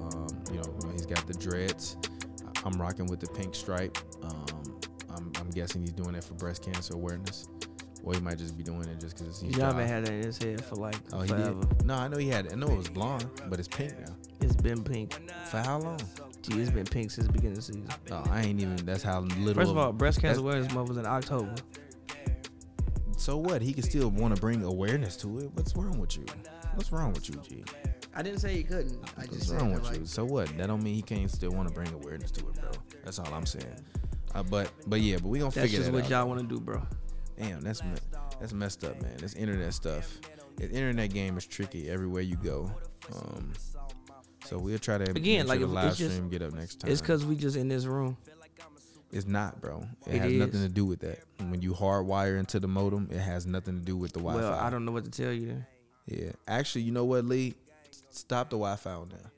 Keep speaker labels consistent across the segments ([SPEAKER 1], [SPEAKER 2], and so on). [SPEAKER 1] um, got the dreads. I- I'm rocking with the pink stripe. Um, I'm, I'm guessing he's doing it for breast cancer awareness, or he might just be doing it just because it's his
[SPEAKER 2] Y'all
[SPEAKER 1] job.
[SPEAKER 2] been had that in his head for like
[SPEAKER 1] oh, he
[SPEAKER 2] forever.
[SPEAKER 1] did. No, I know he had. it. I know it was blonde, but it's pink now.
[SPEAKER 2] It's been pink.
[SPEAKER 1] For how long?
[SPEAKER 2] Gee, it's been pink since the beginning of the season.
[SPEAKER 1] Oh, I ain't even. That's how little.
[SPEAKER 2] First of all, breast
[SPEAKER 1] that's-
[SPEAKER 2] cancer awareness month was in October.
[SPEAKER 1] so what? He could still want to bring awareness to it. What's wrong with you? What's wrong with you, G?
[SPEAKER 3] I didn't say he couldn't. I
[SPEAKER 1] What's
[SPEAKER 3] just said
[SPEAKER 1] wrong
[SPEAKER 3] that,
[SPEAKER 1] with
[SPEAKER 3] like,
[SPEAKER 1] you? So what? That don't mean he can't still want to bring awareness to it, bro. That's all I'm saying. Uh, but but yeah, but we gonna
[SPEAKER 2] That's
[SPEAKER 1] figure
[SPEAKER 2] just
[SPEAKER 1] that
[SPEAKER 2] what
[SPEAKER 1] out.
[SPEAKER 2] y'all want to do, bro.
[SPEAKER 1] Damn, that's me- that's messed up, man. This internet stuff. The internet game is tricky everywhere you go. Um, so we'll try to make
[SPEAKER 2] Again,
[SPEAKER 1] sure
[SPEAKER 2] like,
[SPEAKER 1] the
[SPEAKER 2] if it's
[SPEAKER 1] live
[SPEAKER 2] just-
[SPEAKER 1] stream get up next time.
[SPEAKER 2] It's because we just in this room.
[SPEAKER 1] It's not, bro. It,
[SPEAKER 2] It
[SPEAKER 1] has nothing
[SPEAKER 2] is.
[SPEAKER 1] to do with that. And When you hardwire into the modem, it has nothing to do with the Wi-Fi.
[SPEAKER 2] Well, I don't know what to tell you. Then.
[SPEAKER 1] Yeah. Actually, you know what, Lee? Stop the Wi Fi on there.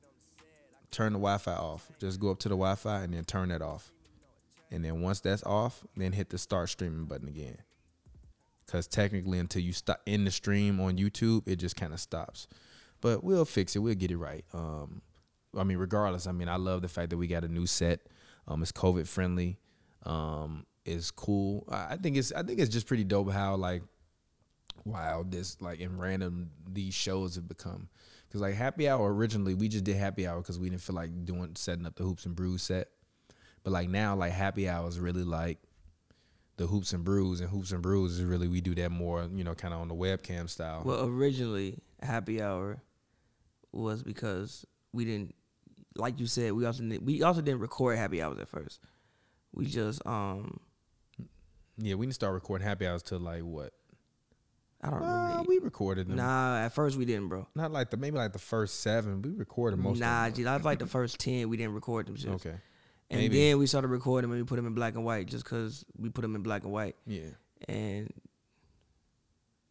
[SPEAKER 1] Turn the Wi Fi off. Just go up to the Wi Fi and then turn that off. And then once that's off, then hit the start streaming button again. Cause technically until you stop in the stream on YouTube, it just kind of stops. But we'll fix it. We'll get it right. Um I mean, regardless, I mean, I love the fact that we got a new set. Um, it's COVID friendly. Um, it's cool. I I think it's I think it's just pretty dope how like wow this like in random these shows have become because like happy hour originally we just did happy hour because we didn't feel like doing setting up the hoops and brews set but like now like happy hour is really like the hoops and brews and hoops and brews is really we do that more you know kind of on the webcam style
[SPEAKER 2] Well, originally, happy hour was because we didn't, like you said, we also didn't, we also didn't record happy hours at first. We just um,
[SPEAKER 1] yeah we didn't start recording happy hours till like what
[SPEAKER 2] I don't
[SPEAKER 1] Nah,
[SPEAKER 2] remember.
[SPEAKER 1] we recorded them
[SPEAKER 2] Nah, at first we didn't, bro.
[SPEAKER 1] not like the maybe like the first seven we recorded most
[SPEAKER 2] Nah,
[SPEAKER 1] of them.
[SPEAKER 2] G, that was like the first ten we didn't record them. Shits.
[SPEAKER 1] okay
[SPEAKER 2] And
[SPEAKER 1] maybe.
[SPEAKER 2] then we started recording and we put them in black and white just because we put them in black and white.
[SPEAKER 1] yeah
[SPEAKER 2] And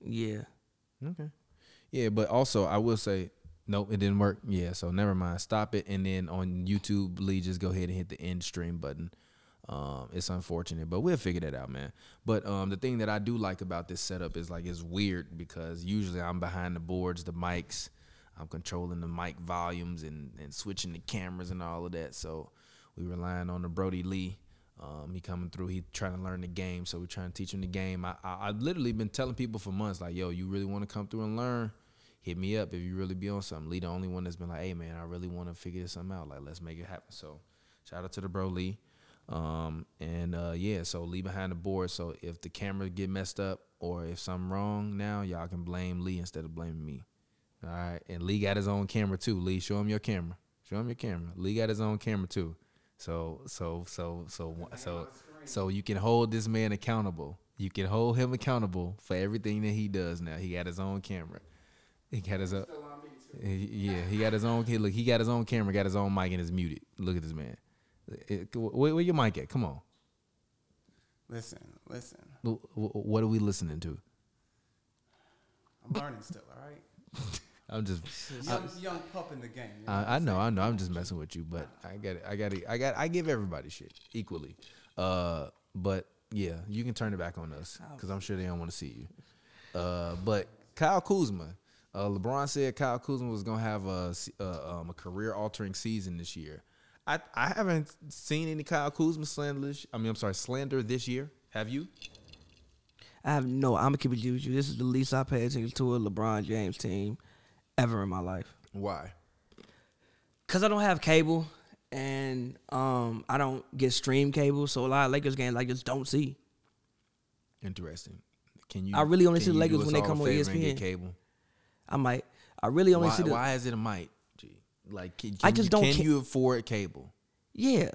[SPEAKER 2] yeah,
[SPEAKER 1] Okay. Yeah, but also I will say, nope, it didn't work. Yeah, so never mind. Stop it, and then on YouTube, Lee, just go ahead and hit the end stream button. Um, it's unfortunate, but we'll figure that out, man. But um, the thing that I do like about this setup is like it's weird because usually I'm behind the boards, the mics, I'm controlling the mic volumes and and switching the cameras and all of that. So we relying on the Brody Lee. Um, he coming through. He trying to learn the game, so we trying to teach him the game. I, I I've literally been telling people for months, like, yo, you really want to come through and learn? Hit me up if you really be on something. Lee, the only one that's been like, hey man, I really want to figure this something out. Like, let's make it happen. So, shout out to the bro Lee. Um, and uh, yeah, so Lee behind the board. So if the camera get messed up or if something wrong now, y'all can blame Lee instead of blaming me. All right, and Lee got his own camera too. Lee, show him your camera. Show him your camera. Lee got his own camera too. So so so so so so you can hold this man accountable. You can hold him accountable for everything that he does now. He got his own camera. He got his own. Yeah, he got his own. He, look, he got his own camera. Got his own mic and it's muted. Look at this man. It- Where, where your mic at? Come on.
[SPEAKER 3] Listen, listen.
[SPEAKER 1] Wh- wh- What are we listening to?
[SPEAKER 3] I'm learning still, all right?
[SPEAKER 1] I'm just. Uh,
[SPEAKER 3] Young, young pup in the game. you know?
[SPEAKER 1] I, I know, I know. I'm just messing with you, but I got it. I got it. I got. I give everybody shit equally. Uh, but yeah, you can turn it back on us
[SPEAKER 2] Oh.
[SPEAKER 1] because I'm sure they don't want to see you. Uh, but Kyle Kuzma, uh, LeBron said Kyle Kuzma was gonna have a se- uh, um, a career altering season this year. I I haven't seen any Kyle Kuzma slander. I mean, I'm sorry, slander this year. Have you?
[SPEAKER 2] I have no. I'm gonna keep it with you. This is the least I paid attention to a LeBron James team ever in my life.
[SPEAKER 1] Why?
[SPEAKER 2] Cause I don't have cable and um I don't get stream cable, so a lot of Lakers games I just don't see.
[SPEAKER 1] Interesting. Can you?
[SPEAKER 2] I really only
[SPEAKER 1] can
[SPEAKER 2] see the
[SPEAKER 1] you do
[SPEAKER 2] Lakers
[SPEAKER 1] us
[SPEAKER 2] when they
[SPEAKER 1] all a
[SPEAKER 2] come on E
[SPEAKER 1] favor and get
[SPEAKER 2] ESPN.
[SPEAKER 1] Cable.
[SPEAKER 2] I might. I really only
[SPEAKER 1] why,
[SPEAKER 2] see the.
[SPEAKER 1] why is it a mic? G? Like, can,
[SPEAKER 2] I
[SPEAKER 1] can
[SPEAKER 2] just
[SPEAKER 1] you,
[SPEAKER 2] don't
[SPEAKER 1] Can
[SPEAKER 2] ca-
[SPEAKER 1] you afford cable?
[SPEAKER 2] Yeah,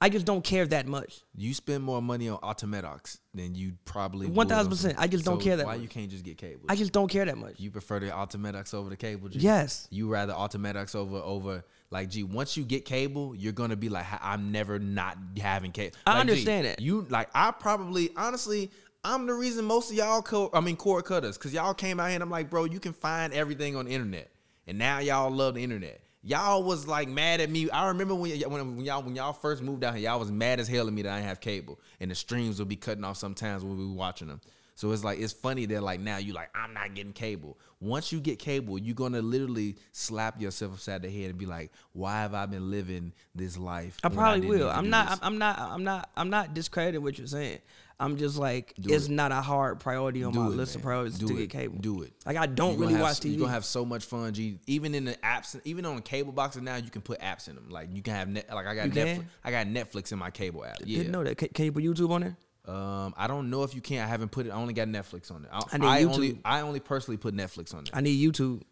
[SPEAKER 2] I just don't care that much.
[SPEAKER 1] You spend more money on Autometox than you probably would on
[SPEAKER 2] 1000%.
[SPEAKER 1] some-
[SPEAKER 2] I just don't
[SPEAKER 1] so
[SPEAKER 2] care that
[SPEAKER 1] Why
[SPEAKER 2] much.
[SPEAKER 1] you can't just get cable?
[SPEAKER 2] I just don't care that much.
[SPEAKER 1] you prefer the Autometox over the cable? G?
[SPEAKER 2] Yes.
[SPEAKER 1] You rather Autometox over over like G. Once you get cable, you're gonna be like, "Ha- I'm never not having cable.
[SPEAKER 2] I
[SPEAKER 1] Like, G,
[SPEAKER 2] understand that.
[SPEAKER 1] You like I probably honestly. I'm the reason most of y'all, co- I mean, cord cutters, because y'all came out here and I'm like, bro, you can find everything on the internet, and now y'all love the internet. Y'all was like mad at me. I remember when, y- when, when y'all when y'all first moved out here, y'all was mad as hell at me that I didn't have cable, and the streams would be cutting off sometimes when we were watching them. So it's like it's funny that like now you like I'm not getting cable. Once you get cable, you're gonna literally slap yourself upside the head and be like, why have I been living this life?
[SPEAKER 2] I
[SPEAKER 1] when
[SPEAKER 2] probably
[SPEAKER 1] didn't need
[SPEAKER 2] will.
[SPEAKER 1] to
[SPEAKER 2] I'm
[SPEAKER 1] do
[SPEAKER 2] not.
[SPEAKER 1] this?"
[SPEAKER 2] I'm I'm not. I'm not. I'm not discrediting what you're saying. I'm just like it's
[SPEAKER 1] it.
[SPEAKER 2] not a hard priority on
[SPEAKER 1] Do
[SPEAKER 2] my
[SPEAKER 1] it,
[SPEAKER 2] list of
[SPEAKER 1] man.
[SPEAKER 2] priorities
[SPEAKER 1] Do
[SPEAKER 2] to
[SPEAKER 1] it.
[SPEAKER 2] get cable.
[SPEAKER 1] Do it.
[SPEAKER 2] Like I don't
[SPEAKER 1] You
[SPEAKER 2] really
[SPEAKER 1] gonna have,
[SPEAKER 2] watch TV.
[SPEAKER 1] You're gonna have so much fun, G. Even in the apps, even on cable boxes now, you can put apps in them. Like you can have net, like I got
[SPEAKER 2] You
[SPEAKER 1] Netflix,
[SPEAKER 2] can?
[SPEAKER 1] I got Netflix in my cable app. Yeah.
[SPEAKER 2] Didn't know that. Can, can you put YouTube on there?
[SPEAKER 1] Um, I don't know if you can. I haven't put it. I only got Netflix on it. I,
[SPEAKER 2] I need
[SPEAKER 1] I
[SPEAKER 2] YouTube.
[SPEAKER 1] only I only personally put Netflix on it.
[SPEAKER 2] I need YouTube.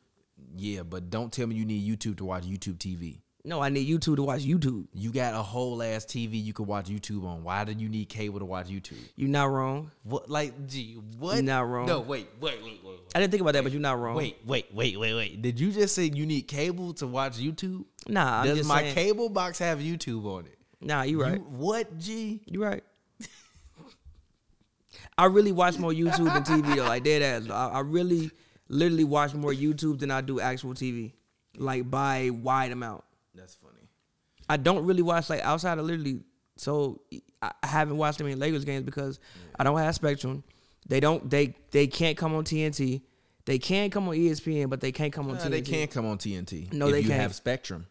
[SPEAKER 1] yeah, but don't tell me you need YouTube to watch YouTube TV.
[SPEAKER 2] No, I need YouTube to watch YouTube.
[SPEAKER 1] You got a whole ass TV you could watch YouTube on. Why do you need cable to watch YouTube?
[SPEAKER 2] You're not wrong.
[SPEAKER 1] What like gee, what?
[SPEAKER 2] You're not wrong.
[SPEAKER 1] No, wait, wait, wait, wait.
[SPEAKER 2] I didn't think about that, but you're not wrong.
[SPEAKER 1] Wait, wait, wait, wait, wait. Did you just say you need cable to watch YouTube?
[SPEAKER 2] Nah, I'm
[SPEAKER 1] Does
[SPEAKER 2] just
[SPEAKER 1] my
[SPEAKER 2] saying-
[SPEAKER 1] cable box have YouTube on it?
[SPEAKER 2] Nah, you're right.
[SPEAKER 1] You, what, G?
[SPEAKER 2] You right. I really watch more YouTube than TV though. Like dead ass. I, I really, literally watch more YouTube than I do actual TV. Like by a wide amount.
[SPEAKER 1] That's funny.
[SPEAKER 2] I don't really watch like outside of literally. So I I haven't watched any Lakers games because I don't have Spectrum. They don't. They they can't come on TNT. They can come on E ESPN, but they can't come on
[SPEAKER 1] Nah,
[SPEAKER 2] TNT.
[SPEAKER 1] Uh, they can't come on TNT.
[SPEAKER 2] No,
[SPEAKER 1] if
[SPEAKER 2] they
[SPEAKER 1] you
[SPEAKER 2] can't.
[SPEAKER 1] have Spectrum.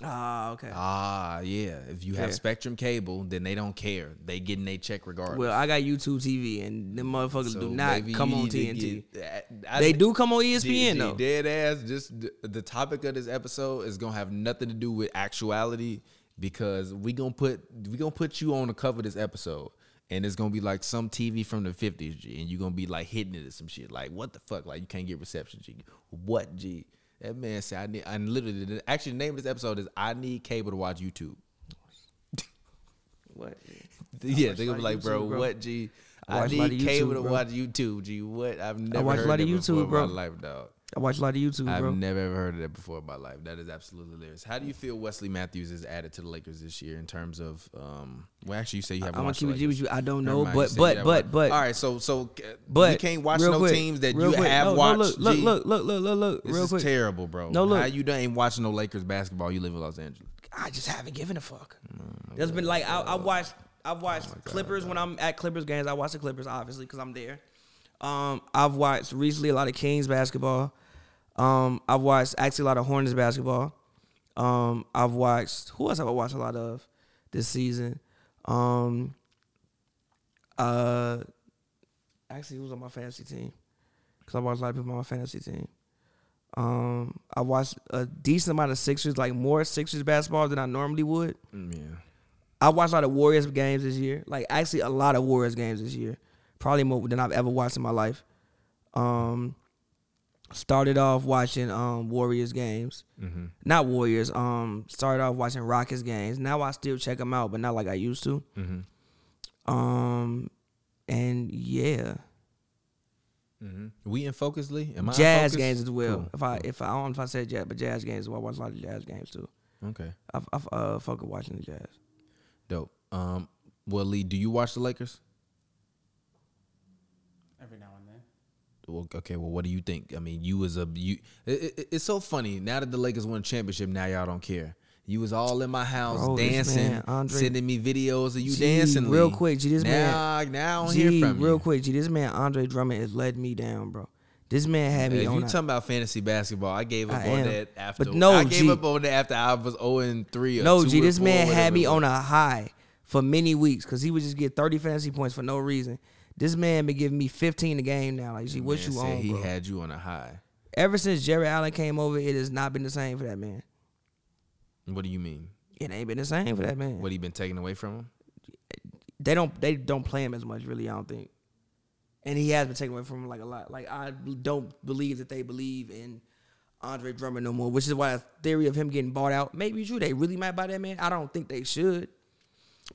[SPEAKER 2] Ah, okay.
[SPEAKER 1] Ah, yeah. If you have
[SPEAKER 2] Yeah.
[SPEAKER 1] Spectrum cable, then they don't care. They getting their check regardless.
[SPEAKER 2] well, I got YouTube TV, and them motherfuckers
[SPEAKER 1] So
[SPEAKER 2] do not
[SPEAKER 1] maybe
[SPEAKER 2] come
[SPEAKER 1] you
[SPEAKER 2] on
[SPEAKER 1] need to
[SPEAKER 2] TNT.
[SPEAKER 1] get- I-
[SPEAKER 2] they
[SPEAKER 1] I-
[SPEAKER 2] do come on E
[SPEAKER 1] G-
[SPEAKER 2] ESPN
[SPEAKER 1] G,
[SPEAKER 2] though.
[SPEAKER 1] Dead ass. Just th- the topic of this episode is gonna have nothing to do with actuality because we gonna put we gonna put you on the cover of this episode, and it's gonna be like some TV from the fifties, G, and you are gonna be like hitting it or some shit. Like what the fuck? Like you can't get reception, G. What, G? That man said I need. I literally the- actually the name of this episode is I need cable to watch YouTube.
[SPEAKER 2] What?
[SPEAKER 1] yeah, they gonna be
[SPEAKER 2] lot
[SPEAKER 1] like,
[SPEAKER 2] of
[SPEAKER 1] bro,
[SPEAKER 2] YouTube, bro.
[SPEAKER 1] what, G?
[SPEAKER 2] I
[SPEAKER 1] I
[SPEAKER 2] watch a lot
[SPEAKER 1] need
[SPEAKER 2] of
[SPEAKER 1] cable
[SPEAKER 2] YouTube,
[SPEAKER 1] to
[SPEAKER 2] bro.
[SPEAKER 1] watch YouTube, G. What? I've never
[SPEAKER 2] watch a
[SPEAKER 1] heard
[SPEAKER 2] lot
[SPEAKER 1] that
[SPEAKER 2] of
[SPEAKER 1] before
[SPEAKER 2] YouTube,
[SPEAKER 1] in
[SPEAKER 2] bro.
[SPEAKER 1] My life, dog.
[SPEAKER 2] I watch a lot of YouTube,
[SPEAKER 1] I've
[SPEAKER 2] bro.
[SPEAKER 1] never ever heard of that before in my life. That is absolutely lyrics. How do you feel Wesley Matthews is added to the Lakers this year in terms of? um Well, actually, you say you haven't
[SPEAKER 2] I'm gonna
[SPEAKER 1] watched. the
[SPEAKER 2] keep it G with
[SPEAKER 1] Lakers.
[SPEAKER 2] you. I don't
[SPEAKER 1] Never
[SPEAKER 2] know,
[SPEAKER 1] mind, you
[SPEAKER 2] but
[SPEAKER 1] said you
[SPEAKER 2] but
[SPEAKER 1] haven't
[SPEAKER 2] but
[SPEAKER 1] watched-
[SPEAKER 2] but
[SPEAKER 1] all right. So so uh,
[SPEAKER 2] but
[SPEAKER 1] you can't watch
[SPEAKER 2] real
[SPEAKER 1] no
[SPEAKER 2] quick,
[SPEAKER 1] teams that
[SPEAKER 2] real
[SPEAKER 1] you
[SPEAKER 2] quick.
[SPEAKER 1] have
[SPEAKER 2] No, no,
[SPEAKER 1] watched.
[SPEAKER 2] look, look,
[SPEAKER 1] G.
[SPEAKER 2] look, look, look, look, look,
[SPEAKER 1] This
[SPEAKER 2] real
[SPEAKER 1] is
[SPEAKER 2] quick.
[SPEAKER 1] terrible, bro.
[SPEAKER 2] No, look.
[SPEAKER 1] how you done ain't watching no Lakers basketball? You live in Los Angeles.
[SPEAKER 2] I just haven't given a fuck. That's been like I, I watched I've watched Clippers when I'm at Clippers games. I watch the Clippers obviously because I'm there. Um, I've watched recently a lot of Kings basketball. Um, I've watched actually a lot of Hornets basketball. Um, I've watched who else have I watched a lot of this season? Um, uh, actually, who's on my fantasy team? Because I watched a lot of people on my fantasy team. Um, I watched a decent amount of Sixers, like more Sixers basketball than I normally would.
[SPEAKER 1] Mm, Yeah.
[SPEAKER 2] I watched a lot of Warriors games this year. Like actually, a lot of Warriors games this year, probably more than I've ever watched in my life. Um, started off watching um Warriors games,
[SPEAKER 1] Mm-hmm,
[SPEAKER 2] not Warriors. Um, started off watching Rockets games. Now I still check them out, but not like I used to.
[SPEAKER 1] Mm-hmm.
[SPEAKER 2] Um, and yeah,
[SPEAKER 1] Mm-hmm. We in focus, Lee? Am I in
[SPEAKER 2] jazz
[SPEAKER 1] focus?
[SPEAKER 2] games as well.
[SPEAKER 1] Cool.
[SPEAKER 2] If I if I don't know if I said jazz, but jazz games, well, I watch a lot of jazz games too.
[SPEAKER 1] Okay.
[SPEAKER 2] I I uh fuck with watching the jazz.
[SPEAKER 1] Dope. Um. Well, Lee, do you watch the Lakers?
[SPEAKER 3] Every now and then.
[SPEAKER 1] Well, okay. Well, what do you think? I mean, you was a you. It, it, it's so funny now that the Lakers won a championship. Now y'all don't care. You was all in my house
[SPEAKER 2] Bro, this
[SPEAKER 1] dancing,
[SPEAKER 2] man, Andre-
[SPEAKER 1] sending me videos of you
[SPEAKER 2] Gee,
[SPEAKER 1] dancing.
[SPEAKER 2] real
[SPEAKER 1] Lee.
[SPEAKER 2] quick, gee, this man-
[SPEAKER 1] now, Now I don't
[SPEAKER 2] Gee,
[SPEAKER 1] hear from
[SPEAKER 2] real
[SPEAKER 1] you.
[SPEAKER 2] quick, G, this man Andre Drummond is letting me down, bro. This man had me
[SPEAKER 1] If
[SPEAKER 2] on.
[SPEAKER 1] you
[SPEAKER 2] a-
[SPEAKER 1] talking about fantasy basketball, I gave up
[SPEAKER 2] I
[SPEAKER 1] on
[SPEAKER 2] am.
[SPEAKER 1] that after.
[SPEAKER 2] But no,
[SPEAKER 1] I gave
[SPEAKER 2] G.
[SPEAKER 1] up on that after I was zero and three. Or
[SPEAKER 2] no,
[SPEAKER 1] two
[SPEAKER 2] G,
[SPEAKER 1] and
[SPEAKER 2] this
[SPEAKER 1] four,
[SPEAKER 2] man
[SPEAKER 1] whatever
[SPEAKER 2] had me
[SPEAKER 1] it
[SPEAKER 2] on
[SPEAKER 1] was.
[SPEAKER 2] a high for many weeks because he would just get thirty fantasy points for no reason. This man been giving me fifteen a game now. Like, G, what
[SPEAKER 1] Man
[SPEAKER 2] you
[SPEAKER 1] said
[SPEAKER 2] on,
[SPEAKER 1] He
[SPEAKER 2] bro?
[SPEAKER 1] had you on a high.
[SPEAKER 2] Ever since Jerry Allen came over, it has not been the same for that man.
[SPEAKER 1] What do you mean?
[SPEAKER 2] It ain't been the same for that man.
[SPEAKER 1] What he been taken away from him?
[SPEAKER 2] they don't they don't play him as much really. I don't think, and he has been taken away from him like a lot. Like I don't believe that they believe in Andre Drummond no more, which is why the theory of him getting bought out may be true. They really might buy that man. I don't think they should,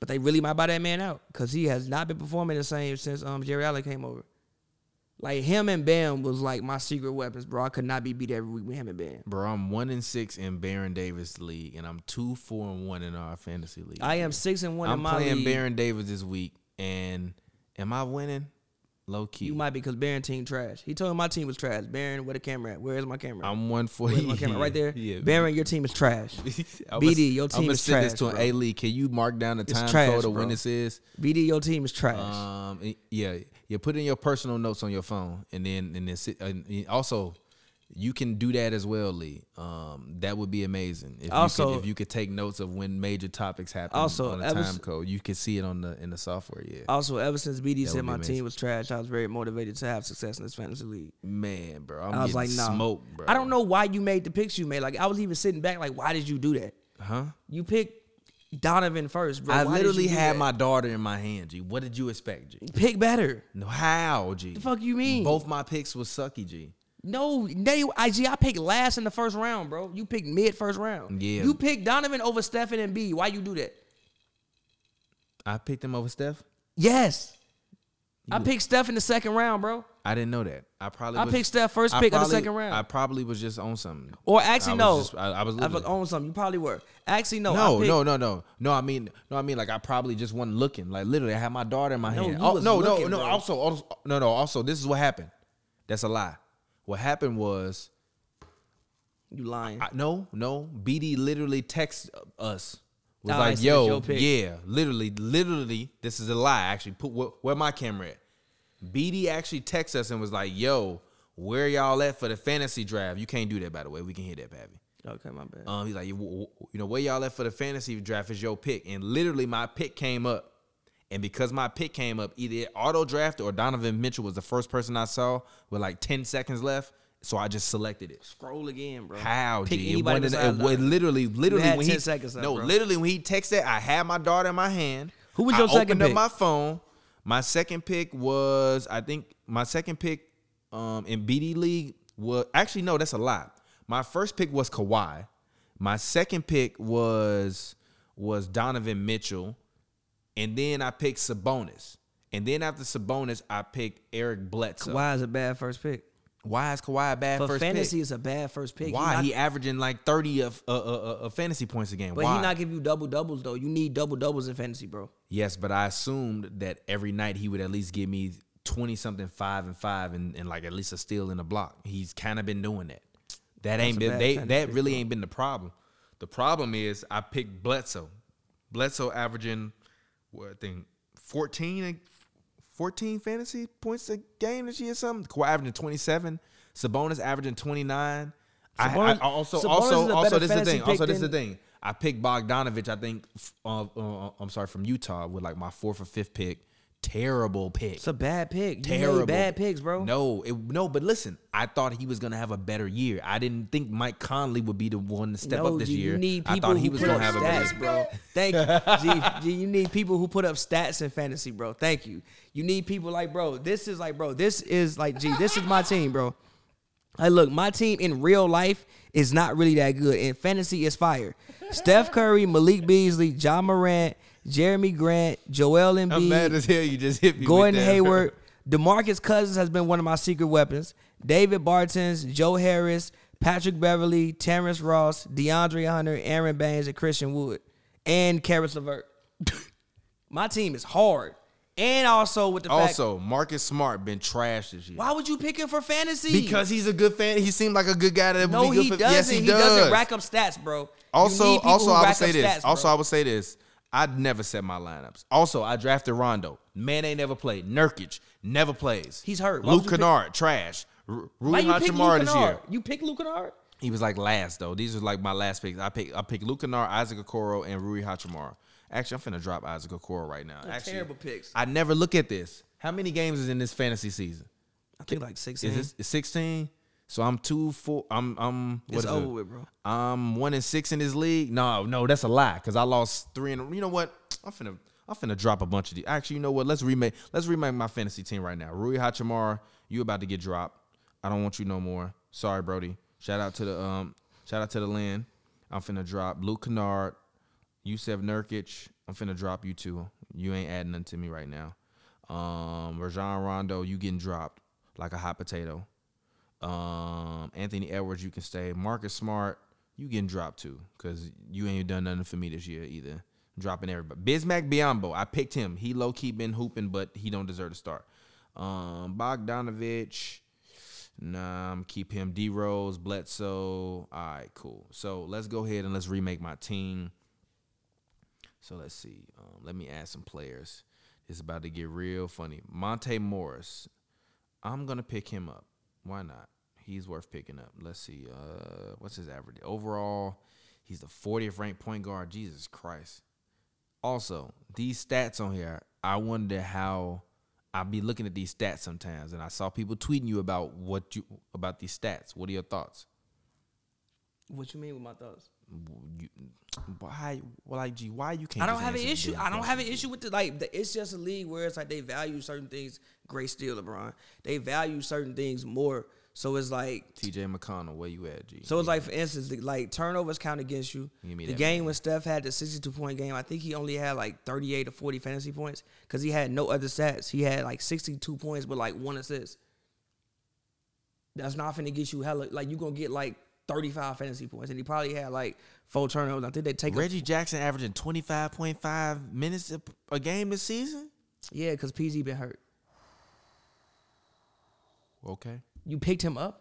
[SPEAKER 2] but they really might buy that man out because he has not been performing the same since um Jerry Allen came over. Like him and Bam was like my secret weapons, bro. I could not be beat every week with him and Bam.
[SPEAKER 1] Bro, I'm one and six in Baron Davis league, and I'm two four and one in our fantasy league.
[SPEAKER 2] I am six and one
[SPEAKER 1] I'm
[SPEAKER 2] in my
[SPEAKER 1] playing
[SPEAKER 2] league.
[SPEAKER 1] Baron Davis this week, and am I winning? Low key.
[SPEAKER 2] You might be because Baron team trash. He told him my team was trash. Baron, where the camera at? Where is my camera?
[SPEAKER 1] I'm one for
[SPEAKER 2] Where's my camera? Right there.
[SPEAKER 1] Yeah.
[SPEAKER 2] Baron, your team is trash.
[SPEAKER 1] I'ma-
[SPEAKER 2] BD, your team
[SPEAKER 1] I'ma
[SPEAKER 2] is
[SPEAKER 1] send this
[SPEAKER 2] trash,
[SPEAKER 1] to an
[SPEAKER 2] bro.
[SPEAKER 1] A league. Can you mark down the
[SPEAKER 2] It's
[SPEAKER 1] time
[SPEAKER 2] trash,
[SPEAKER 1] code of when
[SPEAKER 2] bro.
[SPEAKER 1] this is?
[SPEAKER 2] BD, your team is trash.
[SPEAKER 1] Um, y- yeah, you put in your personal notes on your phone, and then and then sit, and and also you can do that as well, Lee. Um, that would be amazing. If you
[SPEAKER 2] Also-
[SPEAKER 1] could, if you could take notes of when major topics happen
[SPEAKER 2] Also, Uh,
[SPEAKER 1] on the
[SPEAKER 2] ever
[SPEAKER 1] time
[SPEAKER 2] s-
[SPEAKER 1] code, you can see it on the in the software. Yeah,
[SPEAKER 2] also, ever since BD
[SPEAKER 1] That
[SPEAKER 2] said
[SPEAKER 1] would be
[SPEAKER 2] my
[SPEAKER 1] amazing.
[SPEAKER 2] team was trash, I was very motivated to have success in this fantasy league.
[SPEAKER 1] man, bro, I'm
[SPEAKER 2] I was like,
[SPEAKER 1] getting
[SPEAKER 2] nah.
[SPEAKER 1] smoked, bro.
[SPEAKER 2] I don't know why you made the picks you made. Like I was even sitting back, like, why did you do that?
[SPEAKER 1] huh?
[SPEAKER 2] You picked Donovan first, bro.
[SPEAKER 1] I
[SPEAKER 2] Why did
[SPEAKER 1] literally
[SPEAKER 2] you do
[SPEAKER 1] had
[SPEAKER 2] that?
[SPEAKER 1] my daughter in my hand, G. What did you expect, G?
[SPEAKER 2] pick better.
[SPEAKER 1] No, how, G?
[SPEAKER 2] The fuck you mean?
[SPEAKER 1] Both my picks was sucky, G.
[SPEAKER 2] No, they, IG, I picked last in the first round, bro. You picked mid first round.
[SPEAKER 1] Yeah.
[SPEAKER 2] You picked Donovan over Stephen and B. Why you do that?
[SPEAKER 1] I picked him over Steph.
[SPEAKER 2] Yes. I picked Steph in the second round, bro.
[SPEAKER 1] I didn't know that. I probably
[SPEAKER 2] I
[SPEAKER 1] was-
[SPEAKER 2] picked Steph first
[SPEAKER 1] I
[SPEAKER 2] pick of the
[SPEAKER 1] probably-
[SPEAKER 2] second round.
[SPEAKER 1] I probably was just on something.
[SPEAKER 2] Or actually,
[SPEAKER 1] I was
[SPEAKER 2] no.
[SPEAKER 1] just- I, I was
[SPEAKER 2] I
[SPEAKER 1] literally-
[SPEAKER 2] fuck own something. You probably were. Actually, no.
[SPEAKER 1] no,
[SPEAKER 2] I picked,
[SPEAKER 1] no, no, no, no. I mean, no, I mean, like I probably just wasn't looking. Like literally, I had my daughter in my
[SPEAKER 2] No,
[SPEAKER 1] hand.
[SPEAKER 2] you
[SPEAKER 1] Oh,
[SPEAKER 2] was
[SPEAKER 1] no, no,
[SPEAKER 2] looking,
[SPEAKER 1] no.
[SPEAKER 2] bro.
[SPEAKER 1] Also, also, no, no. Also, this is what happened. That's a lie. What happened was,
[SPEAKER 2] You lying.
[SPEAKER 1] I, no, no. BD literally texted us. Was
[SPEAKER 2] Oh, I
[SPEAKER 1] like,
[SPEAKER 2] see,
[SPEAKER 1] yo,
[SPEAKER 2] it's your pick.
[SPEAKER 1] yeah, literally, literally. This is a lie. Actually, put where, where my camera at. BD actually texted us and was like, yo, where y'all at for the fantasy draft? You can't do that, by the way. We can hear that, Pappy.
[SPEAKER 2] okay, my bad.
[SPEAKER 1] Um, he's like, "You- w- w- you know, where y'all at for the fantasy draft is your pick, and literally my pick came up, and because my pick came up, either it auto draft or Donovan Mitchell was the first person I saw with like ten seconds left, so I just selected it.
[SPEAKER 2] Scroll again, bro.
[SPEAKER 1] How?
[SPEAKER 2] Pick
[SPEAKER 1] G? It
[SPEAKER 2] anybody
[SPEAKER 1] wasn't- it
[SPEAKER 2] besides
[SPEAKER 1] was
[SPEAKER 2] Donovan.
[SPEAKER 1] literally, literally
[SPEAKER 2] had
[SPEAKER 1] when
[SPEAKER 2] 10
[SPEAKER 1] he
[SPEAKER 2] seconds left,
[SPEAKER 1] no,
[SPEAKER 2] bro.
[SPEAKER 1] literally when he texted, I had my daughter in my hand.
[SPEAKER 2] Who was
[SPEAKER 1] I
[SPEAKER 2] your second
[SPEAKER 1] opened
[SPEAKER 2] pick?
[SPEAKER 1] Up my phone. My second pick was, I think, my second pick um, in BD League was actually no, that's a lie. My first pick was Kawhi. My second pick was was Donovan Mitchell, and then I picked Sabonis. And then after Sabonis, I picked Eric Bledsoe.
[SPEAKER 2] Why is a bad first pick?
[SPEAKER 1] Why is Kawhi a bad
[SPEAKER 2] For
[SPEAKER 1] first pick?
[SPEAKER 2] fantasy, it's a bad first pick.
[SPEAKER 1] Why
[SPEAKER 2] not-
[SPEAKER 1] he averaging like thirty of uh, uh, uh, uh, fantasy points a game?
[SPEAKER 2] but
[SPEAKER 1] Why?
[SPEAKER 2] he not give you double doubles though. You need double doubles in fantasy, bro.
[SPEAKER 1] yes, but I assumed that every night he would at least give me twenty something, five and five, and, and like at least a steal in a block. He's kind of been doing that. That ain't
[SPEAKER 2] a
[SPEAKER 1] been
[SPEAKER 2] bad
[SPEAKER 1] they,
[SPEAKER 2] fantasy
[SPEAKER 1] that really ain't been the problem. The problem is I picked Bledsoe. Bledsoe averaging what I think 14, and- 14 fantasy points a game this year, or something. Kawhi averaging twenty seven. Sabonis averaging twenty nine. I, I-
[SPEAKER 2] Sabonis-
[SPEAKER 1] I also
[SPEAKER 2] Sabonis is
[SPEAKER 1] also
[SPEAKER 2] a
[SPEAKER 1] also
[SPEAKER 2] better
[SPEAKER 1] this is the
[SPEAKER 2] fantasy
[SPEAKER 1] thing. Also
[SPEAKER 2] pick
[SPEAKER 1] this is the
[SPEAKER 2] than-
[SPEAKER 1] thing. I picked Bogdanovich. I think f- uh, uh, I'm sorry from Utah with like my fourth or fifth pick. Terrible pick.
[SPEAKER 2] It's a bad pick. You
[SPEAKER 1] Terrible.
[SPEAKER 2] made bad picks, bro.
[SPEAKER 1] No, it, no. But listen, I thought he was gonna have a better year. I didn't think Mike Conley would be the one to step
[SPEAKER 2] No,
[SPEAKER 1] up this
[SPEAKER 2] you,
[SPEAKER 1] year.
[SPEAKER 2] You need
[SPEAKER 1] I
[SPEAKER 2] people
[SPEAKER 1] thought
[SPEAKER 2] who
[SPEAKER 1] he was
[SPEAKER 2] put
[SPEAKER 1] gonna
[SPEAKER 2] up
[SPEAKER 1] have a better.
[SPEAKER 2] stats, bro. Thank you. G, G, you need people who put up stats in fantasy, bro. Thank you. You need people like, bro. This is like, bro. This is like, G. This is my team, bro. Like, look, my team in real life is not really that good. In fantasy, is fire. Steph Curry, Malik Beasley, John Morant, Jeremy Grant, Joel Embiid,
[SPEAKER 1] I'm mad as hell. You just hit me. with
[SPEAKER 2] Gordon
[SPEAKER 1] that.
[SPEAKER 2] Hayward, Demarcus Cousins has been one of my secret weapons. David Bartons, Joe Harris, Patrick Beverly, Terrence Ross, DeAndre Hunter, Aaron Baines, and Christian Wood, and Karis LeVert. my team is hard, and also with the fact,
[SPEAKER 1] Also, Marcus Smart been trashed this year.
[SPEAKER 2] why would you pick him for fantasy?
[SPEAKER 1] Because he's a good fan. He seemed like a good guy. That
[SPEAKER 2] no,
[SPEAKER 1] would be good
[SPEAKER 2] he
[SPEAKER 1] for,
[SPEAKER 2] doesn't.
[SPEAKER 1] Yes, he,
[SPEAKER 2] he,
[SPEAKER 1] does.
[SPEAKER 2] doesn't rack up stats, bro. You need
[SPEAKER 1] Also,
[SPEAKER 2] people
[SPEAKER 1] also
[SPEAKER 2] who
[SPEAKER 1] I would
[SPEAKER 2] rack
[SPEAKER 1] say
[SPEAKER 2] up
[SPEAKER 1] this.
[SPEAKER 2] stats, bro.
[SPEAKER 1] also, I would say this. I'd never set my lineups. Also, I drafted Rondo. Man ain't never played. Nurkic never plays.
[SPEAKER 2] He's hurt. Why
[SPEAKER 1] Luke
[SPEAKER 2] would you pick-
[SPEAKER 1] Kennard, trash. R-
[SPEAKER 2] why
[SPEAKER 1] Rudy
[SPEAKER 2] you pick Luke
[SPEAKER 1] Hachimura this year.
[SPEAKER 2] Kennard? You pick Luke Kennard?
[SPEAKER 1] He was like last though. These are like my last picks. I pick I pick Luke Kennard, Isaac Okoro, and Rui Hachimura. Actually, I'm finna drop Isaac Okoro right now. Actually,
[SPEAKER 2] terrible picks.
[SPEAKER 1] I never look at this. How many games is in this fantasy season?
[SPEAKER 2] I think like six.
[SPEAKER 1] Is this 16? So I'm two four. I'm I'm what
[SPEAKER 2] It's
[SPEAKER 1] is
[SPEAKER 2] over
[SPEAKER 1] it?
[SPEAKER 2] with, bro.
[SPEAKER 1] I'm one and six in this league. No, no, that's a lie. Cause I lost three in. You know what? I'm finna I'm finna drop a bunch of these. Actually, you know what? Let's remake let's remake my fantasy team right now. Rui Hachimura, you about to get dropped. I don't want you no more. Sorry, Brody. Shout out to the um shout out to the land. I'm finna drop Luke Kennard, Yusef Nurkic. I'm finna drop you two. You ain't adding nothing to me right now. Um Rajon Rondo, you getting dropped like a hot potato. Um, Anthony Edwards, you can stay. Marcus Smart, you getting dropped too, cause you ain't done nothing for me this year either. Dropping everybody. Bismack Biombo, I picked him. He low key been hooping, but he don't deserve to start. Um, Bogdanovich. Nah, I'm keep him. D Rose, Bledsoe. All right, cool. So let's go ahead and let's remake my team. So let's see. Um, let me add some players. It's about to get real funny. Monte Morris. I'm gonna pick him up. Why not? He's worth picking up. Let's see. Uh, what's his average overall? He's the 40th ranked point guard. Jesus Christ. Also, these stats on here, I wonder how I be looking at these stats sometimes, and I saw people tweeting you about what you about these stats. What are your thoughts?
[SPEAKER 2] What you mean with my thoughts?
[SPEAKER 1] You, why? Well, like, gee, why you can't?
[SPEAKER 2] I don't
[SPEAKER 1] just
[SPEAKER 2] have an
[SPEAKER 1] answer the
[SPEAKER 2] issue.
[SPEAKER 1] damn
[SPEAKER 2] I don't
[SPEAKER 1] question?
[SPEAKER 2] have an issue with the like. The, it's just a league where it's like they value certain things. Great steal, LeBron. They value certain things more. So it's like,
[SPEAKER 1] T.J. McConnell, where you at, G?
[SPEAKER 2] so it's like for instance, like turnovers count against you.
[SPEAKER 1] Give me
[SPEAKER 2] The
[SPEAKER 1] that
[SPEAKER 2] game when Steph had the sixty-two point game, I think he only had like thirty-eight or forty fantasy points because he had no other stats. He had like sixty-two points but like one assist. That's not finna get you hella. Like you gonna get like thirty-five fantasy points, and he probably had like four turnovers. I think they take a-
[SPEAKER 1] Reggie Jackson averaging 25.5 minutes a, a game this season.
[SPEAKER 2] yeah because PG been hurt.
[SPEAKER 1] Okay.
[SPEAKER 2] You picked him up.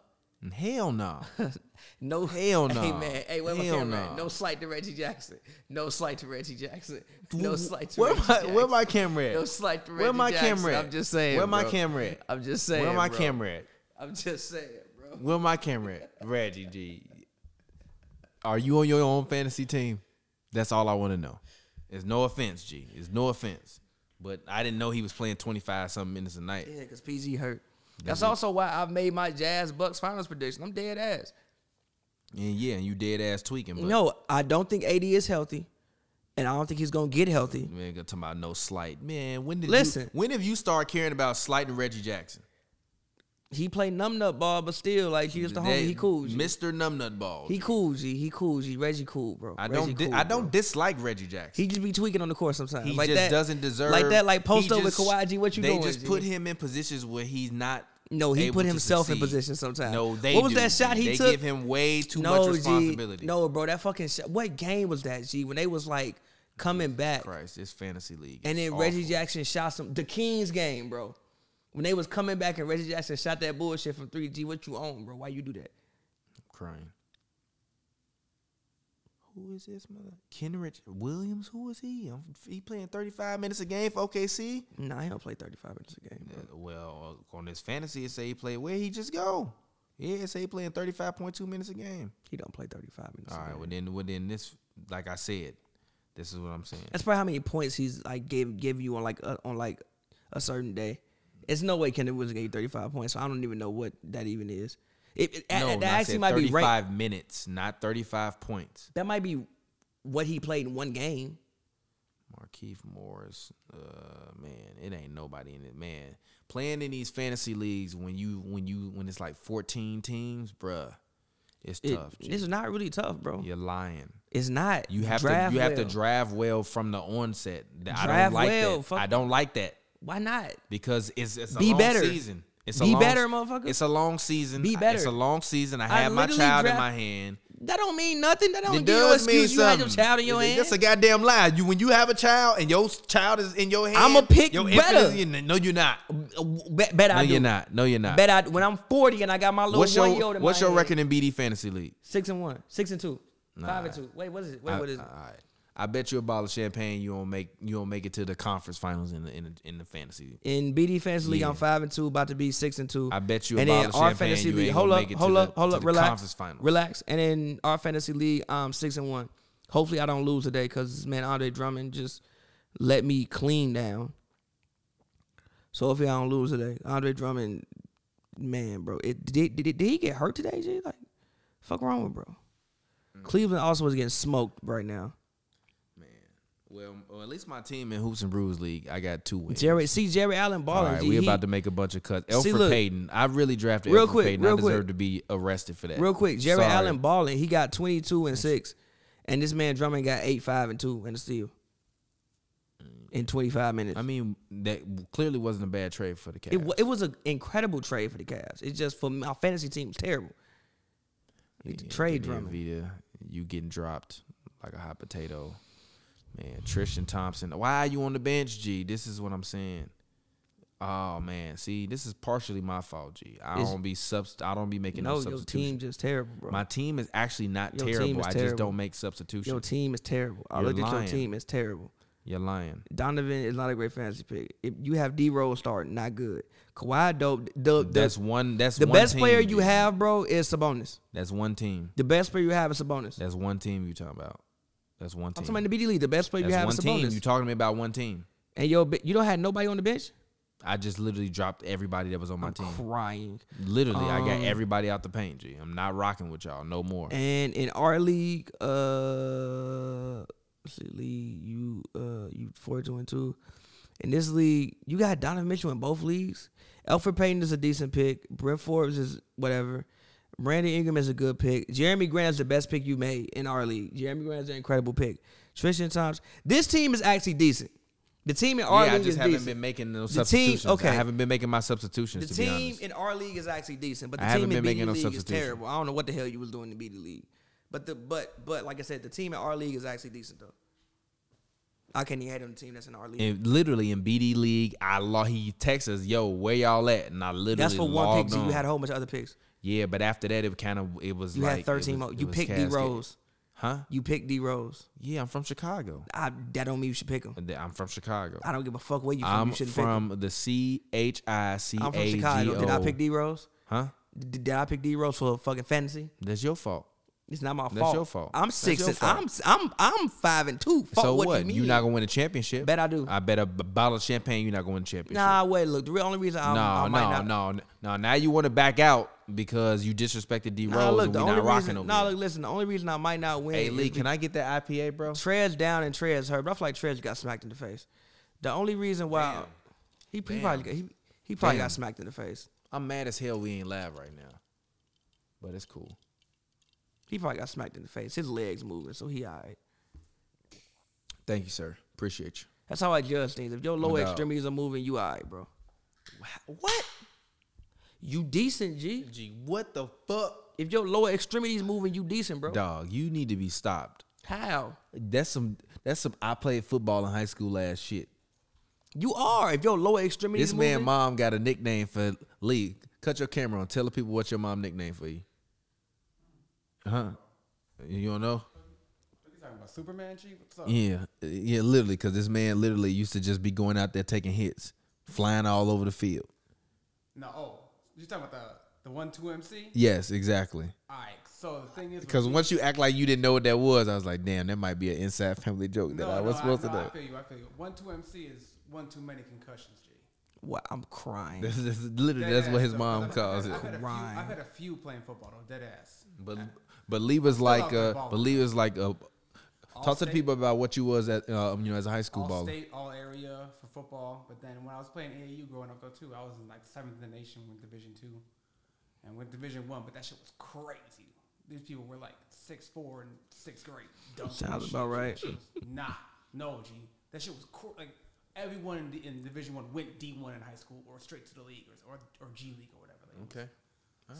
[SPEAKER 1] Hell no.
[SPEAKER 2] No
[SPEAKER 1] Hell
[SPEAKER 2] Hey
[SPEAKER 1] nah.
[SPEAKER 2] man, hey, where my
[SPEAKER 1] Hell
[SPEAKER 2] camera?
[SPEAKER 1] nah.
[SPEAKER 2] at? No slight to Reggie Jackson. No slight to Reggie Jackson.
[SPEAKER 1] Wh-
[SPEAKER 2] No
[SPEAKER 1] wh-
[SPEAKER 2] slight to
[SPEAKER 1] where
[SPEAKER 2] Reggie
[SPEAKER 1] my
[SPEAKER 2] Jackson.
[SPEAKER 1] where my camera at?
[SPEAKER 2] No slight to Reggie
[SPEAKER 1] where my
[SPEAKER 2] Jackson.
[SPEAKER 1] camera at?
[SPEAKER 2] I'm just saying.
[SPEAKER 1] Where my
[SPEAKER 2] bro.
[SPEAKER 1] camera at?
[SPEAKER 2] I'm just saying.
[SPEAKER 1] Where my
[SPEAKER 2] bro.
[SPEAKER 1] camera at?
[SPEAKER 2] I'm just saying, bro.
[SPEAKER 1] Where my camera at? Reggie G. Are you on your own fantasy team? That's all I want to know. It's no offense, G. It's no offense. But I didn't know he was playing 25 something minutes a night.
[SPEAKER 2] Yeah, because PG hurt. That's also why I made my Jazz Bucks finals prediction. I'm dead ass.
[SPEAKER 1] And yeah, and you dead ass tweaking. But
[SPEAKER 2] No, I don't think AD is healthy, and I don't think he's gonna get healthy.
[SPEAKER 1] Man, talking about no slight. Man, when did
[SPEAKER 2] Listen.
[SPEAKER 1] You, when have you start caring about slighting Reggie Jackson?
[SPEAKER 2] He played numb nut ball, but still, like he was the homie.
[SPEAKER 1] That
[SPEAKER 2] He cool. G.
[SPEAKER 1] Mr. Numbnut Ball.
[SPEAKER 2] He cool. G. He cool. G. Reggie cool, bro.
[SPEAKER 1] I
[SPEAKER 2] Reggie
[SPEAKER 1] don't. Di-
[SPEAKER 2] cool,
[SPEAKER 1] I
[SPEAKER 2] bro.
[SPEAKER 1] don't dislike Reggie Jackson.
[SPEAKER 2] He just be tweaking on the court sometimes.
[SPEAKER 1] He,
[SPEAKER 2] like
[SPEAKER 1] just
[SPEAKER 2] that,
[SPEAKER 1] doesn't deserve
[SPEAKER 2] like that. Like post
[SPEAKER 1] he
[SPEAKER 2] over
[SPEAKER 1] just-
[SPEAKER 2] Kawhi G. What you
[SPEAKER 1] they
[SPEAKER 2] doing?
[SPEAKER 1] just
[SPEAKER 2] G?
[SPEAKER 1] put him in positions where he's not.
[SPEAKER 2] No, he
[SPEAKER 1] able
[SPEAKER 2] put
[SPEAKER 1] to
[SPEAKER 2] himself in
[SPEAKER 1] succeed.
[SPEAKER 2] position sometimes.
[SPEAKER 1] No, they.
[SPEAKER 2] What was
[SPEAKER 1] do,
[SPEAKER 2] that shot
[SPEAKER 1] G.
[SPEAKER 2] he
[SPEAKER 1] they
[SPEAKER 2] took?
[SPEAKER 1] give him way too
[SPEAKER 2] no,
[SPEAKER 1] much responsibility.
[SPEAKER 2] G. No, bro, that fucking shot. What game was that, G? When they was like coming back,
[SPEAKER 1] Christ, it's fantasy league.
[SPEAKER 2] and
[SPEAKER 1] It's
[SPEAKER 2] then
[SPEAKER 1] awful.
[SPEAKER 2] Reggie Jackson shot some the Kings game, bro. When they was coming back and Reggie Jackson shot that bullshit from three, G. What you own, bro? Why you do that?
[SPEAKER 1] crying. Who is this mother? Kenrich Williams. Who is he? Um, He playing thirty five minutes a game for OKC.
[SPEAKER 2] Nah, he don't play thirty five minutes a game, bro.
[SPEAKER 1] Uh, Well, on this fantasy, it say he played where he just go. Yeah, it say he playing thirty five point two minutes a game.
[SPEAKER 2] He don't play thirty five minutes.
[SPEAKER 1] All
[SPEAKER 2] a
[SPEAKER 1] right,
[SPEAKER 2] game.
[SPEAKER 1] well then, well then this, like I said, this is what I'm saying.
[SPEAKER 2] That's probably how many points he's like gave give you on like a, on like a certain day. It's no way Kendrick Wilson gave thirty five points. So I don't even know what that even is. It, it-
[SPEAKER 1] no,
[SPEAKER 2] that
[SPEAKER 1] no, I
[SPEAKER 2] actually
[SPEAKER 1] said
[SPEAKER 2] might be ranked.
[SPEAKER 1] 35 minutes, not 35 points.
[SPEAKER 2] That might be what he played in one game.
[SPEAKER 1] Markeith Morris, uh, man, it ain't nobody in it, man. Playing in these fantasy leagues when you when you when it's like 14 teams, bruh, it's
[SPEAKER 2] It,
[SPEAKER 1] tough. G.
[SPEAKER 2] this is not really tough, bro.
[SPEAKER 1] You're lying.
[SPEAKER 2] It's not.
[SPEAKER 1] You have
[SPEAKER 2] Draft
[SPEAKER 1] to you have to
[SPEAKER 2] well.
[SPEAKER 1] draft well from the onset. Th- I
[SPEAKER 2] Draft
[SPEAKER 1] don't like
[SPEAKER 2] well,
[SPEAKER 1] that.
[SPEAKER 2] fuck-
[SPEAKER 1] I don't like that
[SPEAKER 2] Why not?
[SPEAKER 1] because it's it's a
[SPEAKER 2] Be
[SPEAKER 1] long
[SPEAKER 2] better.
[SPEAKER 1] season. It's a
[SPEAKER 2] Be
[SPEAKER 1] long,
[SPEAKER 2] better, motherfucker.
[SPEAKER 1] It's a long season.
[SPEAKER 2] Be
[SPEAKER 1] I- It's
[SPEAKER 2] better.
[SPEAKER 1] a long season. I
[SPEAKER 2] I
[SPEAKER 1] have my
[SPEAKER 2] literally
[SPEAKER 1] child in
[SPEAKER 2] draft-
[SPEAKER 1] my hand.
[SPEAKER 2] That don't mean nothing. That don't
[SPEAKER 1] It
[SPEAKER 2] give you an
[SPEAKER 1] does mean
[SPEAKER 2] excuse. You had your
[SPEAKER 1] something.
[SPEAKER 2] child in your hand.
[SPEAKER 1] That's a goddamn lie. You when you have a child and your child is in your hand.
[SPEAKER 2] I'ma pick
[SPEAKER 1] your
[SPEAKER 2] better.
[SPEAKER 1] infant is in- no, you're not.
[SPEAKER 2] bet, bet
[SPEAKER 1] No,
[SPEAKER 2] I do.
[SPEAKER 1] you're not. No, you're not.
[SPEAKER 2] Bet I when I'm 40 and I got my little
[SPEAKER 1] what's your
[SPEAKER 2] one year old. in
[SPEAKER 1] What's
[SPEAKER 2] my
[SPEAKER 1] your
[SPEAKER 2] hand.
[SPEAKER 1] record in BD fantasy league?
[SPEAKER 2] Six and one. Six and two. Five
[SPEAKER 1] Nah.
[SPEAKER 2] and two. Wait, what is it? Wait,
[SPEAKER 1] I,
[SPEAKER 2] what is it?
[SPEAKER 1] all right. I bet you a bottle of champagne you don't make you don't make it to the conference finals in the in the, in the fantasy.
[SPEAKER 2] In BD Fantasy League,
[SPEAKER 1] Yeah.
[SPEAKER 2] I'm five and two, about to be six and two.
[SPEAKER 1] I bet you a
[SPEAKER 2] And
[SPEAKER 1] bottle
[SPEAKER 2] then
[SPEAKER 1] of
[SPEAKER 2] our
[SPEAKER 1] champagne
[SPEAKER 2] fantasy
[SPEAKER 1] you
[SPEAKER 2] league,
[SPEAKER 1] ain't
[SPEAKER 2] hold
[SPEAKER 1] gonna
[SPEAKER 2] up,
[SPEAKER 1] make it to
[SPEAKER 2] hold
[SPEAKER 1] the-
[SPEAKER 2] up, hold
[SPEAKER 1] to
[SPEAKER 2] up,
[SPEAKER 1] the
[SPEAKER 2] relax,
[SPEAKER 1] conference finals.
[SPEAKER 2] relax. And then our fantasy league, um, six and one. Hopefully, I don't lose today because man, Andre Drummond just let me clean down. So hopefully, I don't lose today. Andre Drummond, man, bro, it did did, did he get hurt today? G? Like, fuck wrong with bro.
[SPEAKER 1] Mm.
[SPEAKER 2] Cleveland also is getting smoked right now.
[SPEAKER 1] Man, well, well, at least my team in Hoops and Brews League, I got two wins.
[SPEAKER 2] Jerry, see Jerry Allen
[SPEAKER 1] All
[SPEAKER 2] balling.
[SPEAKER 1] right,
[SPEAKER 2] G.
[SPEAKER 1] we
[SPEAKER 2] He-
[SPEAKER 1] about to make a bunch of cuts. Alfred
[SPEAKER 2] look.
[SPEAKER 1] Payton, I really drafted
[SPEAKER 2] Real
[SPEAKER 1] Alfred
[SPEAKER 2] quick,
[SPEAKER 1] Payton.
[SPEAKER 2] real
[SPEAKER 1] I
[SPEAKER 2] quick.
[SPEAKER 1] deserve to be arrested for that.
[SPEAKER 2] Real quick, Jerry
[SPEAKER 1] Sorry.
[SPEAKER 2] Allen balling. He got 22 and 6. And this man Drummond got 8, 5, and 2 and a steal in 25 minutes.
[SPEAKER 1] I mean, that clearly wasn't a bad trade for the Cavs.
[SPEAKER 2] it, wa- it was an incredible trade for the Cavs. It's just for my fantasy team, it's terrible. You need to trade
[SPEAKER 1] Anthony
[SPEAKER 2] Drummond.
[SPEAKER 1] Avita, you getting dropped like a hot potato. Man, Tristan Thompson. Why are you on the bench, G? This is what I'm saying. Oh man, see, this is partially my fault, G. I
[SPEAKER 2] It's-
[SPEAKER 1] don't be subst- I don't be making no,
[SPEAKER 2] no, your
[SPEAKER 1] substitution.
[SPEAKER 2] team just terrible, bro.
[SPEAKER 1] My team is actually not
[SPEAKER 2] Your team
[SPEAKER 1] terrible.
[SPEAKER 2] is
[SPEAKER 1] I
[SPEAKER 2] terrible.
[SPEAKER 1] just don't make
[SPEAKER 2] your
[SPEAKER 1] substitutions.
[SPEAKER 2] team is terrible. I
[SPEAKER 1] You're
[SPEAKER 2] looked at your
[SPEAKER 1] lying.
[SPEAKER 2] team; it's terrible.
[SPEAKER 1] You're lying.
[SPEAKER 2] Donovan is not a great fantasy pick. If you have D Rose starting, not good. Kawhi dope. The, the,
[SPEAKER 1] That's one. That's
[SPEAKER 2] the
[SPEAKER 1] one
[SPEAKER 2] best
[SPEAKER 1] team,
[SPEAKER 2] player you
[SPEAKER 1] G.
[SPEAKER 2] have, bro, is Sabonis.
[SPEAKER 1] That's one team.
[SPEAKER 2] The best player you have is Sabonis.
[SPEAKER 1] That's one team you talking about. That's one
[SPEAKER 2] I'm
[SPEAKER 1] team.
[SPEAKER 2] talking about in the BD league. The best player
[SPEAKER 1] That's
[SPEAKER 2] you have
[SPEAKER 1] one
[SPEAKER 2] is
[SPEAKER 1] team.
[SPEAKER 2] Sabonis.
[SPEAKER 1] You talking to me about one team?
[SPEAKER 2] and yo, bi- you don't have nobody on the bench.
[SPEAKER 1] I just literally dropped everybody that was on my team.
[SPEAKER 2] Crying.
[SPEAKER 1] Literally, I got
[SPEAKER 2] Um,
[SPEAKER 1] everybody out the paint. G. I'm not rocking with y'all no more.
[SPEAKER 2] And in our league, uh, let's see, league you uh you four two and two. In this league, you got Donovan Mitchell in both leagues. Alfred Payton is a decent pick. Brent Forbes is whatever. Brandon Ingram is a good pick. Jeremy Grant is the best pick you made in our league. Jeremy Grant is an incredible pick. Tristan Thompson. This team is actually decent. The team in our
[SPEAKER 1] yeah, I
[SPEAKER 2] league
[SPEAKER 1] just
[SPEAKER 2] is
[SPEAKER 1] haven't
[SPEAKER 2] decent.
[SPEAKER 1] been making no
[SPEAKER 2] The team-
[SPEAKER 1] substitutions.
[SPEAKER 2] okay.
[SPEAKER 1] I haven't been making my substitutions. to
[SPEAKER 2] the
[SPEAKER 1] be
[SPEAKER 2] team
[SPEAKER 1] honest.
[SPEAKER 2] in our league is actually decent, but
[SPEAKER 1] I
[SPEAKER 2] the
[SPEAKER 1] haven't
[SPEAKER 2] team
[SPEAKER 1] been
[SPEAKER 2] in
[SPEAKER 1] making
[SPEAKER 2] BD
[SPEAKER 1] no
[SPEAKER 2] league is
[SPEAKER 1] substitution.
[SPEAKER 2] terrible. I don't know what the hell you was doing in BD league, but the but but like I said, the team in our league is actually decent though. I can't even hate on the team that's in our league.
[SPEAKER 1] And literally in BD league, I lo- he texts us, "Yo, where y'all at?" And I literally
[SPEAKER 2] that's for one
[SPEAKER 1] logged
[SPEAKER 2] pick. So
[SPEAKER 1] on.
[SPEAKER 2] you had a whole bunch of other picks.
[SPEAKER 1] yeah, but after that, it kind of it was
[SPEAKER 2] You
[SPEAKER 1] like
[SPEAKER 2] had
[SPEAKER 1] it
[SPEAKER 2] thirteen.
[SPEAKER 1] was-
[SPEAKER 2] mo-
[SPEAKER 1] it
[SPEAKER 2] you
[SPEAKER 1] was
[SPEAKER 2] picked D
[SPEAKER 1] casket.
[SPEAKER 2] Rose.
[SPEAKER 1] huh?
[SPEAKER 2] You picked D Rose.
[SPEAKER 1] Yeah, I'm from Chicago. Uh,
[SPEAKER 2] I that don't mean you should pick him.
[SPEAKER 1] I'm from Chicago.
[SPEAKER 2] I don't give a fuck where you from.
[SPEAKER 1] I'm
[SPEAKER 2] you shouldn't
[SPEAKER 1] from the C H I C A
[SPEAKER 2] pick him. I'm from
[SPEAKER 1] G
[SPEAKER 2] Chicago. Did I pick
[SPEAKER 1] O.
[SPEAKER 2] D Rose?
[SPEAKER 1] Huh?
[SPEAKER 2] Did, did I pick D Rose for fucking fantasy?
[SPEAKER 1] That's your fault.
[SPEAKER 2] It's not my
[SPEAKER 1] That's
[SPEAKER 2] fault.
[SPEAKER 1] your fault.
[SPEAKER 2] I'm
[SPEAKER 1] That's
[SPEAKER 2] six.
[SPEAKER 1] your
[SPEAKER 2] and,
[SPEAKER 1] fault.
[SPEAKER 2] I'm I'm I'm five and two. Fuck
[SPEAKER 1] so
[SPEAKER 2] what,
[SPEAKER 1] what?
[SPEAKER 2] you mean?
[SPEAKER 1] You not gonna win a championship?
[SPEAKER 2] Bet I do.
[SPEAKER 1] I bet a b- bottle of champagne. You're not gonna win a championship.
[SPEAKER 2] Nah, wait. Look, the real only reason I'm,
[SPEAKER 1] no,
[SPEAKER 2] I might
[SPEAKER 1] no,
[SPEAKER 2] not.
[SPEAKER 1] no, no, Now you want to back out because you disrespected D Rose
[SPEAKER 2] Nah, look,
[SPEAKER 1] and
[SPEAKER 2] the
[SPEAKER 1] we
[SPEAKER 2] only
[SPEAKER 1] not rocking
[SPEAKER 2] reason.
[SPEAKER 1] over.
[SPEAKER 2] Nah,
[SPEAKER 1] here.
[SPEAKER 2] look, listen. The only reason I might not win.
[SPEAKER 1] hey
[SPEAKER 2] is
[SPEAKER 1] Lee,
[SPEAKER 2] be-
[SPEAKER 1] can I get that IPA, bro?
[SPEAKER 2] Trez down and Trez hurt, but I feel like Trez got smacked in the face. The only reason why
[SPEAKER 1] Damn.
[SPEAKER 2] he, he
[SPEAKER 1] Damn.
[SPEAKER 2] probably got- he, he probably
[SPEAKER 1] Damn.
[SPEAKER 2] got smacked in the face.
[SPEAKER 1] I'm mad as hell. We ain't live right now, but it's cool.
[SPEAKER 2] He probably got smacked in the face. His legs moving, so he alright.
[SPEAKER 1] Thank you, sir. Appreciate you.
[SPEAKER 2] That's how I judge things. If your lower
[SPEAKER 1] doubt.
[SPEAKER 2] extremities are moving, you alright, bro.
[SPEAKER 1] What?
[SPEAKER 2] You decent, G.
[SPEAKER 1] Gee, what the fuck?
[SPEAKER 2] If your lower extremities moving, you decent, bro.
[SPEAKER 1] Dog, you need to be stopped.
[SPEAKER 2] How?
[SPEAKER 1] That's some. That's some. I played football in high school ass shit.
[SPEAKER 2] You are. If your lower extremities
[SPEAKER 1] This
[SPEAKER 2] moving,
[SPEAKER 1] man, mom got a nickname for Lee. Cut your camera on. Tell the people what your mom nickname for you. Huh? You don't know?
[SPEAKER 3] What are you talking about? Superman G? What's up?
[SPEAKER 1] Yeah, yeah, literally, because this man literally used to just be going out there taking hits, flying all over the field.
[SPEAKER 3] No, oh, you talking about the the one two MC?
[SPEAKER 1] Yes, exactly.
[SPEAKER 3] All right. So the thing is, with
[SPEAKER 1] Because
[SPEAKER 3] me-
[SPEAKER 1] once you act like you didn't know what that was, I was like, damn, that might be an inside family joke that I was supposed
[SPEAKER 3] no,
[SPEAKER 1] to
[SPEAKER 3] I
[SPEAKER 1] know.
[SPEAKER 3] feel you. I feel you. One two MC is one too many concussions. G.
[SPEAKER 2] what? I'm crying.
[SPEAKER 1] This is literally that's
[SPEAKER 3] Dead
[SPEAKER 1] what
[SPEAKER 3] ass,
[SPEAKER 1] his
[SPEAKER 3] though,
[SPEAKER 1] mom
[SPEAKER 3] 'cause I've
[SPEAKER 1] calls
[SPEAKER 3] had-
[SPEAKER 1] it.
[SPEAKER 3] I've had a few-
[SPEAKER 2] Rhyme.
[SPEAKER 3] I've had a few playing football though. Dead ass.
[SPEAKER 1] But but Lee was like,
[SPEAKER 3] out there
[SPEAKER 1] uh,
[SPEAKER 3] balling.
[SPEAKER 1] but Lee was like, uh, talk to the
[SPEAKER 3] Allstate.
[SPEAKER 1] people about what you was at, um, you know, as a high school
[SPEAKER 3] All
[SPEAKER 1] baller.
[SPEAKER 3] state, all area for football. But then when I was playing AAU growing up though too, I was in like seventh in the nation with Division two, and with Division one. But that shit was crazy. These people were like six four and sixth grade. dunking and
[SPEAKER 2] Sounds
[SPEAKER 3] shit.
[SPEAKER 2] about right.
[SPEAKER 3] That shit was- Nah, no, G. That shit was cool. Like everyone in, the, in Division one went D one in high school or straight to the league or or, or G league or whatever. Like, it was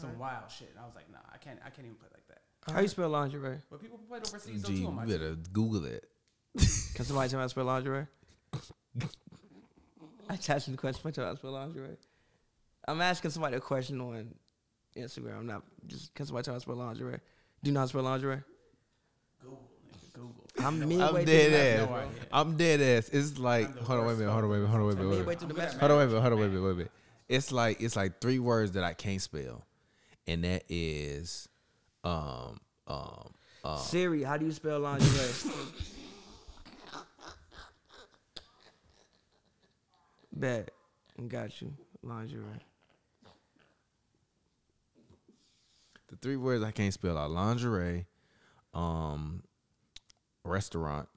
[SPEAKER 1] Okay.
[SPEAKER 3] Some wild shit. And I was like, nah, I can't. I can't even play like that.
[SPEAKER 2] How you spell lingerie?
[SPEAKER 3] But people played overseas though
[SPEAKER 1] Gee,
[SPEAKER 3] too.
[SPEAKER 1] you
[SPEAKER 3] On my team.
[SPEAKER 1] better Google it.
[SPEAKER 2] Can somebody tell me how to spell lingerie? I just asking the question. Somebody tell me how to spell lingerie. I'm asking somebody a question on Instagram. I'm not just can somebody tell me how to spell lingerie? Do you know how to spell lingerie?
[SPEAKER 3] Google, nigga, Google.
[SPEAKER 2] I'm
[SPEAKER 1] I'm
[SPEAKER 2] midway through
[SPEAKER 1] dead
[SPEAKER 2] that.
[SPEAKER 1] ass.
[SPEAKER 3] no idea.
[SPEAKER 1] I'm dead ass. It's like
[SPEAKER 3] I'm the
[SPEAKER 1] hold on, wait a
[SPEAKER 3] worst
[SPEAKER 1] minute, hold on, wait a minute, hold on, wait a minute, wait a
[SPEAKER 2] I'm midway
[SPEAKER 1] minute.
[SPEAKER 2] through the
[SPEAKER 3] I'm good at
[SPEAKER 2] match.
[SPEAKER 1] Hold on, wait a minute, hold on, wait a minute, wait a minute. It's like it's like three words that I can't spell, and that is, um, um, uh,
[SPEAKER 2] Siri, how do you spell lingerie? Bet. Got you. Lingerie.
[SPEAKER 1] the three words I can't spell are lingerie, um, restaurant.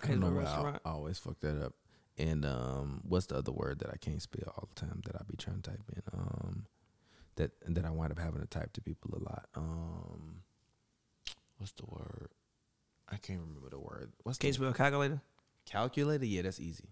[SPEAKER 1] I
[SPEAKER 2] Okay,
[SPEAKER 1] don't know
[SPEAKER 2] the
[SPEAKER 1] why I
[SPEAKER 2] restaurant.
[SPEAKER 1] I always fuck that up. And um, what's the other word that I can't spell all the time that I be trying to type in? Um, that that I wind up having to type to people a lot. Um, what's the word? I can't remember the word. What's
[SPEAKER 2] Can you
[SPEAKER 1] the word?
[SPEAKER 2] spell calculator?
[SPEAKER 1] calculator? Yeah, that's easy.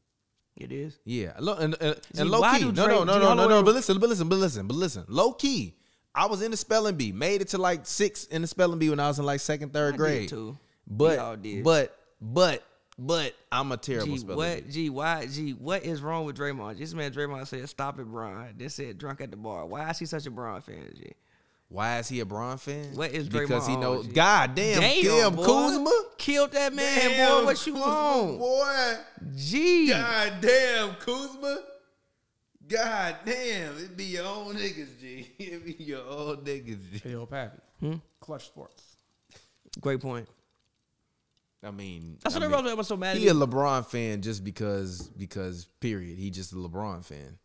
[SPEAKER 2] It is.
[SPEAKER 1] Yeah, lo- and, and,
[SPEAKER 2] See,
[SPEAKER 1] and low
[SPEAKER 2] why
[SPEAKER 1] key.
[SPEAKER 2] do
[SPEAKER 1] No,
[SPEAKER 2] Drake-
[SPEAKER 1] no, no,
[SPEAKER 2] G,
[SPEAKER 1] no,
[SPEAKER 2] all the
[SPEAKER 1] no,
[SPEAKER 2] way
[SPEAKER 1] no.
[SPEAKER 2] to-
[SPEAKER 1] But listen, but listen, but listen, but listen. Low key, I was in the spelling bee. Made it to like six in the spelling bee when I was in like second,
[SPEAKER 2] I
[SPEAKER 1] third
[SPEAKER 2] did
[SPEAKER 1] grade.
[SPEAKER 2] too. We all
[SPEAKER 1] But
[SPEAKER 2] did.
[SPEAKER 1] but but
[SPEAKER 2] But
[SPEAKER 1] I'm a terrible
[SPEAKER 2] Gee,
[SPEAKER 1] speller.
[SPEAKER 2] what? Gee, why? Gee, what is wrong with Draymond? This man Draymond said, "Stop it, Bron." They said, "Drunk at the bar." Why is he such a Bron fan? Gee?
[SPEAKER 1] Why is he a Bron fan?
[SPEAKER 2] What is
[SPEAKER 1] Because he
[SPEAKER 2] Draymond
[SPEAKER 1] knows.
[SPEAKER 2] Orangey?
[SPEAKER 1] God damn, damn,
[SPEAKER 2] boy.
[SPEAKER 1] Kuzma.
[SPEAKER 2] killed that man, boy. What you
[SPEAKER 1] Kuzma,
[SPEAKER 2] on?
[SPEAKER 1] boy?
[SPEAKER 2] Gee,
[SPEAKER 1] God damn, Kuzma. God damn, it be your own niggas, G. It be your own niggas, G.
[SPEAKER 3] Hey, yo, Pappy.
[SPEAKER 2] Hmm?
[SPEAKER 3] Clutch Sports.
[SPEAKER 2] great point.
[SPEAKER 1] I mean,
[SPEAKER 2] That's
[SPEAKER 1] I
[SPEAKER 2] what
[SPEAKER 1] mean,
[SPEAKER 2] everybody was so mad.
[SPEAKER 1] He a
[SPEAKER 2] at me.
[SPEAKER 1] LeBron fan just because because period. He just a LeBron fan.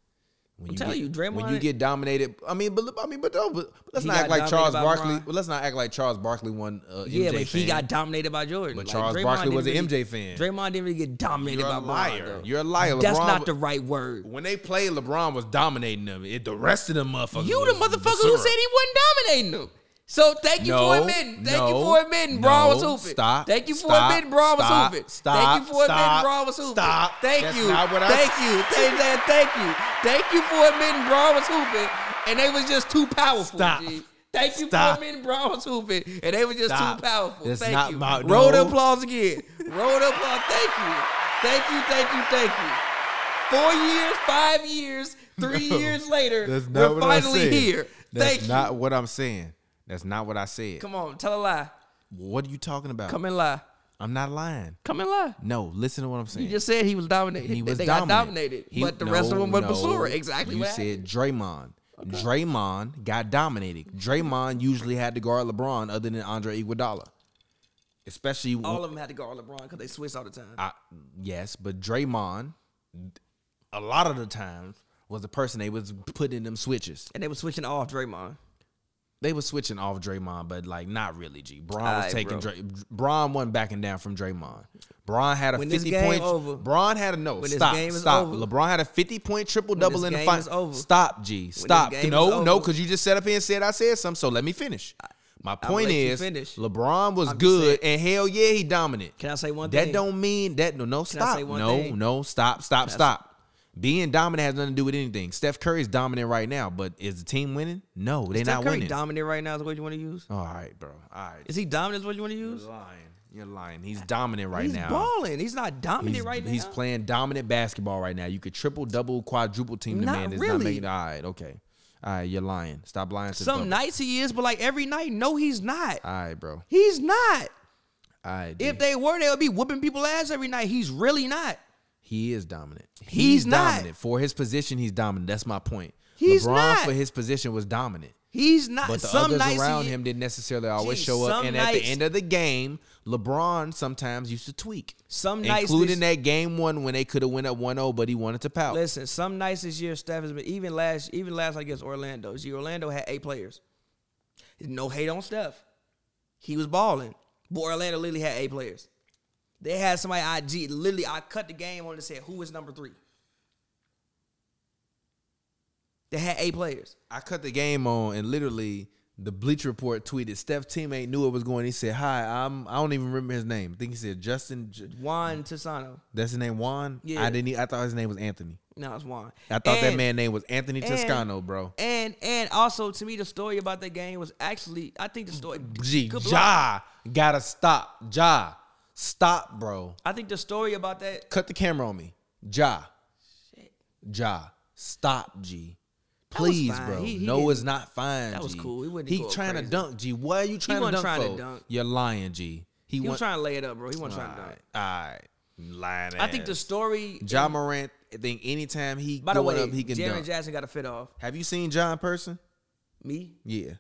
[SPEAKER 1] When
[SPEAKER 2] I'm telling
[SPEAKER 1] get,
[SPEAKER 2] you,
[SPEAKER 1] when you
[SPEAKER 2] Draymond-
[SPEAKER 1] get dominated, I mean, but I mean, but, don't, but let's
[SPEAKER 2] He
[SPEAKER 1] not act
[SPEAKER 2] got
[SPEAKER 1] like Charles
[SPEAKER 2] dominated by
[SPEAKER 1] Barkley.
[SPEAKER 2] Bron.
[SPEAKER 1] Well, let's not act like Charles Barkley won. Uh,
[SPEAKER 2] Yeah,
[SPEAKER 1] MJ
[SPEAKER 2] but he
[SPEAKER 1] fan.
[SPEAKER 2] got dominated by Jordan.
[SPEAKER 1] But Charles
[SPEAKER 2] Draymond
[SPEAKER 1] Barkley
[SPEAKER 2] didn't
[SPEAKER 1] was an
[SPEAKER 2] really-
[SPEAKER 1] MJ fan.
[SPEAKER 2] Draymond didn't really get dominated
[SPEAKER 1] You're
[SPEAKER 2] by
[SPEAKER 1] a
[SPEAKER 2] Bron,
[SPEAKER 1] liar.
[SPEAKER 2] though.
[SPEAKER 1] You're a liar.
[SPEAKER 2] That's
[SPEAKER 1] LeBron
[SPEAKER 2] not
[SPEAKER 1] wa-
[SPEAKER 2] the right word.
[SPEAKER 1] When they played, LeBron was dominating them. It, the rest of them motherfuckers.
[SPEAKER 2] You the
[SPEAKER 1] was
[SPEAKER 2] motherfucker who
[SPEAKER 1] basura.
[SPEAKER 2] said he wasn't dominating them. So thank you for
[SPEAKER 1] No,
[SPEAKER 2] admitting. Thank you
[SPEAKER 1] no,
[SPEAKER 2] for admitting Braun was
[SPEAKER 1] no,
[SPEAKER 2] hooping.
[SPEAKER 1] Stop.
[SPEAKER 2] Thank you for
[SPEAKER 1] stop,
[SPEAKER 2] admitting Braun was
[SPEAKER 1] stop,
[SPEAKER 2] hooping.
[SPEAKER 1] Stop.
[SPEAKER 2] thank you for admitting
[SPEAKER 1] stop,
[SPEAKER 2] Braun was hooping.
[SPEAKER 1] Stop.
[SPEAKER 2] Thank
[SPEAKER 1] That's
[SPEAKER 2] you.
[SPEAKER 1] Not what I
[SPEAKER 2] thank you. Thank you. Thank you. Thank you for admitting Braun was hooping, and they was just too powerful.
[SPEAKER 1] Stop.
[SPEAKER 2] G. Thank you
[SPEAKER 1] Stop.
[SPEAKER 2] for admitting Braun was hooping, and they was just
[SPEAKER 1] Stop.
[SPEAKER 2] too powerful.
[SPEAKER 1] That's
[SPEAKER 2] thank
[SPEAKER 1] not
[SPEAKER 2] you.
[SPEAKER 1] my-
[SPEAKER 2] Roll the
[SPEAKER 1] no.
[SPEAKER 2] applause again. Roll the applause. Thank you. Thank you. Thank you. Thank you. Four years, five years, three years later,
[SPEAKER 1] That's not
[SPEAKER 2] we're
[SPEAKER 1] what
[SPEAKER 2] finally
[SPEAKER 1] I said.
[SPEAKER 2] here.
[SPEAKER 1] That's
[SPEAKER 2] Thank
[SPEAKER 1] not
[SPEAKER 2] you.
[SPEAKER 1] what I'm saying. That's not what I said.
[SPEAKER 2] Come on, tell a lie.
[SPEAKER 1] What are you talking about?
[SPEAKER 2] Come and lie.
[SPEAKER 1] I'm not lying.
[SPEAKER 2] Come and lie.
[SPEAKER 1] No, listen to what I'm saying.
[SPEAKER 2] You just said he was dominated.
[SPEAKER 1] he was
[SPEAKER 2] they
[SPEAKER 1] dominant.
[SPEAKER 2] got dominated,
[SPEAKER 1] He-
[SPEAKER 2] but the rest of
[SPEAKER 1] no,
[SPEAKER 2] them were
[SPEAKER 1] no.
[SPEAKER 2] basura. Exactly
[SPEAKER 1] You
[SPEAKER 2] what happened.
[SPEAKER 1] said Draymond. Draymond got dominated. Draymond usually had to guard LeBron other than Andre Iguodala, especially when-
[SPEAKER 2] All of them had to guard LeBron because they switch all the time.
[SPEAKER 1] I, yes, but Draymond, a lot of the times, was the person they was putting them switches.
[SPEAKER 2] and they were switching off Draymond.
[SPEAKER 1] They was switching off Draymond, but like not really. G. Braun
[SPEAKER 2] Aight,
[SPEAKER 1] was taking
[SPEAKER 2] bro.
[SPEAKER 1] Dray, Braun wasn't backing down from Draymond. Braun had a
[SPEAKER 2] When this
[SPEAKER 1] fifty
[SPEAKER 2] game
[SPEAKER 1] point.
[SPEAKER 2] over-
[SPEAKER 1] Braun had a no.
[SPEAKER 2] When this
[SPEAKER 1] stop.
[SPEAKER 2] game is
[SPEAKER 1] stop.
[SPEAKER 2] over-
[SPEAKER 1] LeBron had a fifty point triple double
[SPEAKER 2] this
[SPEAKER 1] in the
[SPEAKER 2] game is
[SPEAKER 1] final.
[SPEAKER 2] over-
[SPEAKER 1] Stop, G. Stop.
[SPEAKER 2] game is
[SPEAKER 1] No, no,
[SPEAKER 2] over-
[SPEAKER 1] because you just sat up here and said I said something. So let me finish. My point
[SPEAKER 2] let you
[SPEAKER 1] is,
[SPEAKER 2] finish.
[SPEAKER 1] LeBron was
[SPEAKER 2] I'm just
[SPEAKER 1] good, and hell yeah, he dominant.
[SPEAKER 2] Can I say one
[SPEAKER 1] That
[SPEAKER 2] thing?
[SPEAKER 1] don't mean that no no
[SPEAKER 2] I
[SPEAKER 1] stop
[SPEAKER 2] say one
[SPEAKER 1] no
[SPEAKER 2] thing?
[SPEAKER 1] no stop stop stop. Being dominant has nothing to do with anything. Steph Curry is dominant right now, but is the team winning? No, they're
[SPEAKER 2] Steph
[SPEAKER 1] not
[SPEAKER 2] Curry
[SPEAKER 1] winning.
[SPEAKER 2] dominant right now is what you want to use.
[SPEAKER 1] All right, bro. All right,
[SPEAKER 2] Is he dominant? Is what you want to
[SPEAKER 1] you're
[SPEAKER 2] use?
[SPEAKER 1] lying. You're lying. He's dominant right
[SPEAKER 2] he's
[SPEAKER 1] now.
[SPEAKER 2] balling. He's not dominant
[SPEAKER 1] He's,
[SPEAKER 2] right now.
[SPEAKER 1] he's playing dominant basketball right now. You could triple, double, quadruple team the
[SPEAKER 2] Not
[SPEAKER 1] man. It's not
[SPEAKER 2] really.
[SPEAKER 1] making. All right, okay. All right, you're lying. Stop lying to the
[SPEAKER 2] Some
[SPEAKER 1] public.
[SPEAKER 2] nights he is, but like every night, no, he's not.
[SPEAKER 1] All right, bro.
[SPEAKER 2] He's not.
[SPEAKER 1] All right.
[SPEAKER 2] If
[SPEAKER 1] dude.
[SPEAKER 2] they were, they would be whooping people ass every night. He's really not.
[SPEAKER 1] He is dominant.
[SPEAKER 2] He's not.
[SPEAKER 1] dominant for his position. He's dominant. That's my point.
[SPEAKER 2] He's
[SPEAKER 1] LeBron
[SPEAKER 2] not.
[SPEAKER 1] for his position was dominant.
[SPEAKER 2] He's not.
[SPEAKER 1] But the
[SPEAKER 2] Some
[SPEAKER 1] others
[SPEAKER 2] nights
[SPEAKER 1] around
[SPEAKER 2] he,
[SPEAKER 1] him didn't necessarily always
[SPEAKER 2] Gee,
[SPEAKER 1] show up.
[SPEAKER 2] some
[SPEAKER 1] And at
[SPEAKER 2] nights-
[SPEAKER 1] the end of the game, LeBron sometimes used to tweak.
[SPEAKER 2] Some nights
[SPEAKER 1] including
[SPEAKER 2] this-
[SPEAKER 1] that game one when they could have went up 1-0, but he wanted to pout.
[SPEAKER 2] Listen, some nights this year, Steph has been even last, even last night against Orlando. See, Orlando had eight players. No hate on Steph, he was balling. But Orlando literally had eight players. They had somebody IG. Literally, I cut the game on and said, "Who is number three? They had eight players.
[SPEAKER 1] I cut the game on and literally the Bleach Report tweeted Steph teammate knew it was going. He said, "Hi, I'm. I don't even remember his name. I think he said Justin. J-
[SPEAKER 2] Juan Tosano.
[SPEAKER 1] That's his name, Juan.
[SPEAKER 2] Yeah.
[SPEAKER 1] I didn't. e- I thought his name was Anthony.
[SPEAKER 2] No, it's Juan.
[SPEAKER 1] I thought that
[SPEAKER 2] And-
[SPEAKER 1] man name was Anthony
[SPEAKER 2] and-
[SPEAKER 1] Toscano, bro.
[SPEAKER 2] And and also to me, the story about that game was actually I think the story.
[SPEAKER 1] Gee,
[SPEAKER 2] Good block.
[SPEAKER 1] Ja, gotta stop. Ja, stop, bro.
[SPEAKER 2] I think the story about that
[SPEAKER 1] Cut the camera on me. Ja,
[SPEAKER 2] shit.
[SPEAKER 1] Ja, stop, G.
[SPEAKER 2] That was
[SPEAKER 1] Please,
[SPEAKER 2] fine.
[SPEAKER 1] bro.
[SPEAKER 2] He- he
[SPEAKER 1] no,
[SPEAKER 2] didn't-
[SPEAKER 1] it's not fine.
[SPEAKER 2] That was
[SPEAKER 1] G.
[SPEAKER 2] cool. He wasn't
[SPEAKER 1] He
[SPEAKER 2] going
[SPEAKER 1] trying to
[SPEAKER 2] crazy.
[SPEAKER 1] dunk, G. Why are you trying, to,
[SPEAKER 2] wasn't
[SPEAKER 1] dunk
[SPEAKER 2] trying to
[SPEAKER 1] for?
[SPEAKER 2] dunk.
[SPEAKER 1] You're lying, G. He,
[SPEAKER 2] He
[SPEAKER 1] went
[SPEAKER 2] was trying to lay it up, bro. He wasn't trying to dunk.
[SPEAKER 1] All right, lying.
[SPEAKER 2] I think the
[SPEAKER 1] ass.
[SPEAKER 2] story.
[SPEAKER 1] John Morant. I think anytime he
[SPEAKER 2] By the
[SPEAKER 1] going
[SPEAKER 2] way,
[SPEAKER 1] up, he can
[SPEAKER 2] Jaren
[SPEAKER 1] dunk.
[SPEAKER 2] Jackson got a fit off.
[SPEAKER 1] Have you seen John in person?
[SPEAKER 2] Me?
[SPEAKER 1] Yeah.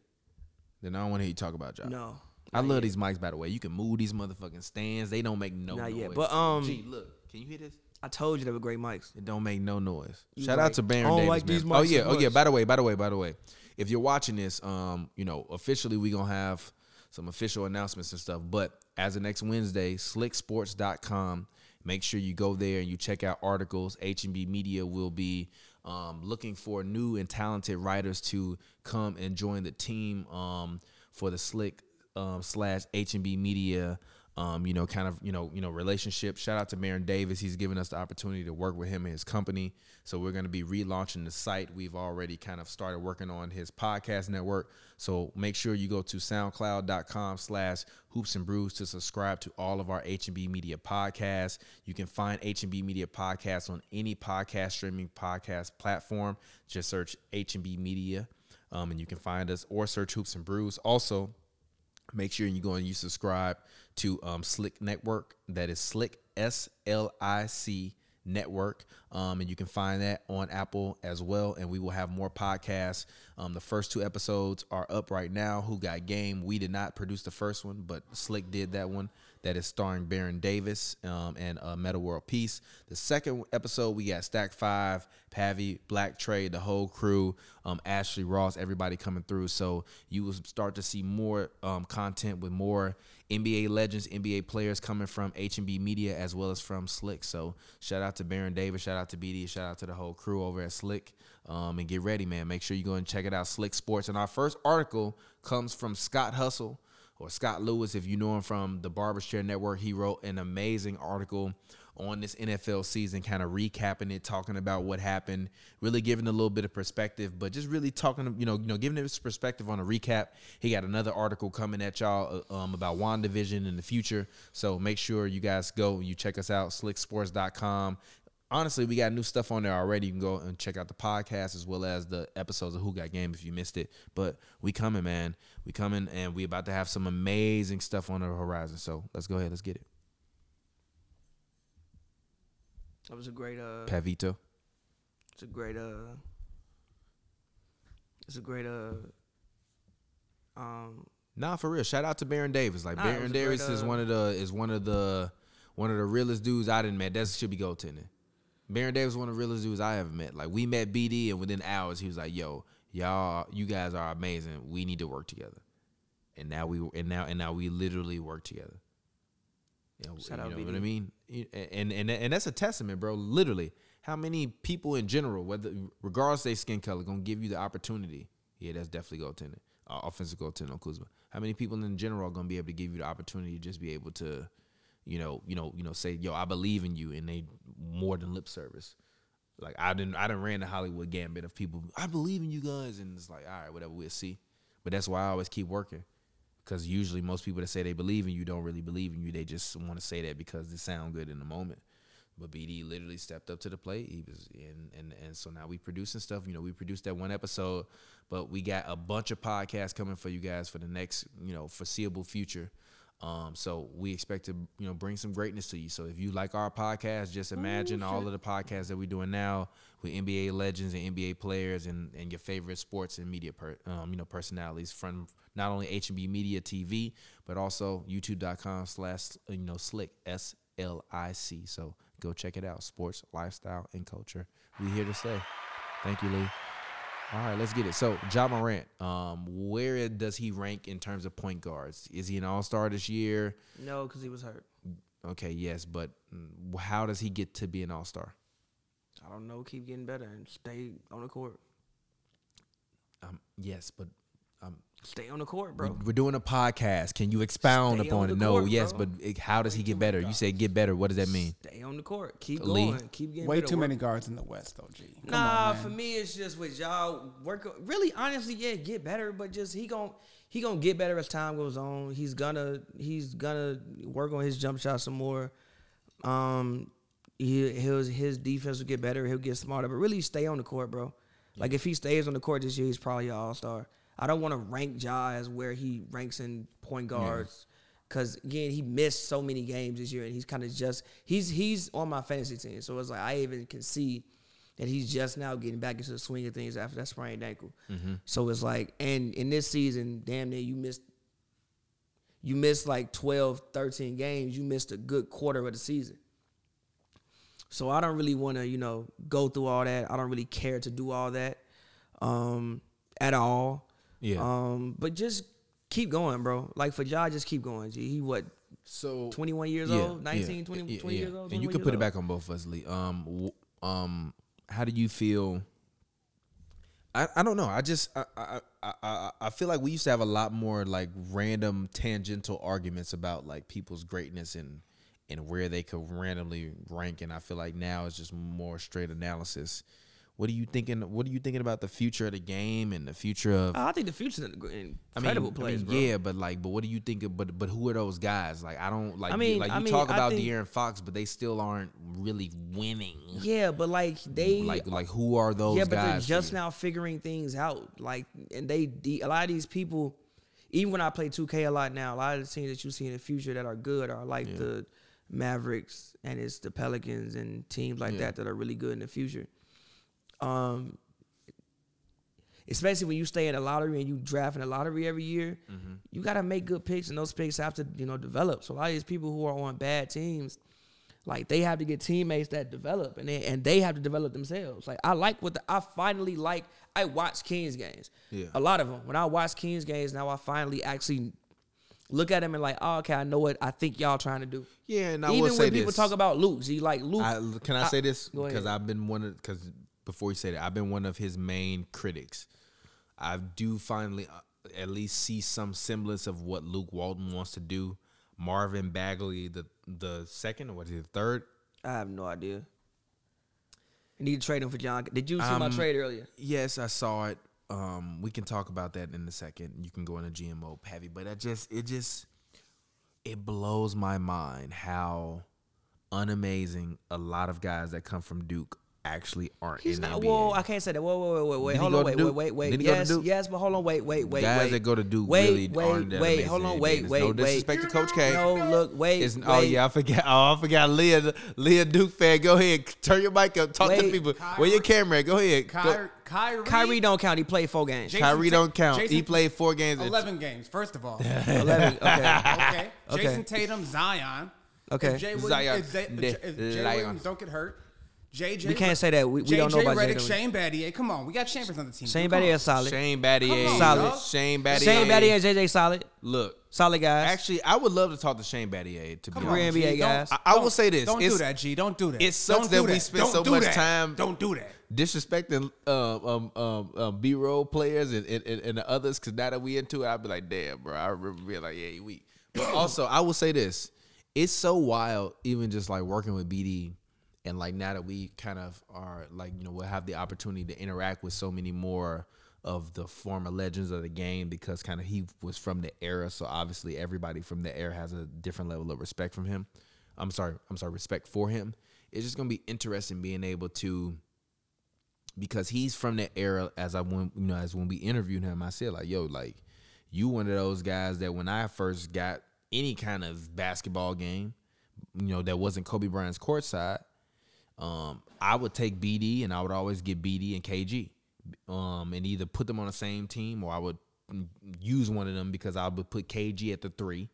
[SPEAKER 1] Then I don't want to hear you talk about John.
[SPEAKER 2] No.
[SPEAKER 1] I love these mics, by the way. You can move these motherfucking stands. They don't make no
[SPEAKER 2] Not
[SPEAKER 1] noise.
[SPEAKER 2] yet, but, um,
[SPEAKER 1] Gee, look, can you hear this?
[SPEAKER 2] I told you they were great mics.
[SPEAKER 1] It don't make no noise.
[SPEAKER 2] You
[SPEAKER 1] Shout
[SPEAKER 2] right.
[SPEAKER 1] out to Baron
[SPEAKER 2] I don't
[SPEAKER 1] Davis.
[SPEAKER 2] like
[SPEAKER 1] man.
[SPEAKER 2] these mics
[SPEAKER 1] oh
[SPEAKER 2] as
[SPEAKER 1] yeah, oh yeah.
[SPEAKER 2] much.
[SPEAKER 1] By the way, by the way, by the way, if you're watching this, um, you know, officially we gonna have some official announcements and stuff. But as of next Wednesday, slicksports.com. Make sure you go there and you check out articles. H and B Media will be um, looking for new and talented writers to come and join the team um, for the Slick um, slash H and B Media um, you know, kind of, you know, you know, relationship. Shout out to Marin Davis. He's given us the opportunity to work with him and his company. So we're going to be relaunching the site. We've already kind of started working on his podcast network. So make sure you go to soundcloud.com slash hoops and brews to subscribe to all of our H&B Media podcasts. You can find H&B Media podcasts on any podcast streaming podcast platform. Just search H&B Media um, and you can find us or search hoops and brews. Also, make sure you go and you subscribe to um, Slick Network. That is Slick S L I C Network, um, and you can find that on Apple as well. And we will have more podcasts. Um, the first two episodes are up right now. Who got game? We did not produce the first one, but Slick did that one. That is starring Baron Davis um, and uh, Meta World Peace. The second episode, we got Stack Five, Pavi, Black Trade, the whole crew, um, Ashley Ross, everybody coming through. So you will start to see more um, content with more NBA legends, NBA players coming from H&B Media as well as from Slick. So shout out to Baron Davis, shout out to BD, shout out to the whole crew over at Slick. Um, and get ready, man. Make sure you go and check it out, Slick Sports. And our first article comes from Scott Hustle or Scott Lewis, if you know him from the Barber's Chair Network. He wrote an amazing article on this NFL season, kind of recapping it, talking about what happened, really giving a little bit of perspective, but just really talking, you know, you know, giving his perspective on a recap. He got another article coming at y'all uh, um, about WandaVision in the future. So make sure you guys go, you check us out, slicksports.com. Honestly, we got new stuff on there already. You can go and check out the podcast as well as the episodes of Who Got Game if you missed it. But we coming, man. We coming, and we about to have some amazing stuff on the horizon. So let's go ahead, let's get it.
[SPEAKER 2] That was a great uh
[SPEAKER 1] Pavito.
[SPEAKER 2] it's a great uh it's a great uh um
[SPEAKER 1] Nah, for real. Shout out to Baron Davis. Like
[SPEAKER 2] Nah, it was
[SPEAKER 1] Baron
[SPEAKER 2] a great,
[SPEAKER 1] Davis is
[SPEAKER 2] uh,
[SPEAKER 1] one of the is one of the one of the realest dudes I didn't met. That should be goaltending. Baron Davis is one of the realest dudes I ever met. Like we met BD and within hours he was like, "Yo, y'all, you guys are amazing. We need to work together." And now we and now and now we literally work together. You know,
[SPEAKER 2] Shout
[SPEAKER 1] you
[SPEAKER 2] out
[SPEAKER 1] know
[SPEAKER 2] BD.
[SPEAKER 1] what I mean? You- And, and and that's a testament, bro. Literally, how many people in general, whether regardless their skin color, gonna give you the opportunity? Yeah, that's definitely goaltending, uh, offensive goaltending on Kuzma. How many people in general are gonna be able to give you the opportunity to just be able to, you know, you know, you know, say, yo, I believe in you, and they more than lip service. Like I didn't, I didn't ran the Hollywood gambit of people. I believe in you guys, and it's like, all right, whatever, we'll see. But that's why I always keep working. Because usually most people that say they believe in you don't really believe in you. They just want to say that because it sound good in the moment. But BD literally stepped up to the plate. He was and and and so now we producing stuff. You know, we produced that one episode, but we got a bunch of podcasts coming for you guys for the next you know foreseeable future. Um, so we expect to you know bring some greatness to you. So if you like our podcast, just imagine all of the podcasts that we're doing now with NBA legends and NBA players and and your favorite sports and media per, um, you know personalities from not only H&B Media TV but also YouTube.com slash you know slick s L I C. So go check it out. Sports, lifestyle, and culture. We here to stay. Thank you, Lee. All right, let's get it. So, Ja Morant, um, where does he rank in terms of point guards? Is he an all star this year?
[SPEAKER 2] no because he was hurt.
[SPEAKER 1] Okay, yes, but mm, how does he get to be an all star?
[SPEAKER 2] I don't know, keep getting better and stay on the court.
[SPEAKER 1] Um, yes, but
[SPEAKER 2] Stay on the court, bro.
[SPEAKER 1] we're doing a podcast. Can you expound
[SPEAKER 2] Stay
[SPEAKER 1] upon
[SPEAKER 2] on
[SPEAKER 1] it?
[SPEAKER 2] the
[SPEAKER 1] No,
[SPEAKER 2] court,
[SPEAKER 1] yes,
[SPEAKER 2] bro.
[SPEAKER 1] but it, how does he get better? You said get better. What does that mean?
[SPEAKER 2] Stay on the court. Keep
[SPEAKER 1] Lee.
[SPEAKER 2] going. Keep getting
[SPEAKER 3] Way
[SPEAKER 2] better.
[SPEAKER 3] too
[SPEAKER 2] Work-
[SPEAKER 3] many guards in the West, though. G. Come
[SPEAKER 2] Nah,
[SPEAKER 3] on, man.
[SPEAKER 2] for me it's just with y'all work. Really, honestly, yeah, get better. But just he gon' he gonna get better as time goes on. He's gonna he's gonna work on his jump shot some more. Um, he he'll, his defense will get better. He'll get smarter. But really, stay on the court, bro. Like if he stays on the court this year, he's probably an all star. I don't want to rank Ja as where he ranks in point guards. Cause again, he missed so many games this year, and he's kind of just he's he's on my fantasy team, so it's like I even can see that he's just now getting back into the swing of things after that sprained ankle.
[SPEAKER 1] Mm-hmm.
[SPEAKER 2] So it's like, and in this season, damn near you missed you missed like 12, 13 games. You missed a good quarter of the season. So I don't really want to, you know, go through all that. I don't really care to do all that um, at all.
[SPEAKER 1] Yeah.
[SPEAKER 2] Um, but just keep going, bro. Like for Ja, just keep going. G. He what,
[SPEAKER 1] So
[SPEAKER 2] 21 years old? 19, 20, 20 years old?
[SPEAKER 1] And you can
[SPEAKER 2] 21
[SPEAKER 1] put
[SPEAKER 2] years
[SPEAKER 1] it
[SPEAKER 2] old?
[SPEAKER 1] back on both of us, Lee. Um, w- um, how do you feel I, I don't know. I just I, I I- I I feel like we used to have a lot more like random tangential arguments about like people's greatness and and where they could randomly rank. And I feel like now it's just more straight analysis. What are you thinking? What are you thinking about the future of the game and the future of?
[SPEAKER 2] I think the future's an in-
[SPEAKER 1] I mean,
[SPEAKER 2] incredible
[SPEAKER 1] I
[SPEAKER 2] place,
[SPEAKER 1] mean,
[SPEAKER 2] bro.
[SPEAKER 1] yeah, but like, but what do you think? Of, but but who are those guys? Like, I don't like.
[SPEAKER 2] I mean-
[SPEAKER 1] like you
[SPEAKER 2] I mean,
[SPEAKER 1] talk
[SPEAKER 2] I
[SPEAKER 1] about
[SPEAKER 2] think-
[SPEAKER 1] De'Aaron Fox, but they still aren't really winning.
[SPEAKER 2] Yeah, but like they
[SPEAKER 1] like like who are those?
[SPEAKER 2] yeah, but they're
[SPEAKER 1] guys for
[SPEAKER 2] just
[SPEAKER 1] you?
[SPEAKER 2] now figuring things out. Like, and they the, a lot of these people, even when I play 2K a lot now, a lot of the teams that you see in the future that are good are like the Mavericks and it's the Pelicans and teams like
[SPEAKER 1] Yeah.
[SPEAKER 2] that that are really good in the future. Um, especially when you stay in the lottery and you draft in the lottery every year,
[SPEAKER 1] Mm-hmm.
[SPEAKER 2] you got to make good picks, and those picks have to you know develop. So a lot of these people who are on bad teams, like they have to get teammates that develop, and they, and they have to develop themselves. Like I like what the, I finally like. I watch Kings games,
[SPEAKER 1] Yeah.
[SPEAKER 2] a lot of them. When I watch Kings games now, I finally actually look at them and like, oh, okay, I know what I think y'all trying to do.
[SPEAKER 1] Yeah, and I
[SPEAKER 2] Even
[SPEAKER 1] will
[SPEAKER 2] when
[SPEAKER 1] say
[SPEAKER 2] people
[SPEAKER 1] this.
[SPEAKER 2] talk about Luke, you like Luke.
[SPEAKER 1] I, can I, say this
[SPEAKER 2] Go ahead.
[SPEAKER 1] because I've been one of because before you said it, I've been one of his main critics. I do finally uh, at least see some semblance of what Luke Walton wants to do. Marvin Bagley, the the second or what is it, third?
[SPEAKER 2] I have no idea. I need to trade him for John. Did you see my
[SPEAKER 1] Um,
[SPEAKER 2] trade earlier?
[SPEAKER 1] Yes, I saw it. Um, we can talk about that in a second. You can go into GMO heavy, but I just it just it blows my mind how unamazing a lot of guys that come from Duke actually aren't
[SPEAKER 2] He's
[SPEAKER 1] in
[SPEAKER 2] not.
[SPEAKER 1] the NBA.
[SPEAKER 2] Whoa, I can't say that. Whoa, whoa, whoa, wait, wait.
[SPEAKER 1] Did he
[SPEAKER 2] Hold
[SPEAKER 1] go
[SPEAKER 2] on,
[SPEAKER 1] to
[SPEAKER 2] wait, wait,
[SPEAKER 1] Duke?
[SPEAKER 2] wait, wait.
[SPEAKER 1] Did he go to
[SPEAKER 2] Yes,
[SPEAKER 1] Duke?
[SPEAKER 2] yes, but hold on, wait, wait, wait.
[SPEAKER 1] guys
[SPEAKER 2] wait,
[SPEAKER 1] that go to Duke
[SPEAKER 2] wait,
[SPEAKER 1] really
[SPEAKER 2] wait,
[SPEAKER 1] aren't that
[SPEAKER 2] Wait,
[SPEAKER 1] amazing
[SPEAKER 2] hold
[SPEAKER 1] at
[SPEAKER 2] on,
[SPEAKER 1] the
[SPEAKER 2] wait,
[SPEAKER 1] end. It's
[SPEAKER 2] wait,
[SPEAKER 1] no
[SPEAKER 2] wait.
[SPEAKER 1] disrespect to Coach K.
[SPEAKER 2] No, look, wait.
[SPEAKER 1] It's-
[SPEAKER 2] wait.
[SPEAKER 1] oh yeah, I forgot. Oh, I forgot. Leah, Leah Duke fan. Go ahead, turn your mic up. Talk to the
[SPEAKER 2] Wait.
[SPEAKER 1] people. Where your camera? at? Go ahead. Go-
[SPEAKER 3] Kyrie, Kyrie,
[SPEAKER 2] Kyrie don't count. He played four games.
[SPEAKER 3] Jason
[SPEAKER 1] Kyrie
[SPEAKER 3] Ta-
[SPEAKER 1] don't count. he
[SPEAKER 3] Jason-
[SPEAKER 1] played four games. at-
[SPEAKER 3] eleven games. First of all,
[SPEAKER 2] Eleven. Okay.
[SPEAKER 3] okay.
[SPEAKER 2] Okay.
[SPEAKER 3] Jason Tatum, Zion.
[SPEAKER 2] Okay.
[SPEAKER 3] If Jay Williams,
[SPEAKER 1] Zion.
[SPEAKER 3] If Zay, if
[SPEAKER 1] Ne-
[SPEAKER 3] J- if Jay
[SPEAKER 1] Lion.
[SPEAKER 3] Williams don't get hurt, JJ.
[SPEAKER 2] We can't say that. We- we don't know about Jay
[SPEAKER 3] Reddick,
[SPEAKER 2] Williams.
[SPEAKER 3] Shane Battier. Come on, we got Chambers on the team.
[SPEAKER 2] Shane
[SPEAKER 3] Come
[SPEAKER 2] Battier
[SPEAKER 3] on.
[SPEAKER 2] solid. Shane,
[SPEAKER 1] Shane Battier.
[SPEAKER 3] Come on,
[SPEAKER 2] Solid. dog.
[SPEAKER 1] Shane Battier.
[SPEAKER 2] Battier and JJ solid.
[SPEAKER 1] Look,
[SPEAKER 2] Solid guys.
[SPEAKER 1] actually, I would love to talk to Shane Battier. To be
[SPEAKER 3] Come
[SPEAKER 2] Real
[SPEAKER 1] honest,
[SPEAKER 3] on, G,
[SPEAKER 2] NBA
[SPEAKER 3] don't-
[SPEAKER 2] guys.
[SPEAKER 1] I, I will
[SPEAKER 3] don't-
[SPEAKER 1] say this.
[SPEAKER 3] Don't
[SPEAKER 1] it's
[SPEAKER 3] do that, G. Don't do that.
[SPEAKER 1] it sucks
[SPEAKER 3] Don't
[SPEAKER 1] that
[SPEAKER 3] do
[SPEAKER 1] we spent
[SPEAKER 3] Don't
[SPEAKER 1] so
[SPEAKER 3] do
[SPEAKER 1] much
[SPEAKER 3] that.
[SPEAKER 1] time-
[SPEAKER 3] Don't do that.
[SPEAKER 1] disrespecting um, um, um, um, B roll players and, and, and, and the others. Because now that we into it, I'd be like, damn, bro. I remember being like, yeah, you weak. But also, I will say this: it's so wild, even just like working with BD, and like now that we kind of are like, you know, we'll have the opportunity to interact with so many more of the former legends of the game because kind of he was from the era, so obviously everybody from the era has a different level of respect from him. I'm sorry, I'm sorry, respect for him. It's just gonna be interesting being able to because he's from that era as I when you know as when we interviewed him I said like yo like you one of those guys that when I first got any kind of basketball game you know that wasn't Kobe Bryant's courtside um I would take BD and I would always get BD and KG um and either put them on the same team or I would mm, use one of them because I would put KG at the 3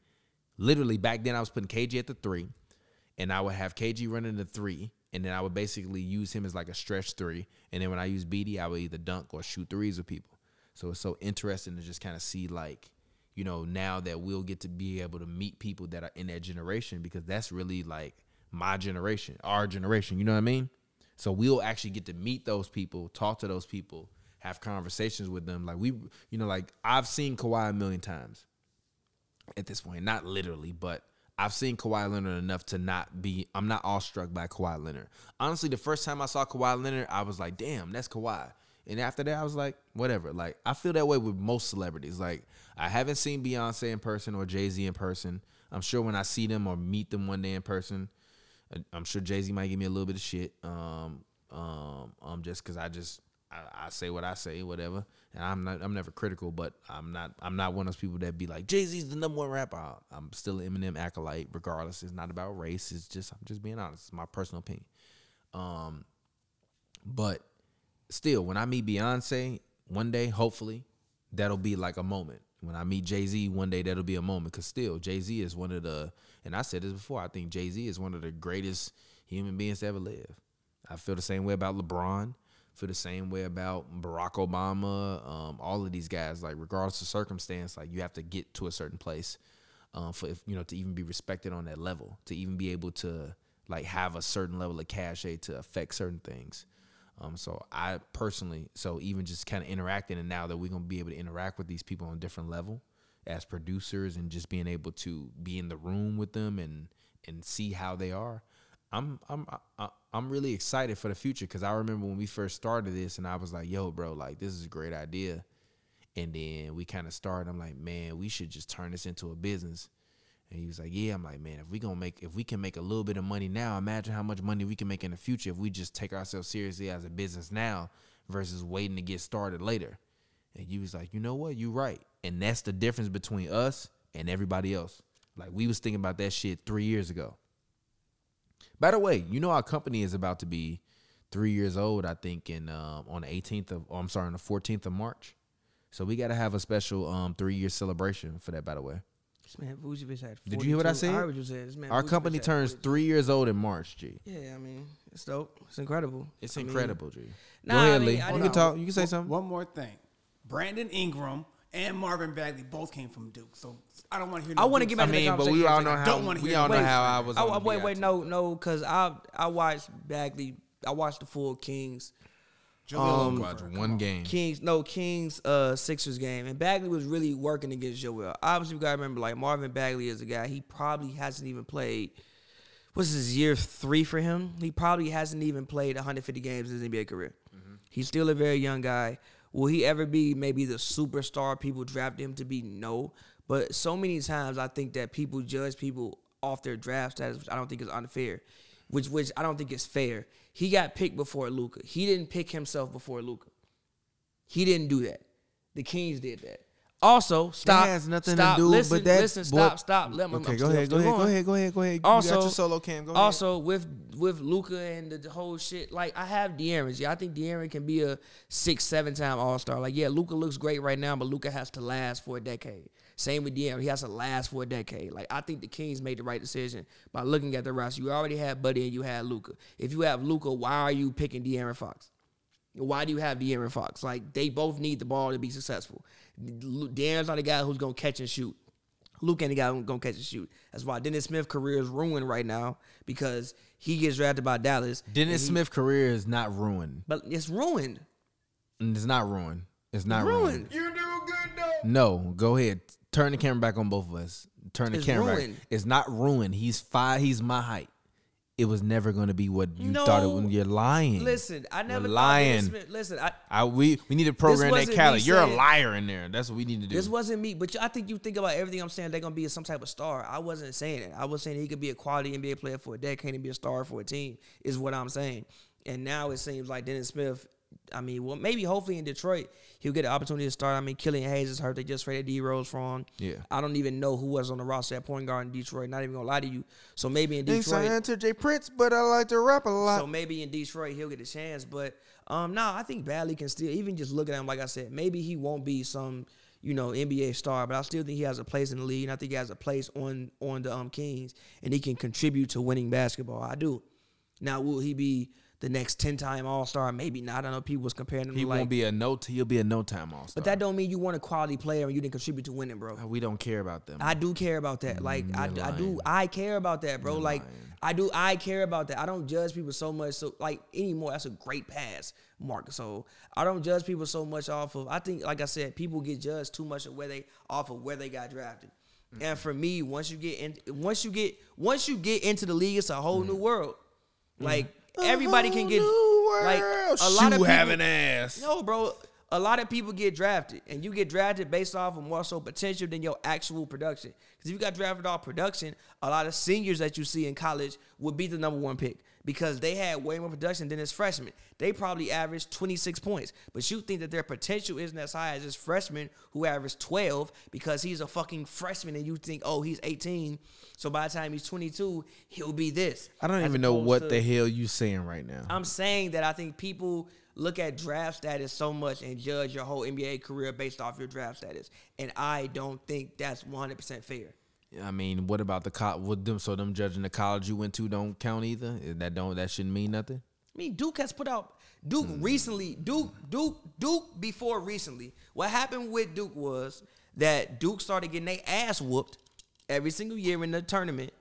[SPEAKER 1] literally back then I was putting KG at the 3 and I would have KG running the three, and then I would basically use him as like a stretch three. And then when I use BD, I would either dunk or shoot threes with people. So it's so interesting to just kind of see like, you know, now that we'll get to be able to meet people that are in that generation because that's really like my generation, our generation. You know what I mean? So we'll actually get to meet those people, talk to those people, have conversations with them. Like we, you know, like I've seen Kawhi a million times at this point. Not literally, but I've seen Kawhi Leonard enough to not be. I'm not awestruck by Kawhi Leonard. Honestly, the first time I saw Kawhi Leonard, I was like, "Damn, that's Kawhi." And after that, I was like, "Whatever." Like I feel that way with most celebrities. Like I haven't seen Beyonce in person or Jay Z in person. I'm sure when I see them or meet them one day in person, I- Uh, I'm sure Jay Z might give me a little bit of shit. Um, um, um, just because I just I, I say what I say, whatever. And I'm not I'm never critical, but I'm not I'm not one of those people that be like Jay Z's the number one rapper. I- I'm still an Eminem acolyte, regardless. It's not about race. It's just I'm just being honest. It's my personal opinion. Um, But still, when I meet Beyonce one day, hopefully, that'll be like a moment. When I meet Jay Z one day, that'll be a moment. Cause still, Jay Z is one of the, and I said this before, I think Jay Z is one of the greatest human beings to ever live. I feel the same way about LeBron. Feel the same way about Barack Obama. Um, all of these guys, like regardless of circumstance, like you have to get to a certain place um, for if, you know to even be respected on that level, to even be able to like have a certain level of cachet to affect certain things. Um, so I personally, so even just kind of interacting, and now that we're gonna be able to interact with these people on a different level as producers, and just being able to be in the room with them and and see how they are, I'm I'm I, I'm really excited for the future because I remember when we first started this, and I was like, "Yo, bro, like this is a great idea," and then we kind of started. I'm like, "Man, we should just turn this into a business." And he was like, "Yeah." I'm like, "Man, if we gonna make, if we can make a little bit of money now, imagine how much money we can make in the future if we just take ourselves seriously as a business now versus waiting to get started later." And you was like, "You know what? You right." And that's the difference between us and everybody else. Like we was thinking about that shit three years ago. By the way, you know our company is about to be three years old. I think in um, on the 18th of, oh, I'm sorry, on the 14th of March. So we got to have a special um, three year celebration for that. By the way.
[SPEAKER 2] This man Vucevic had. 42.
[SPEAKER 1] Did you hear what I said?
[SPEAKER 2] I heard what you said. This man
[SPEAKER 1] Our
[SPEAKER 2] Vucevic
[SPEAKER 1] company
[SPEAKER 2] had
[SPEAKER 1] turns
[SPEAKER 2] 42.
[SPEAKER 1] three years old in March, G.
[SPEAKER 2] Yeah, I mean, it's dope. It's incredible.
[SPEAKER 1] It's
[SPEAKER 2] I mean,
[SPEAKER 1] incredible, G.
[SPEAKER 2] Nah,
[SPEAKER 1] Go
[SPEAKER 2] I
[SPEAKER 1] ahead,
[SPEAKER 2] mean,
[SPEAKER 1] Lee.
[SPEAKER 2] I
[SPEAKER 1] You
[SPEAKER 2] didn't-
[SPEAKER 1] can talk. You can say
[SPEAKER 3] One-
[SPEAKER 1] something.
[SPEAKER 3] One more thing. Brandon Ingram and Marvin Bagley both came from Duke, so I don't want to hear. No
[SPEAKER 2] I wanna
[SPEAKER 3] Duke
[SPEAKER 2] get
[SPEAKER 1] I
[SPEAKER 2] back to the
[SPEAKER 1] mean, but
[SPEAKER 2] conversation.
[SPEAKER 1] we all know
[SPEAKER 3] I
[SPEAKER 1] how
[SPEAKER 3] don't wanna
[SPEAKER 1] we
[SPEAKER 3] hear
[SPEAKER 1] all know
[SPEAKER 3] the
[SPEAKER 1] how I
[SPEAKER 3] waste.
[SPEAKER 1] was.
[SPEAKER 2] Oh,
[SPEAKER 1] on
[SPEAKER 2] wait,
[SPEAKER 1] the
[SPEAKER 2] wait,
[SPEAKER 1] guy,
[SPEAKER 2] no, no, because I I watched Bagley. I watched the full Kings.
[SPEAKER 1] too.
[SPEAKER 3] Jahlil Okafor,
[SPEAKER 1] Watch
[SPEAKER 3] come
[SPEAKER 1] one
[SPEAKER 3] on.
[SPEAKER 1] game.
[SPEAKER 2] Kings, no Kings, uh, Sixers game, and Bagley was really working against Joel. Obviously, we gotta remember like Marvin Bagley is a guy he probably hasn't even played. What's his year three for him? He probably hasn't even played 150 games in his NBA career. He's still a very young guy. Will he ever be maybe the superstar people drafted him to be? No, but so many times I think that people judge people off their draft status, which I don't think is unfair, which which I don't think is fair. He got picked before Luca. He didn't pick himself before Luca. He didn't do that. The Kings did that. Also, stop.
[SPEAKER 1] has nothing to
[SPEAKER 2] stop,
[SPEAKER 1] do,
[SPEAKER 2] listen,
[SPEAKER 1] but that-
[SPEAKER 2] listen,
[SPEAKER 1] but-
[SPEAKER 2] stop, stop. Let me.
[SPEAKER 1] Okay, go
[SPEAKER 2] I'm still-
[SPEAKER 1] ahead, go
[SPEAKER 2] still
[SPEAKER 1] ahead,
[SPEAKER 2] going.
[SPEAKER 1] go ahead, go ahead, go ahead. You got
[SPEAKER 2] Also,
[SPEAKER 1] your solo cam. Go ahead.
[SPEAKER 2] also with with Luca and the, the whole shit, like I have De'Aaron. Yeah, I think De'Aaron can be a six, seven time All Star. Like, yeah, Luca looks great right now, but Luca has to last for a decade. Same with De'Aaron, he has to last for a decade. Like, I think the Kings made the right decision by looking at the roster. You already had Buddy and you had Luca. If you have Luca, why are you picking De'Aaron Fox? Why do you have De'Aaron Fox? Like they both need the ball to be successful. Lu- De'Aaron's not the guy who's gonna catch and shoot. Luke ain't the guy who's gonna catch and shoot. That's why Dennis Smith's career is ruined right now because he gets drafted by Dallas.
[SPEAKER 1] Dennis Smith career is not ruined.
[SPEAKER 2] But it's ruined.
[SPEAKER 1] It's not ruined. It's not ruined.
[SPEAKER 2] Ruined.
[SPEAKER 3] You do good though.
[SPEAKER 1] No, go ahead. Turn the camera back on both of us. Turn the
[SPEAKER 2] It's
[SPEAKER 1] camera
[SPEAKER 2] ruined.
[SPEAKER 1] back. It's not ruined. He's five. He's my height. It was never going to be what you
[SPEAKER 2] No.
[SPEAKER 1] thought it was. You're lying.
[SPEAKER 2] Listen, I never
[SPEAKER 1] You're
[SPEAKER 2] thought
[SPEAKER 1] lying.
[SPEAKER 2] Dennis Smith. Listen, I,
[SPEAKER 1] I, we we need to program that
[SPEAKER 2] wasn't me
[SPEAKER 1] Cali. You're a
[SPEAKER 2] saying-
[SPEAKER 1] liar in there. That's what we need to do.
[SPEAKER 2] This wasn't me, but you- I think you think about everything I'm saying. They're gonna be some type of star. I wasn't saying it. I was saying he could be a quality NBA player for a decade and be a star for a team. Is what I'm saying. And now it seems like Dennis Smith. I mean, well, maybe hopefully in Detroit he'll get an opportunity to start. I mean, Killian Hayes is hurt. They just traded D Rose from.
[SPEAKER 1] Yeah.
[SPEAKER 2] I don't even know who was on the roster at point guard in Detroit. Not even gonna lie to you. So maybe in Detroit,
[SPEAKER 1] to Jay Prince, but I like to rap a lot.
[SPEAKER 2] so maybe in Detroit he'll get a chance, but um, no, I think Bagley can still even just look at him. Like I said, maybe he won't be some you know NBA star, but I still think he has a place in the league, and I think he has a place on on the um Kings, and he can contribute to winning basketball. I do. Now, will he be the next ten time All Star? Maybe not. I don't know people was comparing him.
[SPEAKER 1] he
[SPEAKER 2] to like,
[SPEAKER 1] won't be a no. T- he'll be a no time all star.
[SPEAKER 2] but that don't mean you want a quality player and you didn't contribute to winning, bro.
[SPEAKER 1] we don't care about them. Mm,
[SPEAKER 2] I do care about that. Like I,
[SPEAKER 1] you're
[SPEAKER 2] I do
[SPEAKER 1] lying.
[SPEAKER 2] I care about that, bro. like
[SPEAKER 1] lying.
[SPEAKER 2] I do I care about that. I don't judge people so much so like anymore. That's a great pass, Mark. So I don't judge people so much off of I think like I said, people get judged too much of where they off of where they got drafted.
[SPEAKER 1] Mm-hmm.
[SPEAKER 2] And for me, once you get in once you get once you get into the league, it's a whole
[SPEAKER 1] Mm.
[SPEAKER 2] new world. Like everybody can get like a lot of people,
[SPEAKER 1] having ass.
[SPEAKER 2] no, bro. A lot of people get drafted, and you get drafted based off of more so potential than your actual production. Because if you got drafted off production, a lot of seniors that you see in college would be the number one pick because they had way more production than his freshmen. They probably averaged 26 points, but you think that their potential isn't as high as his freshman who averaged 12 because he's a fucking freshman, and you think, oh, he's 18, so by the time he's 22, he'll be this.
[SPEAKER 1] I don't
[SPEAKER 2] As
[SPEAKER 1] even know
[SPEAKER 2] opposed
[SPEAKER 1] what
[SPEAKER 2] to-
[SPEAKER 1] the hell you saying right now.
[SPEAKER 2] I'm saying that I think people look at draft status so much and judge your whole NBA career based off your draft status, and I don't think that's 100 percent fair.
[SPEAKER 1] I mean, what about the co- what them? So them judging the college you went to don't count either. That don't that shouldn't mean nothing.
[SPEAKER 2] I mean, Duke has put out Duke recently. Duke, Duke, Duke. Before recently, what happened with Duke was that Duke started getting their ass whooped every single year in the tournament,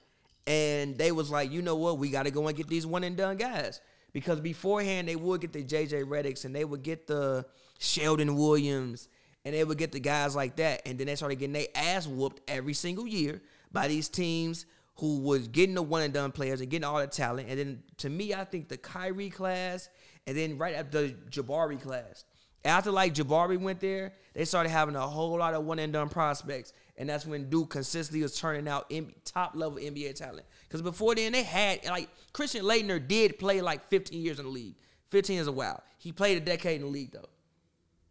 [SPEAKER 2] and they was like, you know what, we got to go and get these one and done guys Because beforehand they would get the JJ Reddicks and they would get the Sheldon Williams and they would get the guys like that. And then they started getting their ass whooped every single year by these teams who was getting the one and done players and getting all the talent. And then to me, I think the Kyrie class and then right after the Jabari class. After like Jabari went there, they started having a whole lot of one and done prospects, and that's when Duke consistently was turning out top level NBA talent. Because before then, they had like Christian Leitner did play like 15 years in the league. 15 is a while. He played a decade in the league though,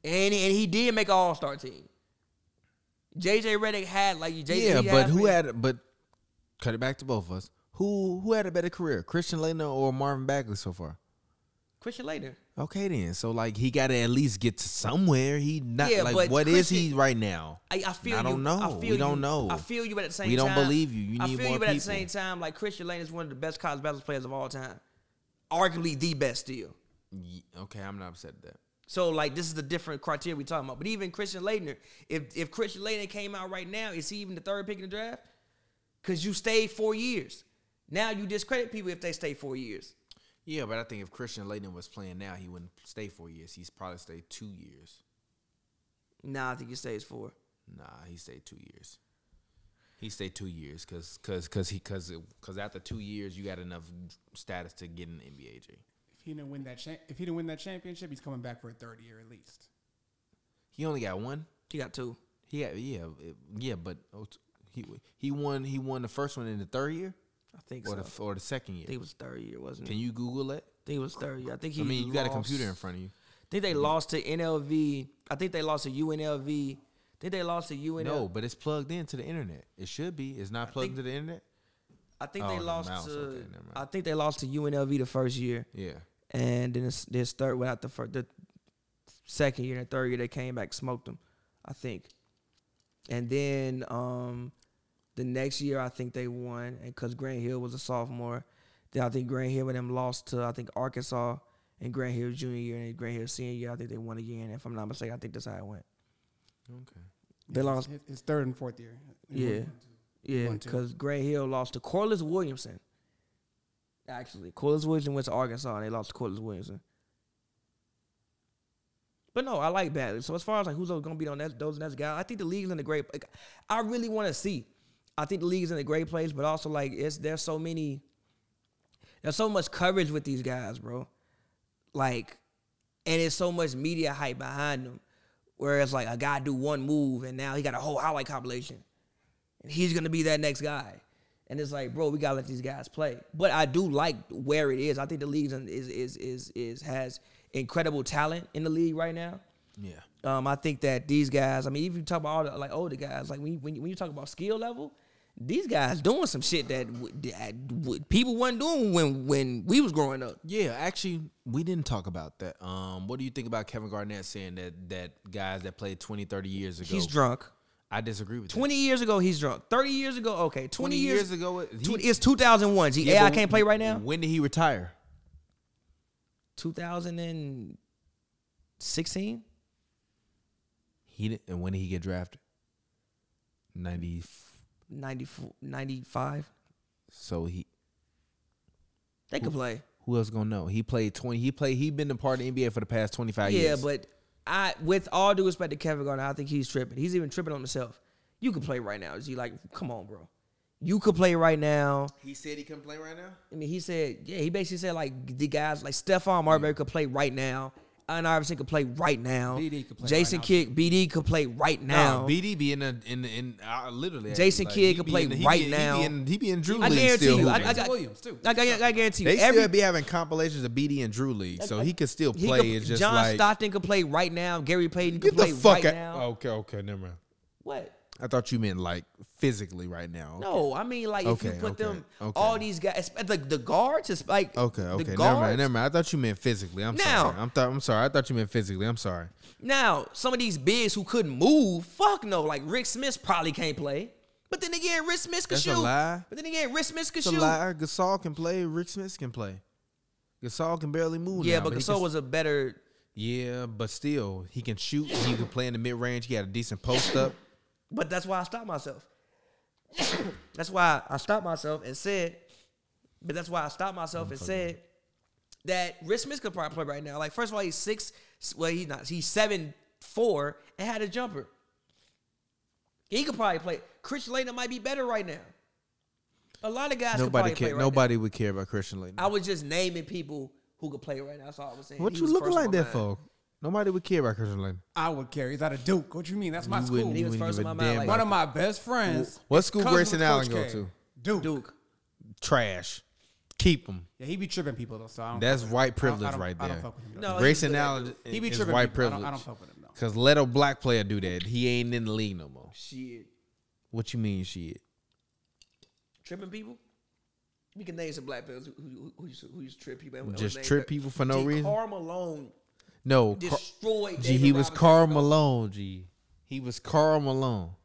[SPEAKER 2] and and he did make an All Star team. JJ Redick had like JJ.
[SPEAKER 1] yeah,
[SPEAKER 2] he
[SPEAKER 1] but who
[SPEAKER 2] had
[SPEAKER 1] had but cut it back to both of us. Who who had a better career, Christian Leitner or Marvin Bagley so far?
[SPEAKER 2] Christian Leitner?
[SPEAKER 1] Okay, then. So like he got to at least get to somewhere. He not
[SPEAKER 2] Yeah,
[SPEAKER 1] like
[SPEAKER 2] but
[SPEAKER 1] what is he
[SPEAKER 2] Christian-
[SPEAKER 1] right now?
[SPEAKER 2] I, I feel
[SPEAKER 1] I don't
[SPEAKER 2] you.
[SPEAKER 1] know.
[SPEAKER 2] I feel
[SPEAKER 1] We
[SPEAKER 2] you.
[SPEAKER 1] don't know.
[SPEAKER 2] I feel you, but at the same time,
[SPEAKER 1] We don't believe you. You
[SPEAKER 2] I
[SPEAKER 1] need
[SPEAKER 2] feel
[SPEAKER 1] more
[SPEAKER 2] you, but at the
[SPEAKER 1] people.
[SPEAKER 2] same time, like Christian Lane is one of the best college basketball players of all time, arguably the best still.
[SPEAKER 1] Ye- Okay, I'm not upset at that.
[SPEAKER 2] So like this is the different criteria we're talking about. But even Christian Leitner, if if Christian Leitner came out right now, is he even the third pick in the draft? Because you stayed four years. Now you discredit people if they stay four years.
[SPEAKER 1] Yeah, but I think if Christian Leitner was playing now, he wouldn't stay four years. He's probably stayed two years.
[SPEAKER 2] Nah, I think he stays four.
[SPEAKER 1] Nah, he stayed two years. He stayed two years because cause, cause he cause it, cause after two years you got enough status to get an NBA. G.
[SPEAKER 3] If he didn't win that, cha- if he didn't win that championship, he's coming back for a third year at least.
[SPEAKER 1] He only got one.
[SPEAKER 2] He got two.
[SPEAKER 1] He got, yeah it- yeah, but oh, t- he he won he won the first one in the third year
[SPEAKER 2] I think
[SPEAKER 1] or
[SPEAKER 2] so.
[SPEAKER 1] the f- or the second
[SPEAKER 2] I
[SPEAKER 1] year.
[SPEAKER 2] think it was third year, wasn't it?
[SPEAKER 1] Can you Google it?
[SPEAKER 2] I think it was third year. I think he.
[SPEAKER 1] I mean, you got a
[SPEAKER 2] lost-
[SPEAKER 1] computer Mm-hmm. in front of you.
[SPEAKER 2] I think they lost to NLV. I think they lost to UNLV. I think they lost to UNLV.
[SPEAKER 1] No, but it's plugged into the internet. It should be. It's not plugged
[SPEAKER 2] think-
[SPEAKER 1] into the internet.
[SPEAKER 2] I think
[SPEAKER 1] Oh,
[SPEAKER 2] they
[SPEAKER 1] the
[SPEAKER 2] lost
[SPEAKER 1] mouse.
[SPEAKER 2] to.
[SPEAKER 1] Okay, never mind.
[SPEAKER 2] I think they lost to UNLV the first year,
[SPEAKER 1] Yeah.
[SPEAKER 2] and then it's, this third without the first, the second year and the third year they came back smoked them, I think. And then um, the next year I think they won, and because Grant Hill was a sophomore, then I think Grant Hill and them lost to I think Arkansas and Grant Hill junior year and Grant Hill senior year. I think they won again. If I'm not mistaken, I think that's how it went.
[SPEAKER 1] Okay.
[SPEAKER 2] They
[SPEAKER 3] His-
[SPEAKER 2] lost
[SPEAKER 3] his, his third and fourth year.
[SPEAKER 2] Yeah. Yeah,
[SPEAKER 3] One, two.
[SPEAKER 2] because Gray Hill lost to Corliss Williamson. Actually, Corliss Williamson went to Arkansas and they lost to Corliss Williamson. But no, I like Bagley. So as far as like who's gonna be on that those next guys, I think the league's in a great. Like, I really want to see. I think the league's in a great place, but also like it's there's so many. There's so much coverage with these guys, bro. Like, and it's so much media hype behind them. Whereas like a guy do one move and now he got a whole highlight compilation and he's gonna be that next guy. And it's like, bro, we gotta let these guys play. But I do like where it is. I think the league is is is is has incredible talent in the league right now.
[SPEAKER 1] Yeah.
[SPEAKER 2] Um, I think that these guys. I mean, if you talk about all the like older guys, like when you, when you, when you talk about skill level, these guys doing some shit that, w- that w- people wasn't doing when when we was growing up.
[SPEAKER 1] Yeah, actually, we didn't talk about that. Um, what do you think about Kevin Garnett saying that that guys that played 20, 30 years ago?
[SPEAKER 2] He's drunk.
[SPEAKER 1] I disagree with that.
[SPEAKER 2] Twenty years ago, he's drunk. Thirty years ago, okay.
[SPEAKER 1] 20
[SPEAKER 2] Twenty, years,
[SPEAKER 1] years ago, it- he-
[SPEAKER 2] 20 it's two thousand one. G,
[SPEAKER 1] Yeah,
[SPEAKER 2] AI
[SPEAKER 1] but
[SPEAKER 2] can't play right now.
[SPEAKER 1] When did he retire?
[SPEAKER 2] 2016.
[SPEAKER 1] He didn't, and when did he get drafted? Ninety.
[SPEAKER 2] 94, 95.
[SPEAKER 1] So he
[SPEAKER 2] They could play.
[SPEAKER 1] who else gonna know? He played twenty. He played. He been a part of the NBA for the past twenty
[SPEAKER 3] Ah,
[SPEAKER 1] five
[SPEAKER 2] Yeah,
[SPEAKER 1] years.
[SPEAKER 2] but I, with all due respect to Kevin Garnett, I think he's tripping. He's even tripping on himself. You could play right now. Is he like, come on, bro? You could play right now.
[SPEAKER 1] he said he can play right now.
[SPEAKER 2] I mean, he said, yeah, he basically said like the guys like Stephon Marbury could play right now. Allen Iverson could play right now.
[SPEAKER 3] BD could play right
[SPEAKER 2] Jason
[SPEAKER 3] now.
[SPEAKER 2] Kidd, BD could play right now.
[SPEAKER 1] Nah, BD be in a, in in uh, literally.
[SPEAKER 2] Jason
[SPEAKER 1] like,
[SPEAKER 2] Kidd
[SPEAKER 1] he
[SPEAKER 2] could
[SPEAKER 1] be
[SPEAKER 2] play
[SPEAKER 1] in the- he
[SPEAKER 2] right
[SPEAKER 1] be in-
[SPEAKER 2] now.
[SPEAKER 1] He be in, he be in Drew
[SPEAKER 2] I
[SPEAKER 1] League
[SPEAKER 2] guarantee
[SPEAKER 1] still.
[SPEAKER 2] you. I,
[SPEAKER 1] hooping.
[SPEAKER 2] I, got-
[SPEAKER 3] Williams, too.
[SPEAKER 2] I, got- I guarantee you.
[SPEAKER 1] They
[SPEAKER 2] every-
[SPEAKER 1] still be having compilations of BD and Drew League, so he could still
[SPEAKER 2] He
[SPEAKER 1] play.
[SPEAKER 2] could-
[SPEAKER 1] it's just
[SPEAKER 2] John
[SPEAKER 1] like
[SPEAKER 2] Stockton could play right now. Gary Payton could
[SPEAKER 1] get
[SPEAKER 2] play
[SPEAKER 1] the fuck
[SPEAKER 2] right
[SPEAKER 1] out. Oh.
[SPEAKER 2] now.
[SPEAKER 1] Okay, okay, never mind.
[SPEAKER 2] What?
[SPEAKER 1] I thought you meant like physically right now.
[SPEAKER 2] No, I mean like if
[SPEAKER 1] Okay,
[SPEAKER 2] you put
[SPEAKER 1] okay,
[SPEAKER 2] them
[SPEAKER 1] okay.
[SPEAKER 2] all these guys, the the guards is like
[SPEAKER 1] Okay,
[SPEAKER 2] The
[SPEAKER 1] okay, never
[SPEAKER 2] guards,
[SPEAKER 1] mind, never mind. I thought you meant physically. I'm
[SPEAKER 2] Now-
[SPEAKER 1] sorry. I'm, th- I'm sorry. I thought you meant physically. I'm sorry.
[SPEAKER 2] Now some of these bigs who couldn't move, fuck no. Like Rick Smith probably can't play. But then again, Rick Smith could
[SPEAKER 1] That's a
[SPEAKER 2] shoot.
[SPEAKER 1] lie.
[SPEAKER 2] But then again, Rick Smith could
[SPEAKER 1] It's a
[SPEAKER 2] shoot.
[SPEAKER 1] lie. Gasol can play. Rick Smith can play. Gasol can barely move.
[SPEAKER 2] Yeah,
[SPEAKER 1] now,
[SPEAKER 2] but
[SPEAKER 1] he
[SPEAKER 2] Gasol
[SPEAKER 1] can-
[SPEAKER 2] was a better.
[SPEAKER 1] Yeah, but still, he can shoot. He can play in the mid range. He got a decent post up.
[SPEAKER 2] But that's why I stopped myself. that's why I stopped myself and said. But that's why I stopped myself and said, that Rich Smith could probably play right now. Like first of all, he's six. Well, he's not. He's seven four and had a jumper. He could probably play. Christian Laettner might be better right now. A lot of guys
[SPEAKER 1] Nobody
[SPEAKER 2] could probably play
[SPEAKER 1] care.
[SPEAKER 2] right
[SPEAKER 1] Nobody would care about Christian Lane.
[SPEAKER 2] now. I was just naming people who could play right now. That's all I was saying.
[SPEAKER 1] What
[SPEAKER 2] He
[SPEAKER 1] you
[SPEAKER 2] was
[SPEAKER 1] looking
[SPEAKER 2] first on
[SPEAKER 1] like
[SPEAKER 2] my
[SPEAKER 1] that for?
[SPEAKER 2] mind.
[SPEAKER 1] Nobody would care about Christian Lane.
[SPEAKER 3] I would care. He's out of Duke. What you mean? That's my
[SPEAKER 1] You
[SPEAKER 3] school.
[SPEAKER 1] wouldn't,
[SPEAKER 2] He
[SPEAKER 1] you
[SPEAKER 2] was
[SPEAKER 1] wouldn't
[SPEAKER 2] first
[SPEAKER 1] give
[SPEAKER 2] on
[SPEAKER 1] a
[SPEAKER 2] my mind,
[SPEAKER 1] damn
[SPEAKER 2] like-
[SPEAKER 3] One
[SPEAKER 1] about
[SPEAKER 3] of my best friends.
[SPEAKER 1] What school
[SPEAKER 3] cousins
[SPEAKER 1] Grayson
[SPEAKER 3] with Coach
[SPEAKER 1] Allen go
[SPEAKER 3] K.
[SPEAKER 1] to?
[SPEAKER 3] Duke.
[SPEAKER 2] Duke.
[SPEAKER 1] trash. Keep him.
[SPEAKER 3] Yeah, he be tripping people though. So I don't
[SPEAKER 1] That's
[SPEAKER 3] fuck with him.
[SPEAKER 1] white
[SPEAKER 3] I don't- I
[SPEAKER 1] privilege
[SPEAKER 3] don't-
[SPEAKER 1] right
[SPEAKER 3] I don't
[SPEAKER 1] there.
[SPEAKER 3] fuck with him, though.
[SPEAKER 2] No,
[SPEAKER 1] Grayson
[SPEAKER 2] he's good.
[SPEAKER 1] Allen
[SPEAKER 3] He be
[SPEAKER 1] is
[SPEAKER 3] tripping
[SPEAKER 1] white
[SPEAKER 3] people. I don't- I
[SPEAKER 1] privilege.
[SPEAKER 3] don't fuck with him, though.
[SPEAKER 1] Cause let a black player do that. He ain't in the league no more.
[SPEAKER 2] Shit.
[SPEAKER 1] What you mean, shit?
[SPEAKER 2] Tripping people? We can name some black players who, who, who, used to- who used to trip people. and who
[SPEAKER 1] Just
[SPEAKER 2] was named
[SPEAKER 1] trip
[SPEAKER 2] that.
[SPEAKER 1] people for no
[SPEAKER 2] Gee,
[SPEAKER 1] reason?
[SPEAKER 2] Karl Malone
[SPEAKER 1] No, Car-
[SPEAKER 2] destroyed.
[SPEAKER 1] G, he
[SPEAKER 2] David
[SPEAKER 1] was
[SPEAKER 2] Robinson.
[SPEAKER 1] Carl Malone. G, he was Carl Malone.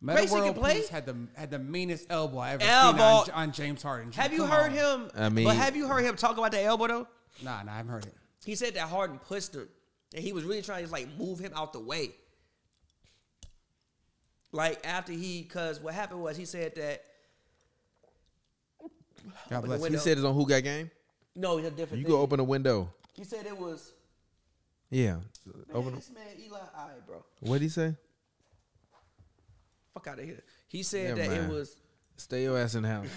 [SPEAKER 3] Meta
[SPEAKER 2] Grayson
[SPEAKER 3] World
[SPEAKER 2] can play?
[SPEAKER 3] Peace had the had the meanest elbow I ever seen
[SPEAKER 2] Elbow.
[SPEAKER 3] on, on James Harden.
[SPEAKER 2] Have you
[SPEAKER 3] Come
[SPEAKER 2] heard
[SPEAKER 3] on.
[SPEAKER 2] him?
[SPEAKER 1] I mean-
[SPEAKER 2] but have you heard him talk about the elbow though?
[SPEAKER 3] Nah, nah, I haven't heard it.
[SPEAKER 2] He said that Harden pushed him, and he was really trying to like move him out the way. Like after he, because what happened was he said that
[SPEAKER 3] God
[SPEAKER 2] the
[SPEAKER 3] bless you.
[SPEAKER 1] He
[SPEAKER 2] window-
[SPEAKER 1] said it's on Who Got Game.
[SPEAKER 2] no, it's a different.
[SPEAKER 1] You
[SPEAKER 2] thing.
[SPEAKER 1] go open a window.
[SPEAKER 2] He said it was.
[SPEAKER 1] Yeah.
[SPEAKER 2] Man,
[SPEAKER 1] Open.
[SPEAKER 2] this man Eli, all right, bro,
[SPEAKER 1] What did he say?
[SPEAKER 2] fuck out of here. He said
[SPEAKER 1] Never
[SPEAKER 2] that
[SPEAKER 1] mind.
[SPEAKER 2] it was.
[SPEAKER 1] Stay your ass in the house.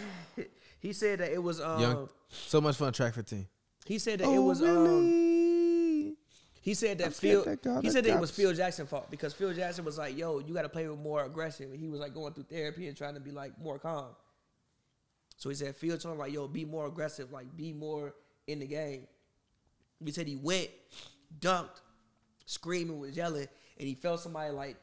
[SPEAKER 2] He said that it was.
[SPEAKER 3] Uh,
[SPEAKER 2] Um,
[SPEAKER 1] Young. so much fun track 15.
[SPEAKER 2] He said that it was. Um, He said that
[SPEAKER 1] Oh, I'm
[SPEAKER 2] Phil.
[SPEAKER 1] scared that guy-
[SPEAKER 2] he
[SPEAKER 1] that
[SPEAKER 2] said that
[SPEAKER 1] guy
[SPEAKER 2] it was
[SPEAKER 1] was-
[SPEAKER 2] Phil Jackson's fault because Phil Jackson was like, "Yo, you got to play with more aggression." He was like going through therapy and trying to be like more calm. So he said Phil told him like, "Yo, be more aggressive. Like, be more in the game." He said he went, dunked, screaming, was yelling, and he felt somebody like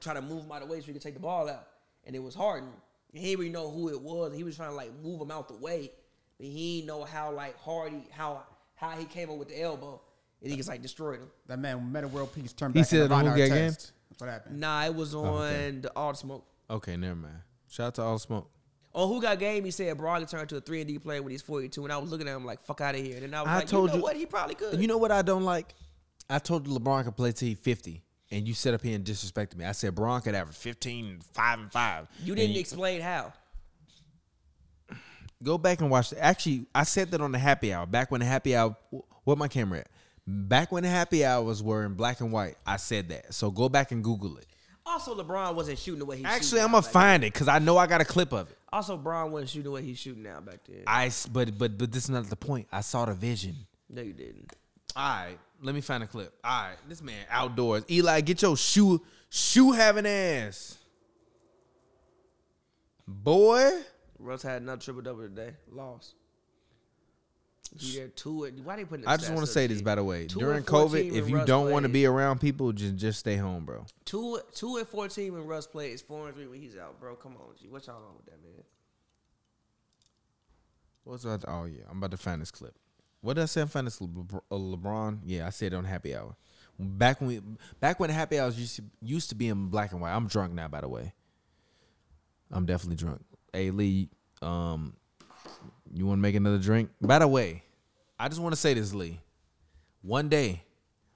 [SPEAKER 2] try to move him out of the way so he could take the ball out, and it was Harden. And he didn't really know who it was. He was trying to like move him out the way, but he didn't know how like hard he how how he came up with the elbow, and he just like destroyed him.
[SPEAKER 3] That man, Meta World Peace turned
[SPEAKER 1] He
[SPEAKER 3] back.
[SPEAKER 1] said
[SPEAKER 3] into
[SPEAKER 1] on Who
[SPEAKER 3] Ron
[SPEAKER 1] Got
[SPEAKER 3] Artest.
[SPEAKER 1] Game?
[SPEAKER 3] That's what happened.
[SPEAKER 2] Nah, it was on
[SPEAKER 1] Oh, okay.
[SPEAKER 2] the All Smoke.
[SPEAKER 1] Okay, never mind. Shout out to All Smoke.
[SPEAKER 2] On Who Got Game, he said Brogdon turned to a three and D player when he's 42, and I was looking at him like, "Fuck out of here." And then I was
[SPEAKER 1] I
[SPEAKER 2] like,
[SPEAKER 1] told
[SPEAKER 2] "You know
[SPEAKER 1] you-
[SPEAKER 2] what? He probably could."
[SPEAKER 1] You know what I don't like? I told you LeBron could play till he 50, and you set up here and disrespected me. I said LeBron could average 15, 5 and 5.
[SPEAKER 2] you
[SPEAKER 1] And
[SPEAKER 2] didn't explain how.
[SPEAKER 1] Go back and watch. Actually, I said that on the happy hour. Back when the happy hour, what my camera at? Back when the happy hours were in black and white, I said that. So go back and Google it.
[SPEAKER 2] Also, LeBron wasn't shooting the way he's
[SPEAKER 1] Actually,
[SPEAKER 2] shooting
[SPEAKER 1] I'm
[SPEAKER 2] now
[SPEAKER 1] gonna
[SPEAKER 2] back
[SPEAKER 1] find it because I know I got a clip of it.
[SPEAKER 2] then. Also, Bron wasn't shooting the way he's shooting now back then.
[SPEAKER 1] I s- but but but this is not the point. I saw the vision.
[SPEAKER 2] no, you didn't.
[SPEAKER 1] All right, let me find a clip. All right, this man outdoors. Eli, get your shoe shoe having ass, boy.
[SPEAKER 2] Russ had another triple double today. Lost. You there two and why they putting? the
[SPEAKER 1] I just
[SPEAKER 2] stats
[SPEAKER 1] want
[SPEAKER 2] up,
[SPEAKER 1] to say this
[SPEAKER 2] G?
[SPEAKER 1] by the way.
[SPEAKER 2] Two
[SPEAKER 1] During
[SPEAKER 2] and 14
[SPEAKER 1] COVID,
[SPEAKER 2] when
[SPEAKER 1] if you
[SPEAKER 2] Russ
[SPEAKER 1] don't want to
[SPEAKER 2] played.
[SPEAKER 1] be around people, just just stay home, bro.
[SPEAKER 2] Two two and fourteen when Russ plays, four and three when he's out, bro. Come on, G. What y'all on with that man?
[SPEAKER 1] What's that? Oh yeah, I'm about to find this clip. What did I say? I'm finding this LeBron, uh, LeBron. Yeah, I said it on Happy Hour. Back when we, back when Happy Hours used to, used to be in black and white. I'm drunk now, by the way. I'm definitely drunk. Hey Lee, um, you want to make another drink? By the way, I just want to say this, Lee. One day,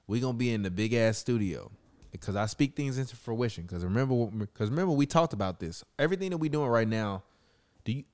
[SPEAKER 1] we gonna be in the big ass studio because I speak things into fruition. Because remember, because remember, we talked about this. Everything that we doing right now. Do you?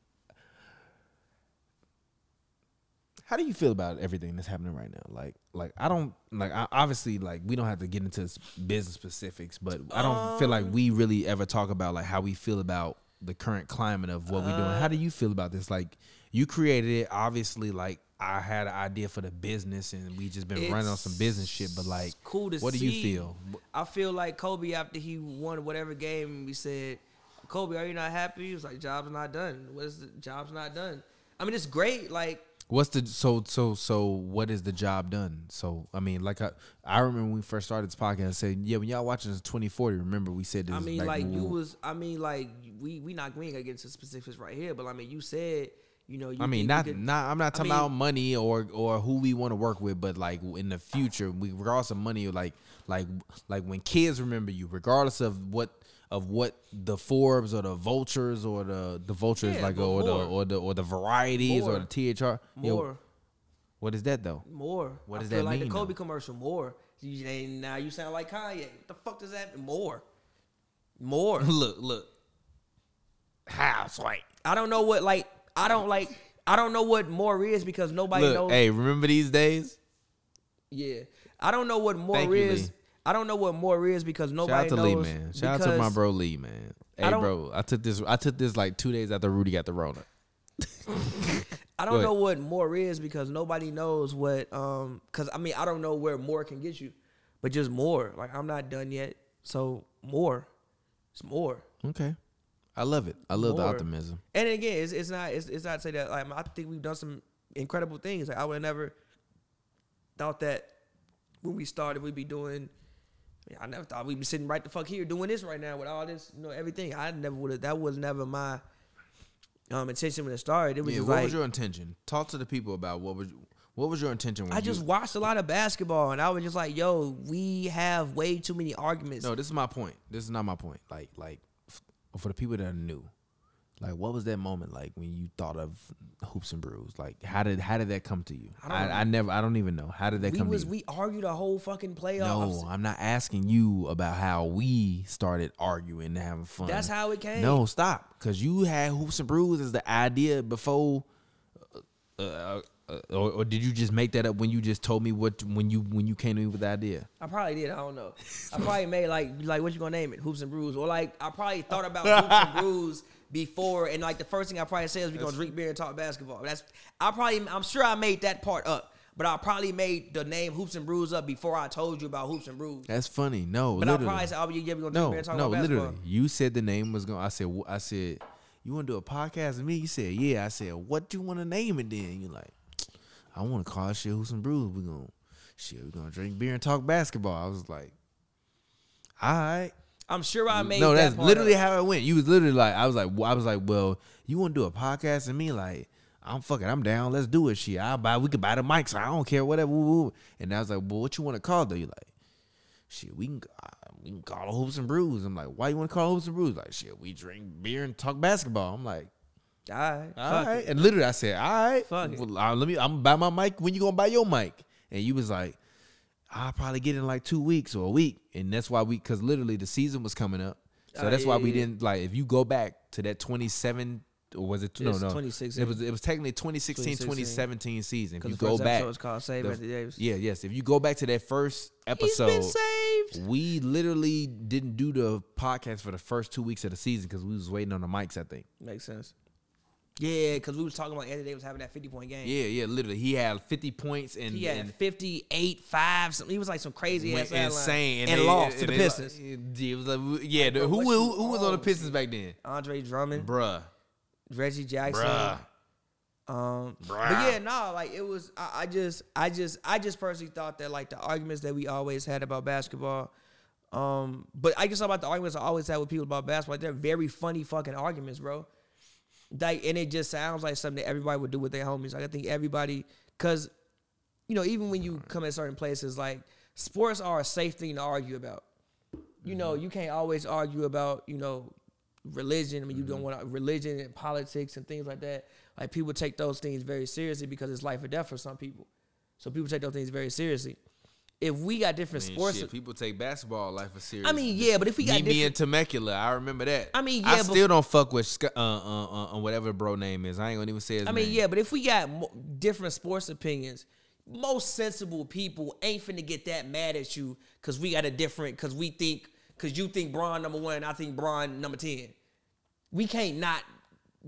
[SPEAKER 1] How do you feel about everything that's happening right now? Like, like I don't like. I, obviously, like we don't have to get into s- business specifics, but I don't feel like
[SPEAKER 2] Um.
[SPEAKER 1] we really ever talk about like how we feel about the current climate of what we're doing. How do you feel about this? Like, you created it, obviously. Like, I had an idea for the business, and we just been running on some business shit. But like,
[SPEAKER 2] It's cool to
[SPEAKER 1] what do
[SPEAKER 2] see.
[SPEAKER 1] you feel?
[SPEAKER 2] I feel like Kobe after he won whatever game, we said, "Kobe, are you not happy?" He was like, "Job's not done. What is the job's not done?" I mean, it's great. Like
[SPEAKER 1] What's the so so so? What is the job done? So I mean, like I I remember when we first started this podcast, I said, yeah, when y'all watching this twenty forty, remember we said this.
[SPEAKER 2] I
[SPEAKER 1] is
[SPEAKER 2] mean,
[SPEAKER 1] back
[SPEAKER 2] like
[SPEAKER 1] when we
[SPEAKER 2] you
[SPEAKER 1] were-
[SPEAKER 2] was. I mean, like we we not we ain't gonna get into specifics right here, but I mean, you said you know. You
[SPEAKER 1] I mean,
[SPEAKER 2] think we
[SPEAKER 1] not
[SPEAKER 2] could-
[SPEAKER 1] not. I'm not talking
[SPEAKER 2] mean-
[SPEAKER 1] about money or or who we want to work with, but like in the future, we regardless of money, like like like when kids remember you, regardless of what of what the Forbes or the vultures or the the vultures
[SPEAKER 2] Yeah,
[SPEAKER 1] like
[SPEAKER 2] but
[SPEAKER 1] or the
[SPEAKER 2] more.
[SPEAKER 1] or the or the varieties or
[SPEAKER 2] More.
[SPEAKER 1] the THR. Yeah,
[SPEAKER 2] more.
[SPEAKER 1] what is that though?
[SPEAKER 2] More.
[SPEAKER 1] What
[SPEAKER 2] I
[SPEAKER 1] does
[SPEAKER 2] feel
[SPEAKER 1] that
[SPEAKER 2] like
[SPEAKER 1] mean,
[SPEAKER 2] the Kobe
[SPEAKER 1] though?
[SPEAKER 2] commercial. More. You, they, now you sound like Kanye. What the fuck does that mean? More. More.
[SPEAKER 1] look, look. House white.
[SPEAKER 2] I don't know what like I don't like I don't know what more is because nobody
[SPEAKER 1] Look,
[SPEAKER 2] knows.
[SPEAKER 1] hey, remember these days?
[SPEAKER 2] Yeah, I don't know what more
[SPEAKER 1] Thank you,
[SPEAKER 2] is.
[SPEAKER 1] Lee.
[SPEAKER 2] I don't know what more is because
[SPEAKER 1] Shout out
[SPEAKER 2] nobody
[SPEAKER 1] to
[SPEAKER 2] knows.
[SPEAKER 1] Lee, man. Shout out to my
[SPEAKER 2] because-
[SPEAKER 1] bro Lee, man.
[SPEAKER 2] I
[SPEAKER 1] Hey,
[SPEAKER 2] don't-
[SPEAKER 1] bro, I took this. I took this like two days after Rudy got the Rona.
[SPEAKER 2] I
[SPEAKER 1] Go
[SPEAKER 2] don't
[SPEAKER 1] ahead.
[SPEAKER 2] know what more is because nobody knows what um cuz I mean I don't know where more can get you but just more like I'm not done yet so more it's more
[SPEAKER 1] Okay, I love it. I love the
[SPEAKER 2] More.
[SPEAKER 1] optimism.
[SPEAKER 2] and again it's, it's not it's, it's not to say that like I think we've done some incredible things like I would have never thought that when we started we'd be doing I, mean, I never thought we'd be sitting right the fuck here doing this right now with all this you know everything I never would have that was never my um intention when it started it was
[SPEAKER 1] Yeah,
[SPEAKER 2] just
[SPEAKER 1] what
[SPEAKER 2] like
[SPEAKER 1] was your intention? Talk to the people about what was what was your intention. When
[SPEAKER 2] I just
[SPEAKER 1] you,
[SPEAKER 2] watched a lot of basketball, and I was just like, "Yo, we have way too many arguments."
[SPEAKER 1] no. This is my point. This is not my point. Like like f- for the people that are new, like what was that moment like when you thought of hoops and brews? Like how did how did that come to you?
[SPEAKER 2] I
[SPEAKER 1] I
[SPEAKER 2] don't know.
[SPEAKER 1] I, never. I don't even know. How did that
[SPEAKER 2] we
[SPEAKER 1] come
[SPEAKER 2] was
[SPEAKER 1] to you?
[SPEAKER 2] we argued a whole fucking playoffs.
[SPEAKER 1] no, I'm not asking you about how we started arguing and having fun.
[SPEAKER 2] That's how it came.
[SPEAKER 1] No, stop. Because you had hoops and brews as the idea before. Uh, uh, uh, or, or did you just make that up when you just told me what when you when you came to me with the idea?
[SPEAKER 2] I probably did. I don't know. I probably made like like what you gonna name it, hoops and brews, or like I probably thought about hoops and brews before, and like the first thing I probably said is we gonna drink beer and talk basketball. That's I probably I'm sure I made that part up, but I probably made the name hoops and brews up before I told you about hoops and brews.
[SPEAKER 1] That's funny. No,
[SPEAKER 2] But
[SPEAKER 1] literally.
[SPEAKER 2] I probably said, "Oh, yeah, we gonna drink
[SPEAKER 1] no,
[SPEAKER 2] beer and talk
[SPEAKER 1] no,
[SPEAKER 2] about basketball."
[SPEAKER 1] literally. You said the name was going. to I said, wh- I said, you want to do a podcast with me? You said, yeah. I said, what you want to name it? Then you like, I want to call shit who's some brews. We gonna shit. We gonna drink beer and talk basketball. I was like, all right.
[SPEAKER 2] I'm sure I made
[SPEAKER 1] no, that's
[SPEAKER 2] that part
[SPEAKER 1] literally
[SPEAKER 2] up.
[SPEAKER 1] how it went. You was literally like, I was like, well, I was like, well, you want to do a podcast and me like, I'm fucking, I'm down. Let's do it. Shit, I will buy. We could buy the mics. I don't care. Whatever. woo, woo. And I was like, well, what you want to call though? You like, shit, we can uh, we can call it hoops and brews. I'm like, why you want to call it hoops and brews? Like, shit, we drink beer and talk basketball. I'm like.
[SPEAKER 2] All right,
[SPEAKER 1] All
[SPEAKER 2] fuck it.
[SPEAKER 1] right. And literally, I said, "All right,
[SPEAKER 2] Fuck it.
[SPEAKER 1] well, uh, let me. I'm buy my mic. When you gonna buy your mic?" And you was like, "I'll probably get it in like two weeks or a week." And that's why we, because literally the season was coming up, so
[SPEAKER 2] Uh,
[SPEAKER 1] that's why
[SPEAKER 2] yeah,
[SPEAKER 1] we
[SPEAKER 2] yeah, yeah.
[SPEAKER 1] didn't like. If you go back to that 27, or was it no
[SPEAKER 2] It's
[SPEAKER 1] no
[SPEAKER 2] 2016.
[SPEAKER 1] It was it was technically 2016, 2017 season. If you go back,
[SPEAKER 2] It's called Save
[SPEAKER 1] the-
[SPEAKER 2] Anthony Davis.
[SPEAKER 1] yeah, yes. If you go back to that first episode,
[SPEAKER 2] He's been saved.
[SPEAKER 1] we literally didn't do the podcast for the first two weeks of the season because we was waiting on the mics. I think.
[SPEAKER 2] Makes sense. Yeah, because we was talking about Anthony Davis having that fifty point game.
[SPEAKER 1] Yeah, yeah, literally. He had 50 points and,
[SPEAKER 2] He had
[SPEAKER 1] and
[SPEAKER 2] 58, 5, something. He was like some crazy
[SPEAKER 1] went
[SPEAKER 2] ass ass
[SPEAKER 1] insane.
[SPEAKER 2] line, and
[SPEAKER 1] they-
[SPEAKER 2] lost to
[SPEAKER 1] and
[SPEAKER 2] the
[SPEAKER 1] they-
[SPEAKER 2] Pistons.
[SPEAKER 1] Yeah, it was like, yeah the, who,
[SPEAKER 2] what
[SPEAKER 1] who,
[SPEAKER 2] you
[SPEAKER 1] who was on the
[SPEAKER 2] on,
[SPEAKER 1] Pistons back then?
[SPEAKER 2] Andre Drummond,
[SPEAKER 1] Bruh.
[SPEAKER 2] Reggie Jackson.
[SPEAKER 1] Bruh.
[SPEAKER 2] Um, but
[SPEAKER 1] Bruh.
[SPEAKER 2] yeah, nah, like it was. I, I just, I just, I just personally thought that like the arguments that we always had about basketball. Um, but I guess about the arguments I always had with people about basketball. They're very funny fucking arguments, bro. Like, and it just sounds like something that everybody would do with their homies. Like, I think everybody, cause you know, even when you come at certain places, like sports are a safe thing to argue about. You know,
[SPEAKER 1] Mm-hmm.
[SPEAKER 2] you can't always argue about, you know, religion. I mean, you
[SPEAKER 1] Mm-hmm.
[SPEAKER 2] don't want to, religion and politics and things like that. Like people take those things very seriously because it's life or death for some people. So people take those things very seriously. If we got different sports,
[SPEAKER 1] people take basketball life for serious.
[SPEAKER 2] I mean, yeah, but if we got
[SPEAKER 1] Meet me in
[SPEAKER 2] different,
[SPEAKER 1] Temecula. I remember that.
[SPEAKER 2] I mean,
[SPEAKER 1] I
[SPEAKER 2] yeah, but-
[SPEAKER 1] still don't fuck with Sc- uh, uh, uh, uh, whatever bro name is. I ain't gonna even say his
[SPEAKER 2] I mean,
[SPEAKER 1] name.
[SPEAKER 2] yeah, but if we got mo- different sports opinions, most sensible people ain't finna get that mad at you because we got a different because we think because you think Braun number one, I think Braun number ten. We can't not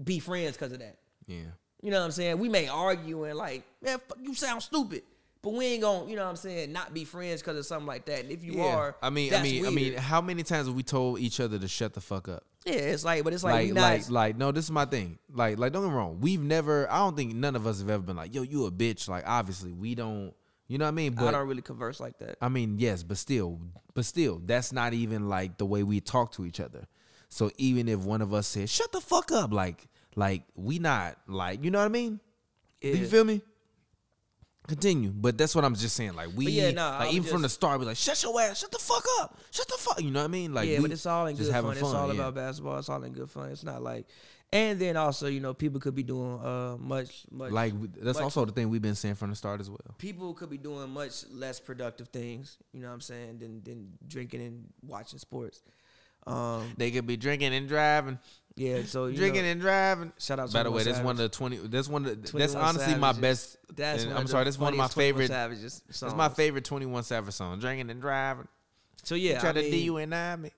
[SPEAKER 2] be friends because of that.
[SPEAKER 1] Yeah.
[SPEAKER 2] You know what I'm saying? We may argue and like, man, fuck, you sound stupid. But we ain't gonna, you know what I'm saying, not be friends because of something like that. And if you
[SPEAKER 1] Yeah.
[SPEAKER 2] are,
[SPEAKER 1] I mean, I
[SPEAKER 2] that's
[SPEAKER 1] mean, I mean,
[SPEAKER 2] weird.
[SPEAKER 1] how many times have we told each other to shut the fuck up?
[SPEAKER 2] yeah, it's like, but it's like,
[SPEAKER 1] like,
[SPEAKER 2] we
[SPEAKER 1] like,
[SPEAKER 2] not,
[SPEAKER 1] like, no, this is my thing. Like, like, don't get me wrong. We've never, I don't think none of us have ever been like, yo, you a bitch. Like, obviously, we don't, you know what I mean? But
[SPEAKER 2] I don't really converse like that.
[SPEAKER 1] I mean, yes, but still, but still, that's not even like the way we talk to each other. So even if one of us says, "Shut the fuck up," like, like we not like, you know what I mean? Do
[SPEAKER 2] Yeah.
[SPEAKER 1] you feel me? Continue, but that's what I'm just saying. Like we,
[SPEAKER 2] But yeah, nah,
[SPEAKER 1] like
[SPEAKER 2] I'm
[SPEAKER 1] even from
[SPEAKER 2] just-
[SPEAKER 1] the start, we like, "Shut your ass, shut the fuck up, shut the fuck," you know what I mean? Like,
[SPEAKER 2] yeah,
[SPEAKER 1] we
[SPEAKER 2] but it's all in
[SPEAKER 1] just
[SPEAKER 2] good fun.
[SPEAKER 1] having
[SPEAKER 2] It's all
[SPEAKER 1] yeah.
[SPEAKER 2] about basketball. It's all in good fun. It's not like, and then also, you know, people could be doing uh much much
[SPEAKER 1] like we- that's
[SPEAKER 2] like-
[SPEAKER 1] also the thing we've been saying from the start as well.
[SPEAKER 2] people could be doing much less productive things. You know what I'm saying than than drinking and watching sports. Um,
[SPEAKER 1] They could be drinking and driving,
[SPEAKER 2] yeah, so you
[SPEAKER 1] drinking
[SPEAKER 2] know,
[SPEAKER 1] and driving.
[SPEAKER 2] shout out. to
[SPEAKER 1] By the
[SPEAKER 2] 21
[SPEAKER 1] way, that's one of
[SPEAKER 2] Savage.
[SPEAKER 1] the twenty. That's one. Of the, that's
[SPEAKER 2] 21
[SPEAKER 1] honestly my
[SPEAKER 2] Savages.
[SPEAKER 1] best.
[SPEAKER 2] That's
[SPEAKER 1] and
[SPEAKER 2] one
[SPEAKER 1] I'm
[SPEAKER 2] of
[SPEAKER 1] sorry.
[SPEAKER 2] the
[SPEAKER 1] That's one of my
[SPEAKER 2] funniest 21
[SPEAKER 1] favorite.
[SPEAKER 2] Savages.
[SPEAKER 1] That's my
[SPEAKER 2] songs.
[SPEAKER 1] favorite Twenty One Savage song. Drinking and driving.
[SPEAKER 2] So yeah,
[SPEAKER 1] Try
[SPEAKER 2] I
[SPEAKER 1] to
[SPEAKER 2] mean,
[SPEAKER 1] DUNI me.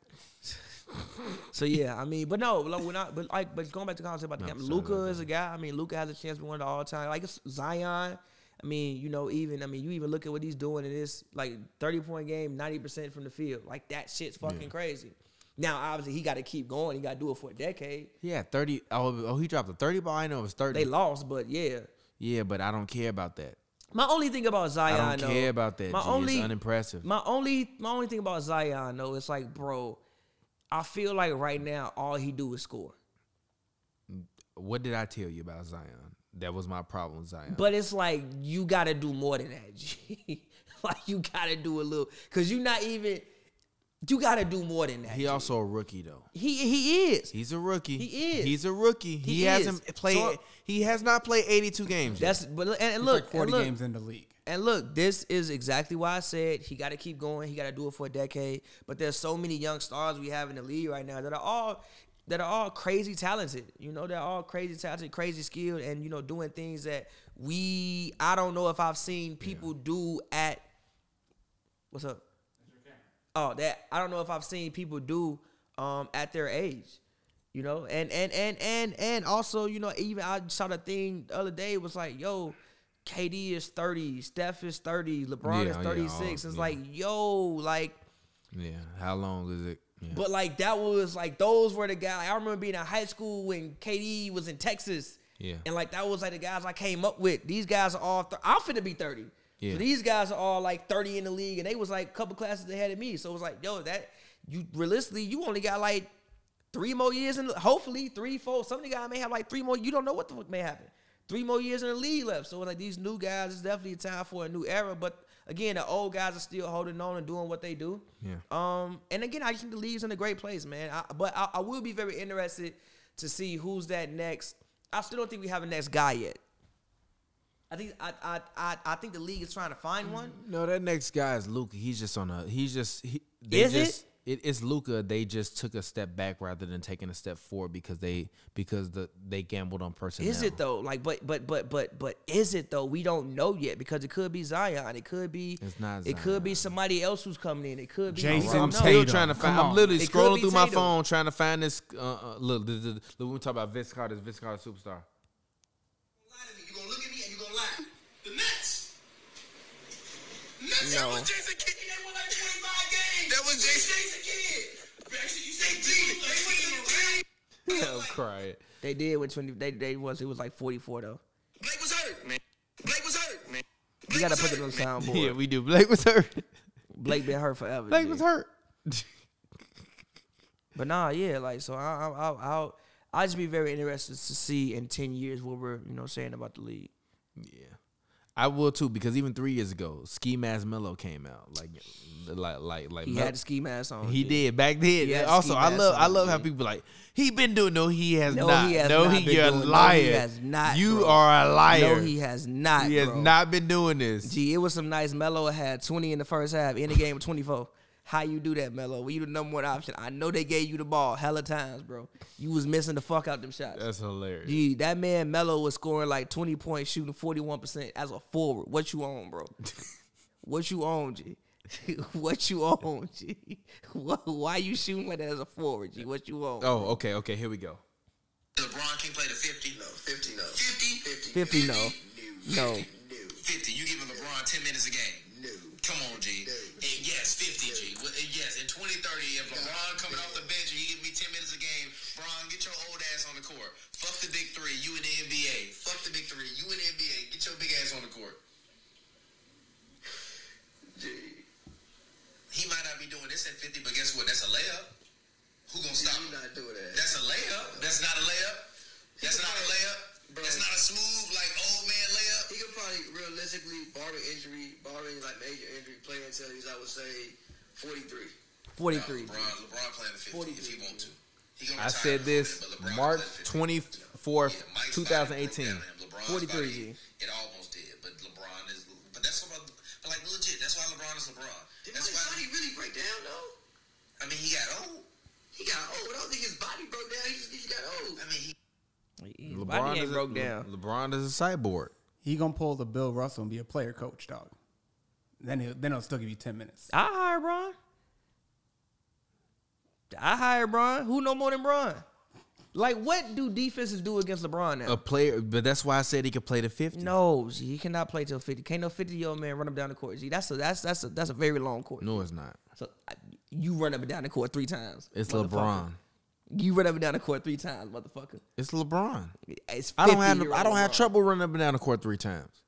[SPEAKER 2] So yeah, I mean, but no, like, we're not. But like, but going back to the concept about the
[SPEAKER 1] No,
[SPEAKER 2] game,
[SPEAKER 1] sorry about
[SPEAKER 2] Luca is a guy. I mean, Luca has a chance to be one of the all time. Like it's Zion. I mean, you know, even I mean, you even look at what he's doing in this like thirty point game, ninety percent from the field. Like that shit's fucking crazy. Now, obviously, he got to keep going. He got to do it for a decade.
[SPEAKER 1] Yeah, thirty. Oh, oh, he dropped a thirty ball. I know it was thirty.
[SPEAKER 2] They lost, but yeah.
[SPEAKER 1] yeah, but I don't care about that.
[SPEAKER 2] My only thing about Zion,
[SPEAKER 1] I don't
[SPEAKER 2] though,
[SPEAKER 1] care about that.
[SPEAKER 2] My
[SPEAKER 1] G.
[SPEAKER 2] only
[SPEAKER 1] it's unimpressive.
[SPEAKER 2] My only my only thing about Zion though, it's like, bro, I feel like right now all he do is score.
[SPEAKER 1] what did I tell you about Zion? That was my problem, with Zion.
[SPEAKER 2] But it's like you gotta do more than that, G. like you gotta do a little cause you're not even you gotta do more than that.
[SPEAKER 1] he
[SPEAKER 2] G.
[SPEAKER 1] also a rookie though.
[SPEAKER 2] he he is.
[SPEAKER 1] He's a rookie.
[SPEAKER 2] He is.
[SPEAKER 1] He's a rookie. He,
[SPEAKER 2] He is.
[SPEAKER 1] hasn't played.
[SPEAKER 2] So-
[SPEAKER 1] he has not played 82 games. yet.
[SPEAKER 2] That's but and, and
[SPEAKER 3] He's
[SPEAKER 2] look,
[SPEAKER 3] like 40
[SPEAKER 2] and look
[SPEAKER 3] games in the league.
[SPEAKER 2] And look, this is exactly why I said he got to keep going. He got to do it for a decade. But there's so many young stars we have in the league right now that are all that are all crazy talented. You know, they're all crazy talented, crazy skilled, and you know, doing things that we I don't know if I've seen people do at what's up? Oh, that I don't know if I've seen people do um, at their age. You know, and and and and and also, you know, even I saw the thing the other day was like, yo, KD is thirty, Steph is thirty, LeBron
[SPEAKER 1] Yeah,
[SPEAKER 2] is
[SPEAKER 1] yeah,
[SPEAKER 2] thirty six.
[SPEAKER 1] all-
[SPEAKER 2] it's
[SPEAKER 1] yeah.
[SPEAKER 2] like, yo, like,
[SPEAKER 1] yeah. How long is it? Yeah.
[SPEAKER 2] but like that was like those were the guys. I remember being in high school when KD was in Texas.
[SPEAKER 1] Yeah.
[SPEAKER 2] And like that was like the guys I came up with. These guys are all th- I'm finna be 30.
[SPEAKER 1] Yeah.
[SPEAKER 2] So these guys are all like 30 in the league and they was like a couple classes ahead of me. So it was like, yo, that you realistically you only got like three more years and hopefully three, four. Some of the guys may have like three more. You don't know what the fuck may happen. Three more years in the league left. So like these new guys, it's definitely time for a new era. But again, the old guys are still holding on and doing what they do.
[SPEAKER 1] Yeah.
[SPEAKER 2] Um, and again, I think the league's in a great place, man. I, but I, I will be very interested to see who's that next. I still don't think we have a next guy yet. I think I I I, I think the league is trying to find one.
[SPEAKER 1] No, that next guy is Luca. He's just on a. He's just. He, they
[SPEAKER 2] Is it?
[SPEAKER 1] just, it? It's Luca. They just took a step back rather than taking a step forward because they because the they gambled on personnel.
[SPEAKER 2] Is it though? Like, but but but but but is it though? We don't know yet because it could be Zion. It could be.
[SPEAKER 1] It's not
[SPEAKER 2] It could be
[SPEAKER 1] Zion.
[SPEAKER 2] somebody else who's coming in. It could be.
[SPEAKER 3] Jason
[SPEAKER 2] I don't
[SPEAKER 1] I'm
[SPEAKER 2] know.
[SPEAKER 3] Tatum.
[SPEAKER 1] still trying to find.
[SPEAKER 3] Come
[SPEAKER 1] I'm
[SPEAKER 3] on.
[SPEAKER 1] literally
[SPEAKER 2] It could
[SPEAKER 1] scrolling
[SPEAKER 2] be
[SPEAKER 1] through my
[SPEAKER 2] Tatum.
[SPEAKER 1] phone trying to find this. Uh, uh, look, this, this, look, we talk about Vince Carter. Vince Carter superstar.
[SPEAKER 4] lie to me. You're gonna look at me and you're gonna lie. The Nets. Nets.
[SPEAKER 2] No.
[SPEAKER 4] That was Jason Kidd. They won like 25 games. That was Jason, Jason Kidd. Actually, you say G. They went to the ring.
[SPEAKER 1] I'm
[SPEAKER 2] Oh,
[SPEAKER 1] crying.
[SPEAKER 2] They did when twenty. They they was it was like forty four though.
[SPEAKER 4] Blake was hurt, man. Blake was hurt, man.
[SPEAKER 2] You
[SPEAKER 4] Blake
[SPEAKER 2] gotta
[SPEAKER 4] was
[SPEAKER 2] put it
[SPEAKER 4] hurt,
[SPEAKER 2] on
[SPEAKER 4] man.
[SPEAKER 2] soundboard.
[SPEAKER 1] Yeah, we do. Blake was hurt.
[SPEAKER 2] Blake been hurt forever.
[SPEAKER 1] Blake
[SPEAKER 2] G.
[SPEAKER 1] was hurt.
[SPEAKER 2] But nah, yeah, like so I I I I'll, I just be very interested to see in ten years what we're you know saying about the league.
[SPEAKER 1] Yeah, I will too because even three years ago, Ski Mask Mello came out like, like, like, like
[SPEAKER 2] He
[SPEAKER 1] Mel-
[SPEAKER 2] had the ski mask on.
[SPEAKER 1] He
[SPEAKER 2] yeah.
[SPEAKER 1] did back then.
[SPEAKER 2] He had
[SPEAKER 1] also,
[SPEAKER 2] ski
[SPEAKER 1] I
[SPEAKER 2] mask
[SPEAKER 1] love, I
[SPEAKER 2] on,
[SPEAKER 1] love how
[SPEAKER 2] yeah.
[SPEAKER 1] people like he been doing. No, he has
[SPEAKER 2] No,
[SPEAKER 1] not.
[SPEAKER 2] he has
[SPEAKER 1] no,
[SPEAKER 2] not
[SPEAKER 1] he
[SPEAKER 2] been
[SPEAKER 1] you're
[SPEAKER 2] doing-
[SPEAKER 1] a
[SPEAKER 2] no,
[SPEAKER 1] liar.
[SPEAKER 2] he has not,
[SPEAKER 1] You
[SPEAKER 2] bro.
[SPEAKER 1] are a liar.
[SPEAKER 2] No, he has not.
[SPEAKER 1] He has
[SPEAKER 2] bro.
[SPEAKER 1] not been doing this.
[SPEAKER 2] Gee, it was some nice. Mello had twenty in the first half. In the game, twenty four. How you do that, Mello? Well, you the number one option. I know they gave you the ball hella times, bro. You was missing the fuck out them shots.
[SPEAKER 1] That's hilarious.
[SPEAKER 2] Gee, that man Mello was scoring like twenty points, shooting forty one percent as a forward. What you on, bro? what you on, G? what you on, G? What, why you shooting like that as a forward, G? What you on?
[SPEAKER 1] oh, okay, okay. Here we go.
[SPEAKER 4] LeBron can play the 50. No, 50 no. 50? 50.
[SPEAKER 2] 50, no. No.
[SPEAKER 4] 50. You giving LeBron 10 minutes a game. No. Come on, G. And yes, 50, G. Well, and yes, in 2030, if LeBron coming off the bench and he give me 10 minutes a game, Bron, get your old ass on the court. Fuck the big three. You in the NBA. Fuck the big three. You in the NBA. Get your big ass on the court. G. He might not be doing this at 50, but guess what? That's a layup. Who gonna stop him?
[SPEAKER 5] not do that.
[SPEAKER 4] That's a layup. That's not a layup. That's not a layup. That's not a smooth like old man layup.
[SPEAKER 5] He could probably realistically, barring injury, barring like major injury, play until he's, I would say, 43.
[SPEAKER 2] Forty
[SPEAKER 4] No,
[SPEAKER 2] three.
[SPEAKER 4] LeBron, LeBron playing the 50 if he want to. He
[SPEAKER 1] I
[SPEAKER 4] gonna
[SPEAKER 1] said
[SPEAKER 4] retire before
[SPEAKER 1] this
[SPEAKER 4] that, but LeBron
[SPEAKER 1] March
[SPEAKER 4] playing 50.
[SPEAKER 1] 24th,
[SPEAKER 4] Yeah, Mike's body broke
[SPEAKER 1] 2018.
[SPEAKER 4] down and LeBron's
[SPEAKER 2] 43
[SPEAKER 4] body,
[SPEAKER 2] G.
[SPEAKER 4] It almost did, but LeBron is. But that's about. But like legit, that's why LeBron is Lebron.
[SPEAKER 5] Did
[SPEAKER 4] That's
[SPEAKER 5] Mike's
[SPEAKER 4] why.
[SPEAKER 5] body really break down though?
[SPEAKER 4] I mean, he got old.
[SPEAKER 5] He got old. I don't think his body broke down. He just he got old.
[SPEAKER 4] I mean, he,
[SPEAKER 2] His body ain't
[SPEAKER 1] is a-
[SPEAKER 2] broke down.
[SPEAKER 1] Le- LeBron is a cyborg.
[SPEAKER 3] He gonna pull the Bill Russell and be a player coach, dog. Then he'll then he'll still give you ten minutes.
[SPEAKER 2] I hire Bron. I hire Bron. Who know more than Bron? Like, what do defenses do against LeBron now?
[SPEAKER 1] A player, but that's why I said he could play the fifty.
[SPEAKER 2] no, G, he cannot play till fifty. Can't no fifty-year-old man run up down the court. G, that's a that's that's a that's a very long court.
[SPEAKER 1] no, it's not.
[SPEAKER 2] So I, you run up and down the court three times.
[SPEAKER 1] It's
[SPEAKER 2] motherfucker.
[SPEAKER 1] LeBron.
[SPEAKER 2] You run up and down the court three times, motherfucker.
[SPEAKER 1] It's LeBron.
[SPEAKER 2] It's
[SPEAKER 1] I don't have. I
[SPEAKER 2] 50-year-old
[SPEAKER 1] don't have
[SPEAKER 2] LeBron.
[SPEAKER 1] trouble running up and down the court three times.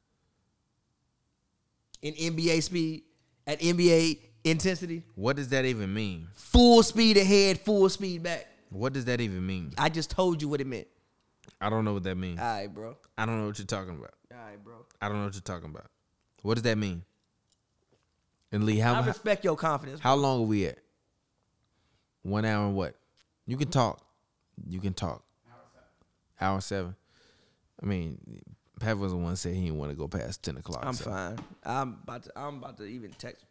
[SPEAKER 2] in NBA speed at NBA intensity.
[SPEAKER 1] What does that even mean?
[SPEAKER 2] Full speed ahead, full speed back.
[SPEAKER 1] What does that even mean?
[SPEAKER 2] I just told you what it meant.
[SPEAKER 1] I don't know what that means.
[SPEAKER 2] All right, bro.
[SPEAKER 1] I don't know what you're talking about.
[SPEAKER 2] All right, bro.
[SPEAKER 1] I don't know what you're talking about. What does that mean? And Lee, how
[SPEAKER 2] I respect your confidence.
[SPEAKER 1] how long are we at? One hour and what? You can talk. You can talk. Hour seven. I mean, Pat was the one said he didn't want to go past ten o'clock.
[SPEAKER 2] I'm
[SPEAKER 1] so-
[SPEAKER 2] fine. I'm about to. I'm about to even text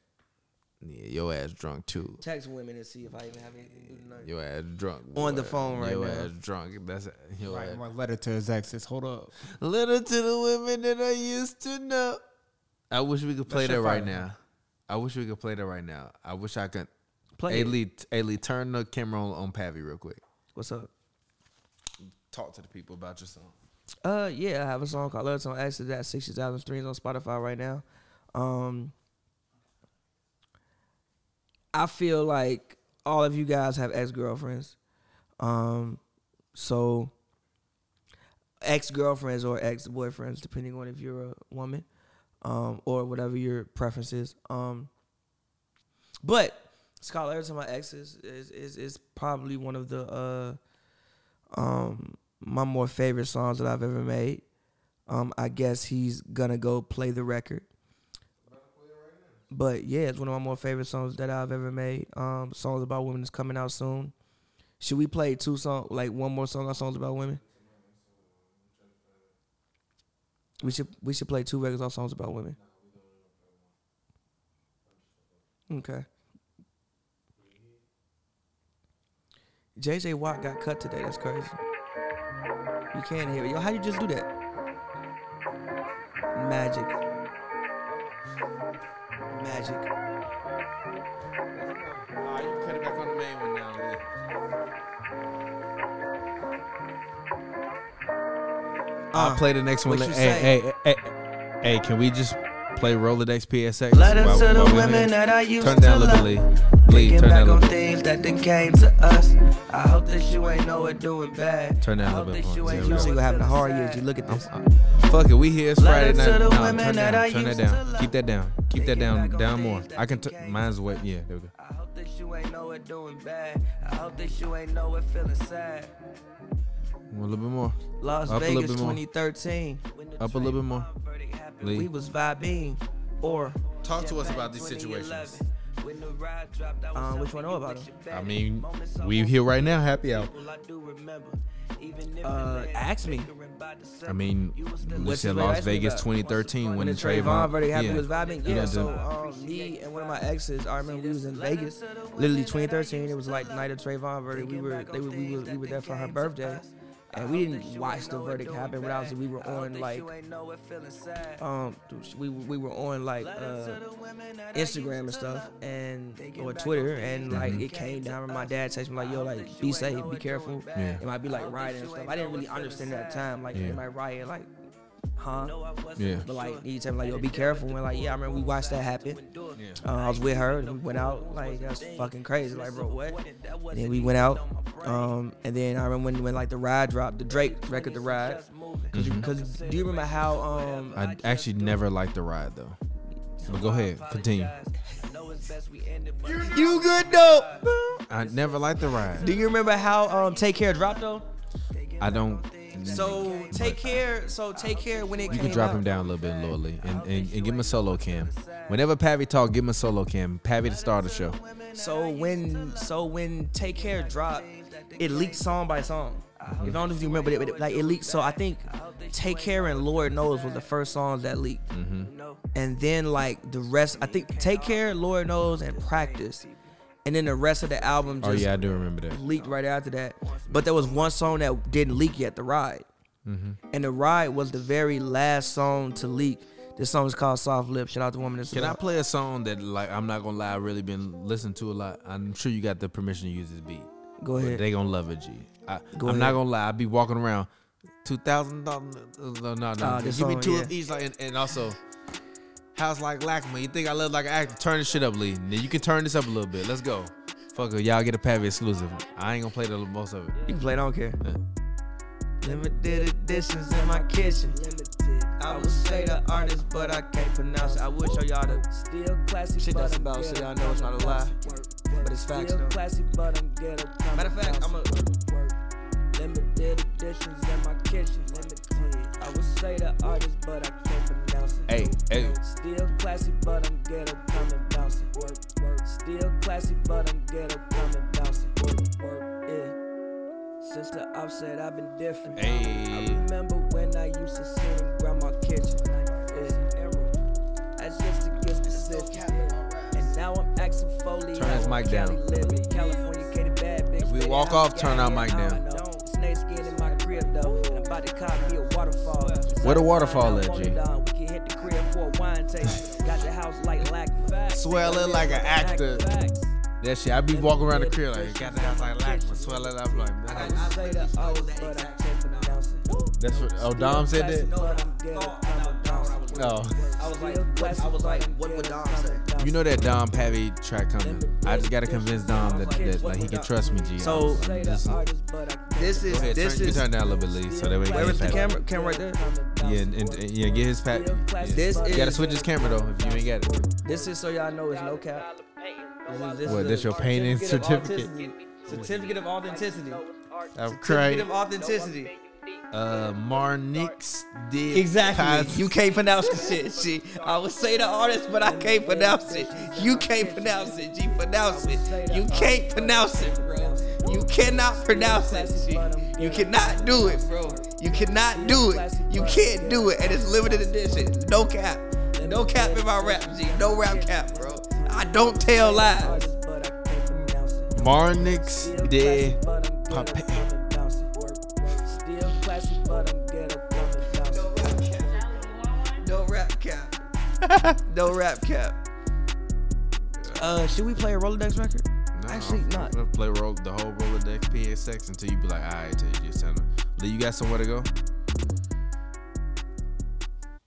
[SPEAKER 1] Yeah, your ass drunk too.
[SPEAKER 2] text women and see if I even have anything to do tonight.
[SPEAKER 1] Your ass drunk.
[SPEAKER 2] On the
[SPEAKER 1] boy.
[SPEAKER 2] phone right
[SPEAKER 1] your
[SPEAKER 2] now.
[SPEAKER 1] ass drunk. That's your
[SPEAKER 3] Writing
[SPEAKER 1] ass.
[SPEAKER 3] one letter to his exes. Hold up.
[SPEAKER 1] Little to the women that I used to know. I wish we could play
[SPEAKER 3] shit
[SPEAKER 1] that right
[SPEAKER 3] fire.
[SPEAKER 1] now. I wish we could play that right now. I wish I could.
[SPEAKER 2] Play
[SPEAKER 1] Play
[SPEAKER 2] it.
[SPEAKER 1] Ailey, Ailey, turn the camera on, on Pavi real quick.
[SPEAKER 2] What's up?
[SPEAKER 1] Talk to the people about your song.
[SPEAKER 2] Uh, yeah, I have a song called "Love Song." Actually, that sixty thousand streams on Spotify right now. Um, I feel like all of you guys have ex girlfriends. Um, so ex girlfriends or ex boyfriends, depending on if you're a woman, um, or whatever your preference is. Um, but Scholar to my exes is, is is probably one of the uh um my more favorite songs that I've ever made. Um, I guess he's gonna go play the record. But yeah, it's one of my more favorite songs that I've ever made. Um, songs about women is coming out soon. Should we play two song like one more song on songs about women? We should we should play two records on songs about women. Okay. JJ Watt got cut today. That's crazy. You can't hear it. Yo, how you just do that? Magic. Magic.
[SPEAKER 1] you cut it back on the main one now. I'll
[SPEAKER 2] Uh,
[SPEAKER 1] play the next one.
[SPEAKER 2] what you
[SPEAKER 1] Hey, hey, hey, hey, can we just play Rolodex PSX?
[SPEAKER 2] Letter
[SPEAKER 1] while-
[SPEAKER 2] to the
[SPEAKER 1] while we're
[SPEAKER 2] women
[SPEAKER 1] here?
[SPEAKER 2] that I used
[SPEAKER 1] Turn down a
[SPEAKER 2] to
[SPEAKER 1] little,
[SPEAKER 2] love.
[SPEAKER 1] Lee. Lee,
[SPEAKER 2] Thinking
[SPEAKER 1] turn
[SPEAKER 2] back
[SPEAKER 1] down a
[SPEAKER 2] on
[SPEAKER 1] little.
[SPEAKER 2] things that then came to us. I hope that you ain't know it doing bad.
[SPEAKER 1] Turn down a
[SPEAKER 2] I
[SPEAKER 1] little
[SPEAKER 2] hope
[SPEAKER 1] bit
[SPEAKER 2] that
[SPEAKER 1] more.
[SPEAKER 2] you
[SPEAKER 1] Yeah,
[SPEAKER 2] ain't
[SPEAKER 1] we
[SPEAKER 2] know
[SPEAKER 1] good.
[SPEAKER 2] see what happened to hard years. You look at this.
[SPEAKER 1] Fuck it, we here. It's Friday
[SPEAKER 2] Letter to
[SPEAKER 1] night.
[SPEAKER 2] the
[SPEAKER 1] No, turn
[SPEAKER 2] women
[SPEAKER 1] down,
[SPEAKER 2] that I
[SPEAKER 1] turn that
[SPEAKER 2] used to
[SPEAKER 1] down.
[SPEAKER 2] love.
[SPEAKER 1] Keep that down. Keep that
[SPEAKER 2] Thinking
[SPEAKER 1] down,
[SPEAKER 2] back on
[SPEAKER 1] down
[SPEAKER 2] things
[SPEAKER 1] more.
[SPEAKER 2] that
[SPEAKER 1] I can.
[SPEAKER 2] they
[SPEAKER 1] T-
[SPEAKER 2] can't
[SPEAKER 1] mine's wet. Yeah, there we go.
[SPEAKER 2] I hope that you ain't know it doing bad. I hope that you ain't know it feeling sad.
[SPEAKER 1] A little bit more.
[SPEAKER 2] Las
[SPEAKER 1] Up a little
[SPEAKER 2] Vegas
[SPEAKER 1] bit more.
[SPEAKER 2] 2013.
[SPEAKER 1] Up a little bit more. Lee.
[SPEAKER 2] We was vibing or
[SPEAKER 1] Talk to us about these situations. Uh,
[SPEAKER 2] um, which one know about him?
[SPEAKER 1] I mean, we here right now. Happy hour.
[SPEAKER 2] Uh, ask me.
[SPEAKER 1] I mean, we
[SPEAKER 2] What's
[SPEAKER 1] said
[SPEAKER 2] his
[SPEAKER 1] Las
[SPEAKER 2] name?
[SPEAKER 1] Vegas 2013 when
[SPEAKER 2] When
[SPEAKER 1] the
[SPEAKER 2] the
[SPEAKER 1] Trayvon
[SPEAKER 2] Trayvon verdict happened,
[SPEAKER 1] yeah.
[SPEAKER 2] it was vibing.
[SPEAKER 1] You
[SPEAKER 2] Yeah,
[SPEAKER 1] know,
[SPEAKER 2] so
[SPEAKER 1] the-
[SPEAKER 2] um, me and one of my exes, I remember we was in Vegas, literally 2013. It was like night of Trayvon verdict. We were they were, we were we were there for her birthday, and we didn't watch the verdict happen. But obviously we were on like um we we were on like uh, Instagram and stuff and or Twitter and
[SPEAKER 1] Mm-hmm.
[SPEAKER 2] like it came down. and My dad texted me like, "Yo, like be safe, be careful."
[SPEAKER 1] Yeah.
[SPEAKER 2] It might be like rioting and stuff. I didn't really understand at the time. Like
[SPEAKER 1] Yeah.
[SPEAKER 2] it might riot like, huh?
[SPEAKER 1] yeah.
[SPEAKER 2] But like he told me like, "Yo, be careful." When like, yeah, I remember we watched that happen.
[SPEAKER 1] Yeah.
[SPEAKER 2] Uh, I was with her and we went out. Like that's fucking crazy. Like bro, what? And then we went out. Um, and then I remember when, when like the ride dropped, the Drake record, the ride.
[SPEAKER 6] Mm-hmm.
[SPEAKER 2] Cause, you, cause do you remember how um
[SPEAKER 1] I actually never liked the ride though. But go ahead, continue.
[SPEAKER 2] you good though?
[SPEAKER 1] I never liked the ride.
[SPEAKER 2] Do you remember how um Take Care dropped though?
[SPEAKER 1] I don't.
[SPEAKER 2] So Take Care, so Take Care when it
[SPEAKER 1] You
[SPEAKER 2] came
[SPEAKER 1] can drop
[SPEAKER 2] out,
[SPEAKER 1] him down a little bit, Lorely, and, and, and give him a solo cam. Whenever Pavi talk, give him a solo cam. Pavi to start the show.
[SPEAKER 2] So when so when Take Care dropped, it leaked song by song. If I don't know if you remember, but it, but it- like it leaked. So I think Take Care and Lord Knows was the first songs that leaked,
[SPEAKER 1] Mm-hmm.
[SPEAKER 2] and then like the rest, I think Take Care, Lord Knows, and Practice and then the rest of the album
[SPEAKER 1] Oh
[SPEAKER 2] just
[SPEAKER 1] yeah, I do remember that.
[SPEAKER 2] leaked right after that. But there was one song that didn't leak yet, The Ride.
[SPEAKER 1] Mm-hmm.
[SPEAKER 2] And The Ride was the very last song to leak. This song is called Soft Lip. Shout out to Woman.
[SPEAKER 1] Can I play a song that like I'm not gonna lie, I really been listening to a lot. I'm sure you got the permission to use this beat.
[SPEAKER 2] Go
[SPEAKER 1] But
[SPEAKER 2] ahead.
[SPEAKER 1] they gonna love it, G. I,
[SPEAKER 2] Go
[SPEAKER 1] I'm not
[SPEAKER 2] ahead.
[SPEAKER 1] gonna lie, I be walking around. Two thousand dollars. No, no, no.
[SPEAKER 2] Ah,
[SPEAKER 1] Give
[SPEAKER 2] this
[SPEAKER 1] me
[SPEAKER 2] song,
[SPEAKER 1] two
[SPEAKER 2] yeah.
[SPEAKER 1] of each, like, and, and also, how's like Lackman? You think I love like an actor? Turn this shit up, Lee. Now you can turn this up a little bit. Let's go. Fuck it, y'all get a Pavi exclusive. I ain't gonna play the most of it.
[SPEAKER 2] you can play. it, I don't care.
[SPEAKER 1] Yeah.
[SPEAKER 2] Limited editions in my kitchen. I would say the artist, but I can't pronounce it. I would show y'all the
[SPEAKER 7] Still classy,
[SPEAKER 2] Shit
[SPEAKER 7] but
[SPEAKER 2] that's
[SPEAKER 7] I'm
[SPEAKER 2] about,
[SPEAKER 7] ghetto,
[SPEAKER 2] so y'all know it's not a lie.
[SPEAKER 7] But
[SPEAKER 2] it's facts,
[SPEAKER 7] Still
[SPEAKER 2] though.
[SPEAKER 7] classy, but I'm ghetto. come
[SPEAKER 2] Matter of fact,
[SPEAKER 7] bounce
[SPEAKER 2] I'ma-
[SPEAKER 7] it, work, work. Limited editions in my kitchen. Limited. I would say the artist, but I can't pronounce it.
[SPEAKER 1] Hey, hey.
[SPEAKER 7] Still classy, but I'm ghetto. Come and bounce it. Work, work. Still classy, but I'm ghetto. Come and bounce it. Work, work. Yeah. Since the outset, I've been different. I
[SPEAKER 1] Hey.
[SPEAKER 7] remember when I used to sit in grandma kitchen. Yeah. That's just to get specific. And now I'm asking Foley.
[SPEAKER 1] Turn his mic down.
[SPEAKER 7] California, Katy bad bitch.
[SPEAKER 1] If we
[SPEAKER 7] baby,
[SPEAKER 1] walk
[SPEAKER 7] how
[SPEAKER 1] off, turn our
[SPEAKER 7] got
[SPEAKER 1] mic
[SPEAKER 7] here, I
[SPEAKER 1] down.
[SPEAKER 7] don't know. Snake skin in my crib though. And I'm about to cop me a waterfall.
[SPEAKER 1] Where the waterfall at, G?
[SPEAKER 7] We can hit the crib for a wine taste. Got the house like lack facts.
[SPEAKER 1] Swear I look like an actor. That shit, I be walking around the crib like, got the house like Lackman. Swear that I'm like, man.
[SPEAKER 7] I say the O's, but I can't pronounce it.
[SPEAKER 1] That's what. Oh, Dom said that.
[SPEAKER 7] But I'm ghetto, I'm a bouncer.
[SPEAKER 1] Oh.
[SPEAKER 7] I was like, what, I was like, what would Dom say?
[SPEAKER 1] You know that Dom Pavi track coming. I just gotta convince Dom that, that like he can trust me, G.
[SPEAKER 2] So-
[SPEAKER 1] I'm- I'm just- go
[SPEAKER 2] This is
[SPEAKER 1] ahead,
[SPEAKER 2] this
[SPEAKER 1] turn,
[SPEAKER 2] is
[SPEAKER 1] turn down a little bit, Lee, so that way.
[SPEAKER 2] Where
[SPEAKER 1] Where's
[SPEAKER 2] is the camera? Camera right there.
[SPEAKER 1] Yeah, and, and, and- yeah, get his pat. Yeah.
[SPEAKER 2] This
[SPEAKER 1] you gotta
[SPEAKER 2] is-
[SPEAKER 1] switch his camera though if you ain't got it.
[SPEAKER 2] This is so y'all know it's no cap. This is, this
[SPEAKER 1] What?
[SPEAKER 2] is
[SPEAKER 1] That's
[SPEAKER 2] a
[SPEAKER 1] your painting certificate.
[SPEAKER 2] authenticity. Certificate of authenticity.
[SPEAKER 1] I'm
[SPEAKER 2] Certificate
[SPEAKER 1] crying.
[SPEAKER 2] of authenticity.
[SPEAKER 1] Uh, Marnix did
[SPEAKER 2] Exactly. You can't pronounce the shit. She, I would say the artist, but I can't pronounce it. You can't pronounce it. G, pronounce it. You can't pronounce it, bro. You cannot pronounce that shit. You cannot do it, bro. You cannot do it. You can't do it. And it's limited edition. No cap. No cap in my rap, G. No rap cap, bro. I don't tell lies.
[SPEAKER 1] Marnix did.
[SPEAKER 7] Still classy, but I'm ghetto, but I'm bouncing.
[SPEAKER 2] No rap cap. no rap cap. Uh, should we play a Rolodex record? Actually,
[SPEAKER 1] I'm
[SPEAKER 2] not.
[SPEAKER 1] gonna play roll, the whole Rolodex PSX until you be like, all right, till you just tell them. Lee, you got somewhere to go?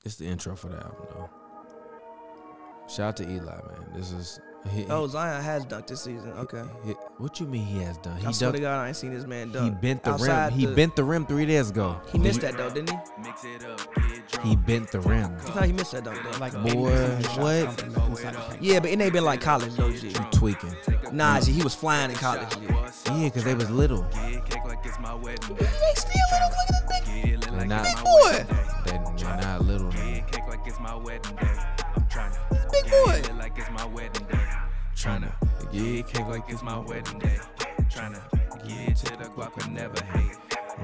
[SPEAKER 1] It's the intro for the album, though. Shout out to Eli, man. This is. He,
[SPEAKER 2] Oh, Zion has dunked this season. Okay.
[SPEAKER 1] he- what you mean he has done? He
[SPEAKER 2] I swear
[SPEAKER 1] dunked-
[SPEAKER 2] to God, I ain't seen this man dunk.
[SPEAKER 1] He bent the
[SPEAKER 2] Outside
[SPEAKER 1] rim. He
[SPEAKER 2] the-
[SPEAKER 1] bent the rim three days ago.
[SPEAKER 2] He missed that though, didn't he?
[SPEAKER 1] He bent the rim.
[SPEAKER 2] I thought he missed that dunk though. Like,
[SPEAKER 1] Boy, what?
[SPEAKER 2] yeah, but it ain't been like college though, G.
[SPEAKER 1] You tweaking?
[SPEAKER 2] Nah, G, he was flying in college. G.
[SPEAKER 1] Yeah, cause they was little. They're not,
[SPEAKER 2] Big boy,
[SPEAKER 1] They, they're not little. Man.
[SPEAKER 2] big boy.
[SPEAKER 1] Trying to get cake like it's my wedding day. Trying to get to the guap and never hate.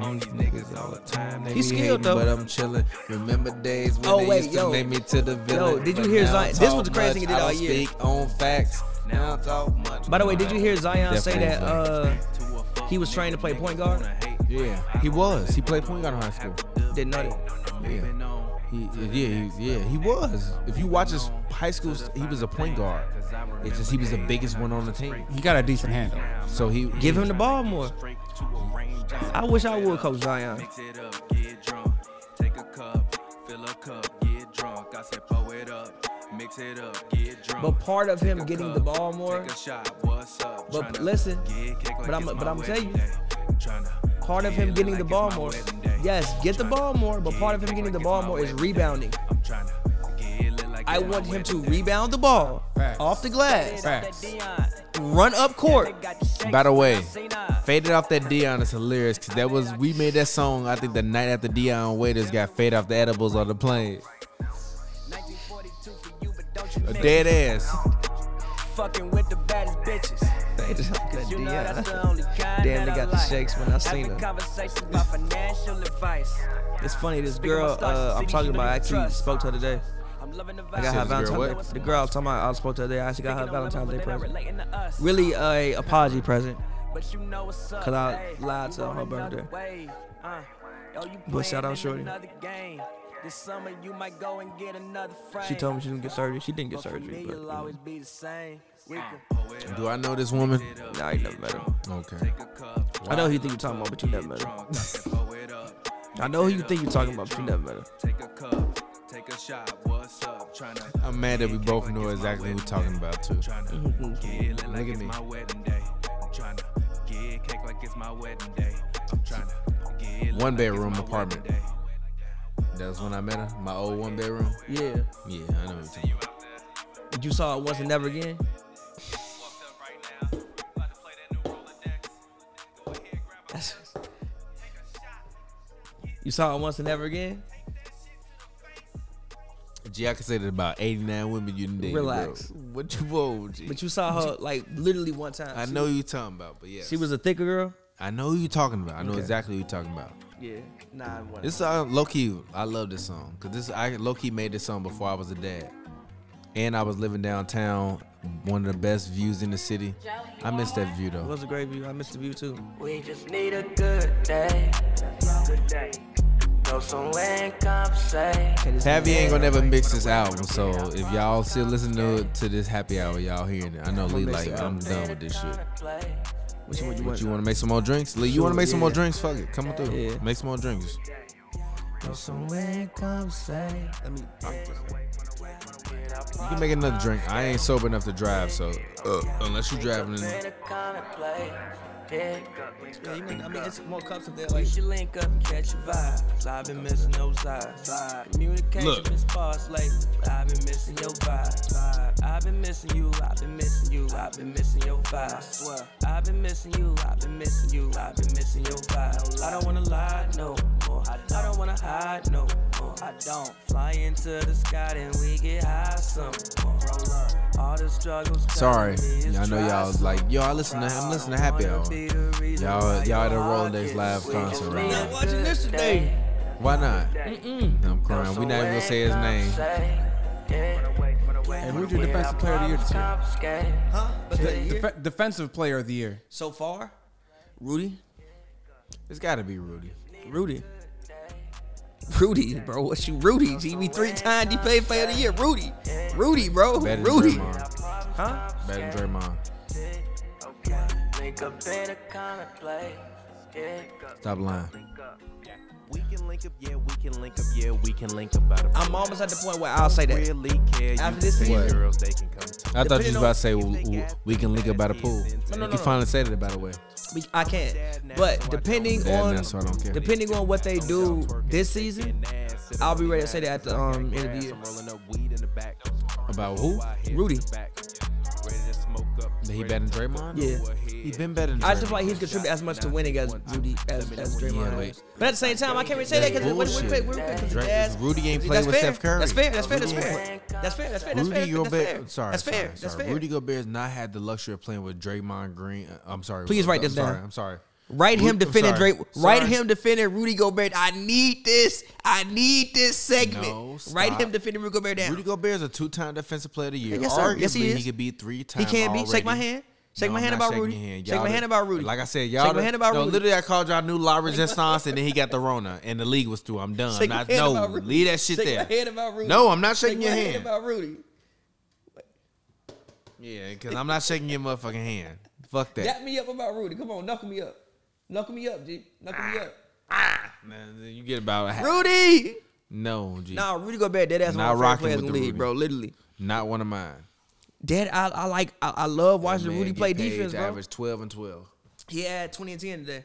[SPEAKER 1] On these niggas all the time. They
[SPEAKER 2] He's
[SPEAKER 1] be
[SPEAKER 2] skilled,
[SPEAKER 1] hating,
[SPEAKER 2] though.
[SPEAKER 1] But I'm chilling. Remember days when
[SPEAKER 2] Oh,
[SPEAKER 1] they
[SPEAKER 2] wait,
[SPEAKER 1] used to
[SPEAKER 2] yo.
[SPEAKER 1] make me to the villain.
[SPEAKER 2] did you
[SPEAKER 1] but
[SPEAKER 2] hear
[SPEAKER 1] now I
[SPEAKER 2] Zion- this
[SPEAKER 1] talk
[SPEAKER 2] was the crazy thing he
[SPEAKER 1] much,
[SPEAKER 2] did all
[SPEAKER 1] I don't
[SPEAKER 2] year.
[SPEAKER 1] Speak on facts. Now I talk much.
[SPEAKER 2] By the way, did you hear Zion say
[SPEAKER 1] Definitely
[SPEAKER 2] that uh, he was trained to play point guard?
[SPEAKER 1] Yeah, he was. He played point guard in high school.
[SPEAKER 2] Didn't know that.
[SPEAKER 1] Yeah. He, yeah, he, yeah, he was. If you watch his high school, he was a point guard. It's just he was the biggest one on the team.
[SPEAKER 8] He got a decent handle.
[SPEAKER 1] So he
[SPEAKER 2] Give him the ball more. I wish I would coach Zion. But part of him getting the ball more. But listen, but I'm but I'm telling you, part of him getting the ball more. Yes, get the ball more, but part of him getting the ball more is rebounding. I want him to rebound the ball
[SPEAKER 8] Facts.
[SPEAKER 2] off the glass,
[SPEAKER 8] Facts.
[SPEAKER 2] run up court.
[SPEAKER 1] By the way, faded off that Dion is hilarious because that was we made that song. I think the night after Dion Waiters got faded off the edibles on the plane. A dead ass.
[SPEAKER 7] Fucking with the baddest bitches. You know that's the only kind that
[SPEAKER 2] Damn, they
[SPEAKER 7] I
[SPEAKER 2] got the
[SPEAKER 7] like.
[SPEAKER 2] shakes when I
[SPEAKER 7] Having
[SPEAKER 2] seen her.
[SPEAKER 7] conversations about financial advice.
[SPEAKER 2] It's funny, this
[SPEAKER 7] Speaking
[SPEAKER 2] girl
[SPEAKER 7] of stars,
[SPEAKER 2] uh, I'm
[SPEAKER 7] cities
[SPEAKER 2] talking
[SPEAKER 7] you
[SPEAKER 2] about, I
[SPEAKER 7] don't
[SPEAKER 2] actually
[SPEAKER 7] trust.
[SPEAKER 2] spoke to her today.
[SPEAKER 7] I'm loving the vibe.
[SPEAKER 2] I
[SPEAKER 1] Said
[SPEAKER 2] got her
[SPEAKER 1] this girl
[SPEAKER 2] Valentine's
[SPEAKER 1] what?
[SPEAKER 2] Day. The girl I was talking about, I was supposed to today. I actually got her Valentine's Day present.
[SPEAKER 7] Really?
[SPEAKER 2] Really, a apology present.
[SPEAKER 7] But you know what's up.
[SPEAKER 2] 'Cause I
[SPEAKER 7] ayy.
[SPEAKER 2] lied
[SPEAKER 7] You
[SPEAKER 2] to her
[SPEAKER 7] on
[SPEAKER 2] birthday.
[SPEAKER 7] another wave, uh. Yo, you
[SPEAKER 2] But shout
[SPEAKER 7] playing
[SPEAKER 2] out
[SPEAKER 7] in
[SPEAKER 2] Shorty.
[SPEAKER 7] another game. This summer you might go and get another
[SPEAKER 2] She
[SPEAKER 7] frame.
[SPEAKER 2] told me she didn't get surgery. She didn't get
[SPEAKER 7] But for
[SPEAKER 2] surgery,
[SPEAKER 7] me,
[SPEAKER 2] but you
[SPEAKER 7] you'll
[SPEAKER 2] know.
[SPEAKER 7] always be the same. We
[SPEAKER 8] Ah.
[SPEAKER 7] could-
[SPEAKER 8] Oh,
[SPEAKER 1] Do I know this woman?
[SPEAKER 2] nah, you never met her.
[SPEAKER 1] Okay.
[SPEAKER 2] I know who you think you're talking about, but you never met her. I know who you think you're talking about, but you never met her.
[SPEAKER 1] I'm mad that we both know exactly who we're talking about too. Look at me. One bedroom apartment. That's when I met her. My old one bedroom.
[SPEAKER 2] Yeah.
[SPEAKER 1] Yeah, I know. what you're talking about.
[SPEAKER 2] But you saw it once and never again. That's- You saw it once and never again.
[SPEAKER 1] Gee, I considered about 89 women you done dated.
[SPEAKER 2] Relax.
[SPEAKER 1] Bro. What you whoa, G.
[SPEAKER 2] But you saw her like literally one time.
[SPEAKER 1] I
[SPEAKER 2] She-
[SPEAKER 1] know who you talking about, but yeah.
[SPEAKER 2] she was a thicker girl.
[SPEAKER 1] I know who you talking about. I know
[SPEAKER 2] Okay.
[SPEAKER 1] exactly who you talking about.
[SPEAKER 2] Yeah, nah, it wasn't.
[SPEAKER 1] This uh, low key, I love this song because this I low key made this song before I was a dad, and I was living downtown, one of the best views in the city. I miss that view
[SPEAKER 2] It
[SPEAKER 1] though.
[SPEAKER 2] was a great view. I missed the view too.
[SPEAKER 7] We just need a good day. Good day. Go somewhere and conversate.
[SPEAKER 2] Okay, this
[SPEAKER 1] Happy ain't gonna never mix this album, so if y'all still listen to to this happy hour, y'all hearing it. I know Lee like I'm done with this shit.
[SPEAKER 2] Which one you
[SPEAKER 1] But
[SPEAKER 2] want?
[SPEAKER 1] you want to make some more drinks, Lee? You want to make some more
[SPEAKER 2] Yeah.
[SPEAKER 1] drinks? Fuck it, come on through.
[SPEAKER 2] Yeah.
[SPEAKER 1] Make some more drinks.
[SPEAKER 2] Go somewhere and conversate. I mean,
[SPEAKER 1] You can make another drink. I ain't sober enough to drive, so uh, unless you driving, then
[SPEAKER 2] yeah, you mean, I mean, it's more cups up there. Like,
[SPEAKER 7] You should link up and catch a vibe. I've been missing those eyes. Vibe. Communication
[SPEAKER 1] Look.
[SPEAKER 7] been sparse lately. I've been missing your vibe. vibe. I've been missing you. I've been missing you. I've been missing your vibe. I swear. I've been missing you. I've been missing you. I've been missing your vibe. I don't wanna lie no more. I don't, wanna hide no more. I don't fly into the sky and we get high some more. Roll up. All the struggles.
[SPEAKER 1] Sorry.
[SPEAKER 7] coming is
[SPEAKER 1] I know
[SPEAKER 7] try
[SPEAKER 1] y'all was
[SPEAKER 7] some
[SPEAKER 1] like, yo, I listen to, I'm listening to Happy Hour. Y'all, y'all at a Rolodex live concert right now.
[SPEAKER 2] watching this today.
[SPEAKER 1] Why not? Mm-mm. I'm crying. we not even gonna say his name.
[SPEAKER 2] And who's your defensive player of the year this year? Huh?
[SPEAKER 3] Def- defensive player of the year.
[SPEAKER 2] so far, Rudy.
[SPEAKER 1] It's gotta be Rudy.
[SPEAKER 2] Rudy. Rudy, bro. What you, Rudy? G, we three time D paid player of the year. Rudy. Rudy, bro.
[SPEAKER 1] Better than
[SPEAKER 2] Rudy.
[SPEAKER 1] Draymond.
[SPEAKER 2] Huh?
[SPEAKER 1] Better than Draymond. Stop lying.
[SPEAKER 8] We can link up, yeah, we can link up, yeah, we can link up about it.
[SPEAKER 2] I'm almost at the point where I'll say that.
[SPEAKER 8] really care.
[SPEAKER 2] After
[SPEAKER 8] After
[SPEAKER 2] this
[SPEAKER 8] this
[SPEAKER 2] season-
[SPEAKER 8] girls, they can come to.
[SPEAKER 1] I thought you was
[SPEAKER 2] Depending
[SPEAKER 1] about
[SPEAKER 2] on-
[SPEAKER 1] to say w- w- we can link up by the pool.
[SPEAKER 8] No,
[SPEAKER 2] no, no,
[SPEAKER 1] You
[SPEAKER 2] no.
[SPEAKER 1] finally said it, by the way.
[SPEAKER 2] We, I can't. But depending
[SPEAKER 1] Dad,
[SPEAKER 2] on
[SPEAKER 1] that's why I don't care.
[SPEAKER 2] depending on what they do this season, I'll be ready to say that at the um end of the year.
[SPEAKER 8] rolling up weed in the back.
[SPEAKER 1] About who?
[SPEAKER 2] Rudy.
[SPEAKER 8] Back. Ready to smoke up.
[SPEAKER 1] That he better than Draymond?
[SPEAKER 2] Yeah.
[SPEAKER 1] He been better than Draymond.
[SPEAKER 2] I just feel like he's contributed as much to winning as Rudy as, as Draymond
[SPEAKER 1] Yeah, but-
[SPEAKER 2] has. But at the same time, I can't really say that because
[SPEAKER 1] bullshit.
[SPEAKER 2] we're because
[SPEAKER 1] Dray-
[SPEAKER 2] Jazz.
[SPEAKER 1] Rudy ain't
[SPEAKER 2] that's
[SPEAKER 1] playing with
[SPEAKER 2] fair.
[SPEAKER 1] Steph Curry.
[SPEAKER 2] That's fair. That's fair. That's
[SPEAKER 1] Rudy ain't
[SPEAKER 2] fair. That's fair. That's fair. That's fair.
[SPEAKER 1] Rudy
[SPEAKER 2] That's fair.
[SPEAKER 1] Gobert, sorry,
[SPEAKER 2] That's fair.
[SPEAKER 1] sorry,
[SPEAKER 2] That's
[SPEAKER 1] sorry.
[SPEAKER 2] fair.
[SPEAKER 1] Rudy Gobert has not had the luxury of playing with Draymond Green. uh, I'm sorry.
[SPEAKER 2] Please write
[SPEAKER 1] I'm
[SPEAKER 2] this
[SPEAKER 1] sorry,
[SPEAKER 2] down.
[SPEAKER 1] I'm sorry.
[SPEAKER 2] Write him
[SPEAKER 1] Ru- I'm
[SPEAKER 2] defending
[SPEAKER 1] sorry.
[SPEAKER 2] Drake. Write
[SPEAKER 1] Sorry.
[SPEAKER 2] him defending Rudy Gobert. I need this. I need this segment.
[SPEAKER 1] No,
[SPEAKER 2] Write
[SPEAKER 1] stop.
[SPEAKER 2] him defending Rudy Gobert down.
[SPEAKER 1] Rudy Gobert is a two-time defensive player of the year.
[SPEAKER 2] Yes, sir.
[SPEAKER 1] Arguably,
[SPEAKER 2] Yes, he
[SPEAKER 1] he,
[SPEAKER 2] is.
[SPEAKER 1] could be three-time.
[SPEAKER 2] he can't be. Shake my
[SPEAKER 1] already.
[SPEAKER 2] hand. Shake
[SPEAKER 1] No,
[SPEAKER 2] my
[SPEAKER 1] I'm
[SPEAKER 2] hand
[SPEAKER 1] not
[SPEAKER 2] about
[SPEAKER 1] shaking
[SPEAKER 2] Rudy.
[SPEAKER 1] your hand.
[SPEAKER 2] Shake
[SPEAKER 1] Y'all
[SPEAKER 2] my
[SPEAKER 1] done-
[SPEAKER 2] hand about Rudy.
[SPEAKER 1] Like I said, y'all.
[SPEAKER 2] Shake my
[SPEAKER 1] done-
[SPEAKER 2] hand about
[SPEAKER 1] no,
[SPEAKER 2] Rudy.
[SPEAKER 1] literally, I called y'all new La Resistance, and then he got the Rona, and the league was through. I'm done.
[SPEAKER 2] Shake my
[SPEAKER 1] Not-
[SPEAKER 2] hand
[SPEAKER 1] no,
[SPEAKER 2] about Rudy.
[SPEAKER 1] leave that shit
[SPEAKER 2] Shake
[SPEAKER 1] there.
[SPEAKER 2] my hand about Rudy.
[SPEAKER 1] No, I'm not
[SPEAKER 2] Shake
[SPEAKER 1] shaking
[SPEAKER 2] my
[SPEAKER 1] your
[SPEAKER 2] hand
[SPEAKER 1] hand.
[SPEAKER 2] about Rudy.
[SPEAKER 1] Yeah, because I'm not shaking your motherfucking hand. Fuck that.
[SPEAKER 2] Dap me up about Rudy. Come on, knuckle me up. Knuckle me up, G. Knuckle me up.
[SPEAKER 1] Man, you get about a half.
[SPEAKER 2] Rudy.
[SPEAKER 1] No, G.
[SPEAKER 2] Nah, Rudy Gobert. Dead ass
[SPEAKER 1] Not
[SPEAKER 2] one of the
[SPEAKER 1] rocking
[SPEAKER 2] first players
[SPEAKER 1] with
[SPEAKER 2] in the
[SPEAKER 1] the
[SPEAKER 2] league,
[SPEAKER 1] Rudy.
[SPEAKER 2] bro. Literally.
[SPEAKER 1] Not one of mine.
[SPEAKER 2] Dead. I, I like. I, I love watching
[SPEAKER 1] Man,
[SPEAKER 2] Rudy
[SPEAKER 1] get
[SPEAKER 2] play
[SPEAKER 1] paid
[SPEAKER 2] defense,
[SPEAKER 1] to
[SPEAKER 2] bro.
[SPEAKER 1] Average 12 and 12.
[SPEAKER 2] He had 20 and 10 today.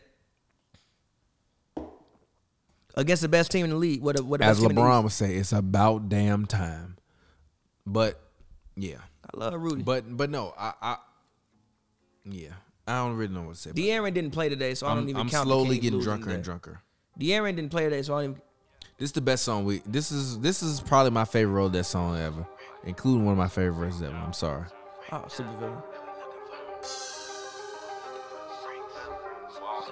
[SPEAKER 2] Against the best team in the league. What, a, what a
[SPEAKER 1] As
[SPEAKER 2] best team in the
[SPEAKER 1] LeBron
[SPEAKER 2] East.
[SPEAKER 1] would say, it's about damn time. But yeah,
[SPEAKER 2] I love Rudy. But
[SPEAKER 1] but but no, I, I yeah, I don't really know what to say. but
[SPEAKER 2] De'Aaron didn't play today, so I'm, I do
[SPEAKER 1] I'm,
[SPEAKER 2] not even
[SPEAKER 1] I'm
[SPEAKER 2] count. the
[SPEAKER 1] slowly
[SPEAKER 2] Kings
[SPEAKER 1] getting
[SPEAKER 2] losing
[SPEAKER 1] drunker
[SPEAKER 2] today.
[SPEAKER 1] and drunker.
[SPEAKER 2] De'Aaron didn't play today, so I don't even.
[SPEAKER 1] This is the best song we. This is this is probably my favorite road that song ever, including one of my favorite verses ever. I'm sorry.
[SPEAKER 2] Oh, super villain.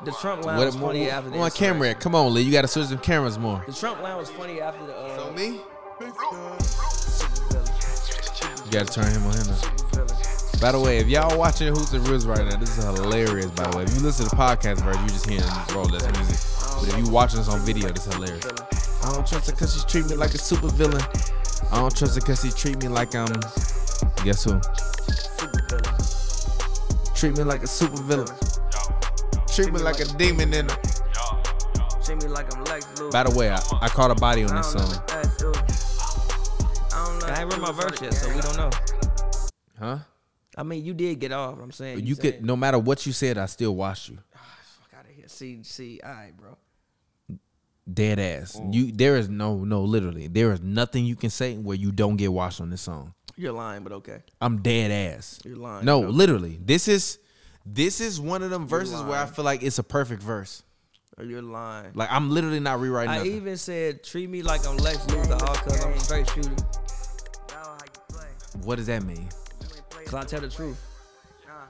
[SPEAKER 2] The Trump line
[SPEAKER 1] What-
[SPEAKER 2] was funny
[SPEAKER 1] what-
[SPEAKER 2] after the
[SPEAKER 1] on
[SPEAKER 2] insurrection.
[SPEAKER 1] camera? Come on, Lee. You got to switch them cameras more.
[SPEAKER 2] The Trump line was funny after the. Uh,
[SPEAKER 1] me. gotta turn him on him. By the way, if y'all watching Hoots and Reels right now, this is hilarious. By the way, if you listen to the podcast version, you just hearing this roll that's music. But if you watching us on video, this is hilarious. I don't trust her cause she treat me like a super villain. I don't trust her cause she treat me like um, I'm guess who? Treat me like a super villain. Treat me like a demon in her.
[SPEAKER 7] Treat me like I'm Lex Luthor.
[SPEAKER 1] By the way, I, I caught a body on
[SPEAKER 7] I
[SPEAKER 1] this
[SPEAKER 7] don't know
[SPEAKER 1] song.
[SPEAKER 7] the best, dude. I don't know.
[SPEAKER 2] I ain't read my verse yet, so we don't know.
[SPEAKER 1] Huh?
[SPEAKER 2] I mean, you did get off. I'm saying
[SPEAKER 1] You
[SPEAKER 2] said-
[SPEAKER 1] could no matter what you said, I still watched you.
[SPEAKER 2] Fuck out of here. See, see, all right, bro.
[SPEAKER 1] dead ass.
[SPEAKER 2] Oh.
[SPEAKER 1] You there is no no literally there is nothing you can say where you don't get washed on this song.
[SPEAKER 2] You're lying, but okay.
[SPEAKER 1] I'm dead ass.
[SPEAKER 2] You're lying,
[SPEAKER 1] No,
[SPEAKER 2] bro.
[SPEAKER 1] literally. This is this is one of them verses where I
[SPEAKER 2] lying.
[SPEAKER 1] feel like it's a perfect verse.
[SPEAKER 2] You're lying.
[SPEAKER 1] Like I'm literally not rewriting
[SPEAKER 2] I
[SPEAKER 1] nothing.
[SPEAKER 2] even said treat me like I'm Lex Luthor, all cause I'm a straight shooter.
[SPEAKER 1] what does that mean?
[SPEAKER 2] Cause I tell the truth.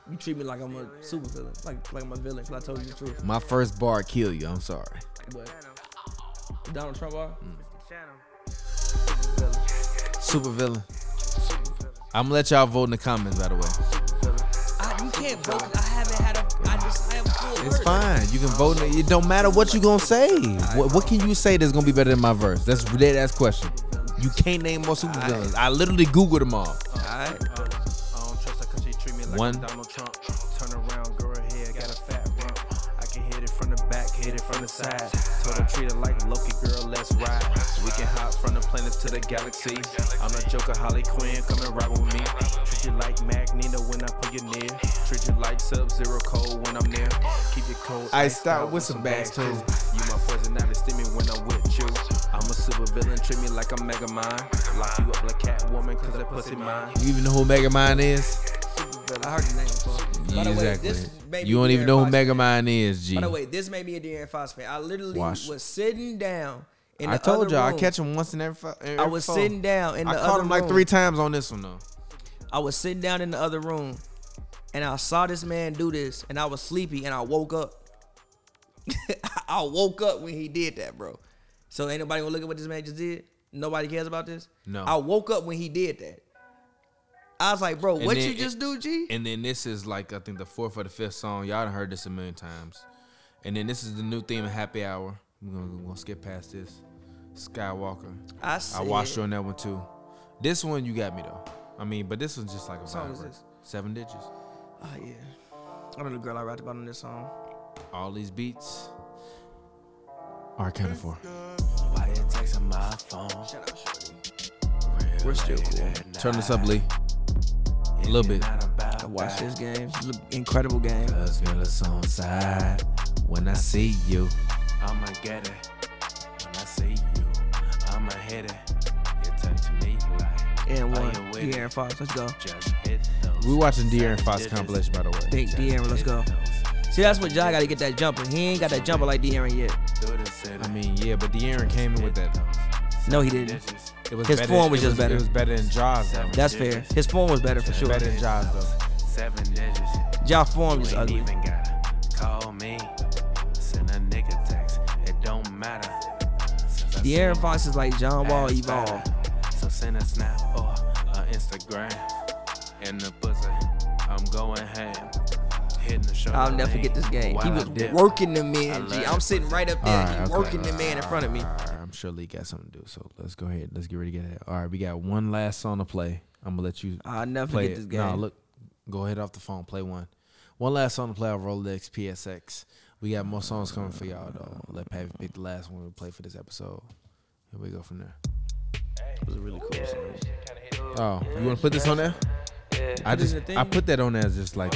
[SPEAKER 2] You treat me like I'm a super villain, like like I'm a villain. Cause I told you the truth.
[SPEAKER 1] My first bar kill you. I'm sorry.
[SPEAKER 2] But Donald Trump are
[SPEAKER 1] Super villain. I'm gonna let y'all vote in the comments. By the way,
[SPEAKER 2] I, you can't vote. 'cause I haven't had a. I just I am full.
[SPEAKER 1] it's fine. You can vote. In the, it don't matter what you gonna say. What, what can you say that's gonna be better than my verse? That's a dead ass question. You can't name more super villains. I literally googled them all.
[SPEAKER 2] All right.
[SPEAKER 8] I don't trust her cause she treat me like
[SPEAKER 1] One.
[SPEAKER 8] a Donald Trump. Turn around, girl, here, got a fat rump. I can hit it from the back, hit it from the side. Told her treat her like Loki, girl, let's ride. We can hop from the planets to the galaxy. I'm a Joker, Holly Quinn, come and ride with me. Treat you like Magneto when I pull you near. Treat you like Sub Zero Cold when I'm near. Keep your cold.
[SPEAKER 1] I
[SPEAKER 8] iced
[SPEAKER 1] start
[SPEAKER 8] out
[SPEAKER 1] with some bags,
[SPEAKER 8] bags,
[SPEAKER 1] too.
[SPEAKER 8] you my poison out of steaming when I'm with you. I'm a super villain, treat me like a mega mind. Lock you up like Catwoman, cause that pussy mine.
[SPEAKER 1] You even know who Megamind is?
[SPEAKER 2] I heard the name before. By the way,
[SPEAKER 1] exactly.
[SPEAKER 2] this made me
[SPEAKER 1] you don't
[SPEAKER 2] a
[SPEAKER 1] even know who
[SPEAKER 2] De'Aaron Fox fan.
[SPEAKER 1] Megamind is, G.
[SPEAKER 2] By the way, this made me a De'Aaron Fox fan. I literally
[SPEAKER 1] Wash.
[SPEAKER 2] was sitting down. In
[SPEAKER 1] I
[SPEAKER 2] the
[SPEAKER 1] told
[SPEAKER 2] other
[SPEAKER 1] y'all I
[SPEAKER 2] room.
[SPEAKER 1] catch him once in every. fu- every
[SPEAKER 2] I was
[SPEAKER 1] four.
[SPEAKER 2] sitting down in the
[SPEAKER 1] I
[SPEAKER 2] other
[SPEAKER 1] caught him like
[SPEAKER 2] room.
[SPEAKER 1] three times on this one though.
[SPEAKER 2] I was sitting down in the other room and I saw this man do this and I was sleepy and I woke up. I woke up when he did that, bro. So ain't nobody gonna look at what this man just did? Nobody cares about this?
[SPEAKER 1] No.
[SPEAKER 2] I woke up when he did that. I was like, bro,
[SPEAKER 1] And
[SPEAKER 2] what
[SPEAKER 1] then
[SPEAKER 2] you
[SPEAKER 1] it-
[SPEAKER 2] just do, G?
[SPEAKER 1] And then this is like I think the fourth or the fifth song. Y'all done heard this a million times. And then this is the new theme of Happy Hour. We're gonna, we're gonna skip past this. Skywalker.
[SPEAKER 2] I
[SPEAKER 1] I
[SPEAKER 2] said-
[SPEAKER 1] watched you on that one too. This one you got me though. I mean, but this one's just like a
[SPEAKER 2] song
[SPEAKER 1] vibe
[SPEAKER 2] is
[SPEAKER 1] verse.
[SPEAKER 2] this?
[SPEAKER 1] Seven digits.
[SPEAKER 2] Oh yeah. I know the girl I rapped about on this song.
[SPEAKER 1] All these beats are accounted for.
[SPEAKER 8] Why you texting my phone?
[SPEAKER 2] Shout out Shorty. We're still cool.
[SPEAKER 1] Turn this up, Lee. A little bit.
[SPEAKER 2] I watched this game. It's an incredible game.
[SPEAKER 1] Cause girl, it's on side when I see you.
[SPEAKER 8] I'ma get it when I see you. I'ma hit it. You talk to me like
[SPEAKER 2] And
[SPEAKER 8] are
[SPEAKER 2] one.
[SPEAKER 8] you with
[SPEAKER 2] De'Aaron
[SPEAKER 8] it?
[SPEAKER 2] Fox, let's go.
[SPEAKER 8] Just hit those.
[SPEAKER 1] We watching De'Aaron Fox
[SPEAKER 8] digits.
[SPEAKER 1] compilation, by the way.
[SPEAKER 2] Think De'Aaron, let's
[SPEAKER 8] Hit
[SPEAKER 2] go.
[SPEAKER 8] those.
[SPEAKER 2] See, that's what John got to get that jumper. He ain't got that jumper like De'Aaron yet.
[SPEAKER 8] Do the city.
[SPEAKER 1] I mean, yeah, but De'Aaron came in with that.
[SPEAKER 2] No, he didn't.
[SPEAKER 1] It was
[SPEAKER 2] His
[SPEAKER 1] better-
[SPEAKER 2] form was
[SPEAKER 1] it
[SPEAKER 2] just better.
[SPEAKER 1] It was better than Jaws, though.
[SPEAKER 2] That's fair. His form was better for sure.
[SPEAKER 1] better than Jaws, though.
[SPEAKER 8] Seven digits.
[SPEAKER 2] Ja's form
[SPEAKER 8] You
[SPEAKER 2] is
[SPEAKER 8] ain't
[SPEAKER 2] ugly.
[SPEAKER 8] even gotta call me. Send a nigga text. It don't matter. Since I
[SPEAKER 2] De'Aaron
[SPEAKER 8] seen
[SPEAKER 2] Fox is like John Wall
[SPEAKER 8] ass
[SPEAKER 2] evolved.
[SPEAKER 8] fatter. So send a snap or an Instagram. In the pussy, I'm going ham. Hitting the shoulder.
[SPEAKER 2] I'll never forget this game. He
[SPEAKER 8] While I
[SPEAKER 2] was
[SPEAKER 8] dip.
[SPEAKER 2] working the
[SPEAKER 8] I
[SPEAKER 2] man, G.
[SPEAKER 8] love
[SPEAKER 2] I'm
[SPEAKER 8] it.
[SPEAKER 2] sitting right up there. He working the man in front of me.
[SPEAKER 1] All right, I'm sure Lee got something to do, so let's go ahead. Let's get ready to get it. All right, we got one last song to play. I'm gonna let you.
[SPEAKER 2] I'll never
[SPEAKER 1] play
[SPEAKER 2] forget
[SPEAKER 1] it.
[SPEAKER 2] this game.
[SPEAKER 1] Nah, look, go ahead off the phone. Play one. One last song to play off Rolex PSX. We got more songs coming for y'all though. Let Pappy pick the last one we play for this episode. Here we go from there.
[SPEAKER 2] It was a really cool song.
[SPEAKER 1] Oh, you want to put this on there? I just I put that on there as just like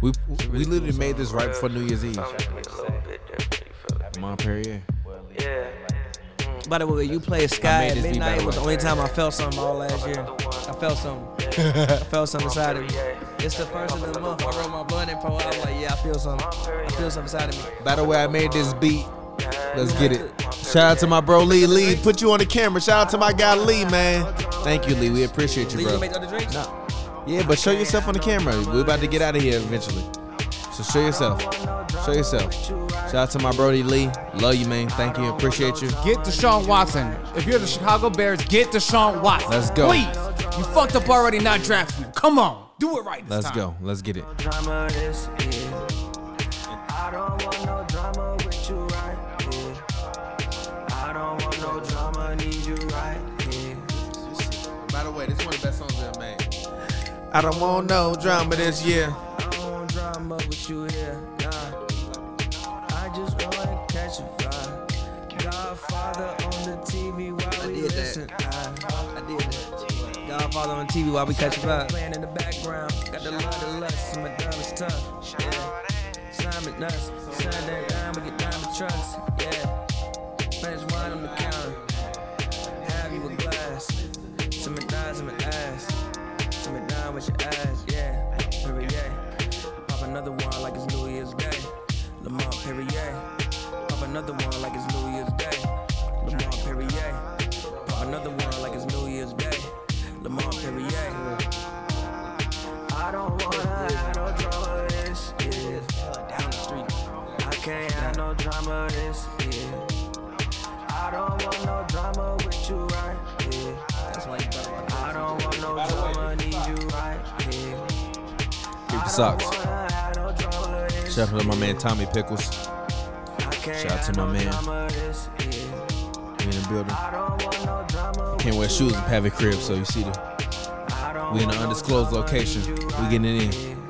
[SPEAKER 1] we we literally made this right before New Year's Eve. Montpellier.
[SPEAKER 2] By the way, you played
[SPEAKER 1] made
[SPEAKER 2] Sky at
[SPEAKER 1] this beat, by
[SPEAKER 2] midnight.
[SPEAKER 1] the
[SPEAKER 2] It was the
[SPEAKER 1] way.
[SPEAKER 2] only time I felt something all last year. I felt something. I felt something inside of me. It's the first of the month. I rolled my bun and pulled. I was like, yeah, I feel something. I feel something inside of me.
[SPEAKER 1] By the way, I made this beat. Let's get it. Shout out to my bro Lee Lee. Put you on the camera. Shout out to my guy Lee, man. Thank you, Lee. We appreciate
[SPEAKER 2] Lee,
[SPEAKER 1] you,
[SPEAKER 2] you gonna
[SPEAKER 1] bro.
[SPEAKER 2] make the other drinks?
[SPEAKER 1] Yeah, but show yourself on the camera. We're about to get out of here eventually. So show yourself. Show yourself. Shout out to my Brody Lee. Love you, man. Thank you. Appreciate you.
[SPEAKER 9] Get Deshaun Watson. If you're the Chicago Bears, get Deshaun Watson.
[SPEAKER 1] Let's go.
[SPEAKER 9] Please.
[SPEAKER 3] You fucked up already not drafting him. Come on, do it right this
[SPEAKER 1] Let's
[SPEAKER 3] time.
[SPEAKER 1] go. Let's get it.
[SPEAKER 2] drama this is. I don't want no drama with you right here. I don't want no drama, need you right here.
[SPEAKER 4] By the way, this is one of the best songs ever made. I don't want no drama this year.
[SPEAKER 2] I don't want drama with you here, nah. I just wanna catch a vibe. Godfather on the TV while we
[SPEAKER 6] did that.
[SPEAKER 2] listen. I
[SPEAKER 6] I did that. Godfather on TV while we catch a vibe.
[SPEAKER 2] playing in the background. Got the lot of lust, and my dime is tough. Yeah. Simon nuts, Sunday dime, we get diamond trust. Yeah. Spanish wine on the counter. Have you a glass? Some dimes in my ass. Some dime with your ass. Yeah. Perrier. Pop another one like it's New Year's Day. Lamont Perrier. Pop another one like it's New Year's Day. Lamont Perrier. Pop another one like it's New Year's Day. Lamont Perrier. I don't wanna have no drama this year. Down the street. I can't have no drama this year. I don't want no drama with you right here. That's why you I don't want no drama, need you right here.
[SPEAKER 1] People
[SPEAKER 2] I
[SPEAKER 1] sucks.
[SPEAKER 2] don't wanna have no drama this
[SPEAKER 1] Shout out to my man Tommy Pickles.
[SPEAKER 2] Shout
[SPEAKER 1] out to my man. We in the building. Can't wear shoes and have a crib, so you see the we in an undisclosed location. We getting it in.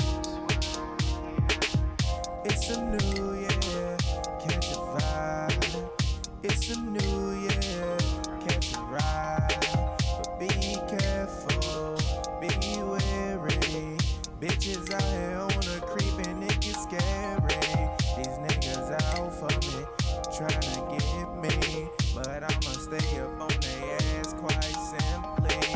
[SPEAKER 4] It's a new year, catch a vibe. It's a new year, catch a ride. But be careful, be wary. Bitches out here on the creep and it gets scary. These niggas out for me, tryna get me. But I'ma stay up on their ass quite simply.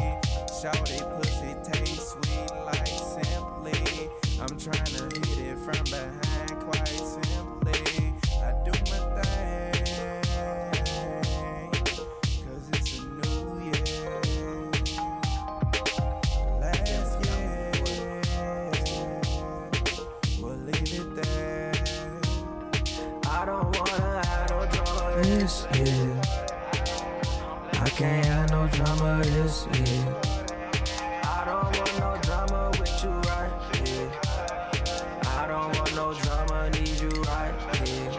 [SPEAKER 4] Shawty pussy tastes sweet like simply. I'm tryna hit it from behind quite simply. I do my thing, cause it's a new year. Last year, we'll leave it there.
[SPEAKER 2] I don't wanna have no drama this year. I can't have no drama this year. I don't want no drama with you right here. I don't want no drama, need you right here.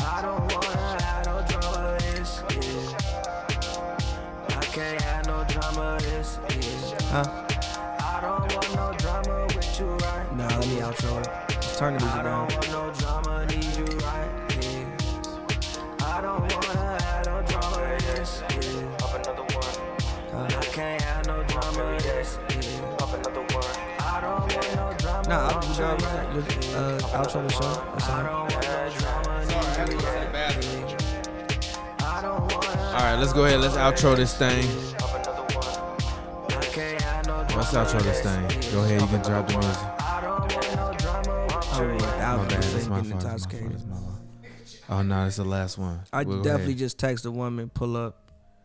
[SPEAKER 2] I don't wanna have no drama this year. I can't have no drama this year.
[SPEAKER 6] Huh?
[SPEAKER 2] I don't want no drama with you right
[SPEAKER 6] Nah, let me outro it. Just turn the music
[SPEAKER 2] I
[SPEAKER 6] down.
[SPEAKER 2] don't want no drama, need you right here. I don't wanna have no drama, yes, yeah. Pop another one. I can't have no drama, yes, yeah. Pop another one. I don't want no drama.
[SPEAKER 6] Nah, I'll
[SPEAKER 2] want
[SPEAKER 6] just,
[SPEAKER 2] you
[SPEAKER 6] uh,
[SPEAKER 2] right
[SPEAKER 6] just, uh, outro the show. That's
[SPEAKER 2] I
[SPEAKER 6] all.
[SPEAKER 2] don't want no drama, need you right here. I don't wanna
[SPEAKER 1] All right, let's go ahead. Let's outro this thing.
[SPEAKER 2] pop another one. I can't have no drama.
[SPEAKER 1] Let's outro this thing. Go ahead. You can drop the music.
[SPEAKER 2] I don't want no drama. with you.
[SPEAKER 6] Oh, yeah,
[SPEAKER 1] My
[SPEAKER 6] outro
[SPEAKER 1] bad.
[SPEAKER 6] this
[SPEAKER 1] That's
[SPEAKER 6] ain't
[SPEAKER 1] my
[SPEAKER 6] getting
[SPEAKER 1] fault. That's my fault.
[SPEAKER 6] intoxicated.
[SPEAKER 1] That's my fault. Oh no, that's the last one.
[SPEAKER 6] I
[SPEAKER 1] We'll go
[SPEAKER 6] definitely
[SPEAKER 1] ahead.
[SPEAKER 6] just text a woman, pull up.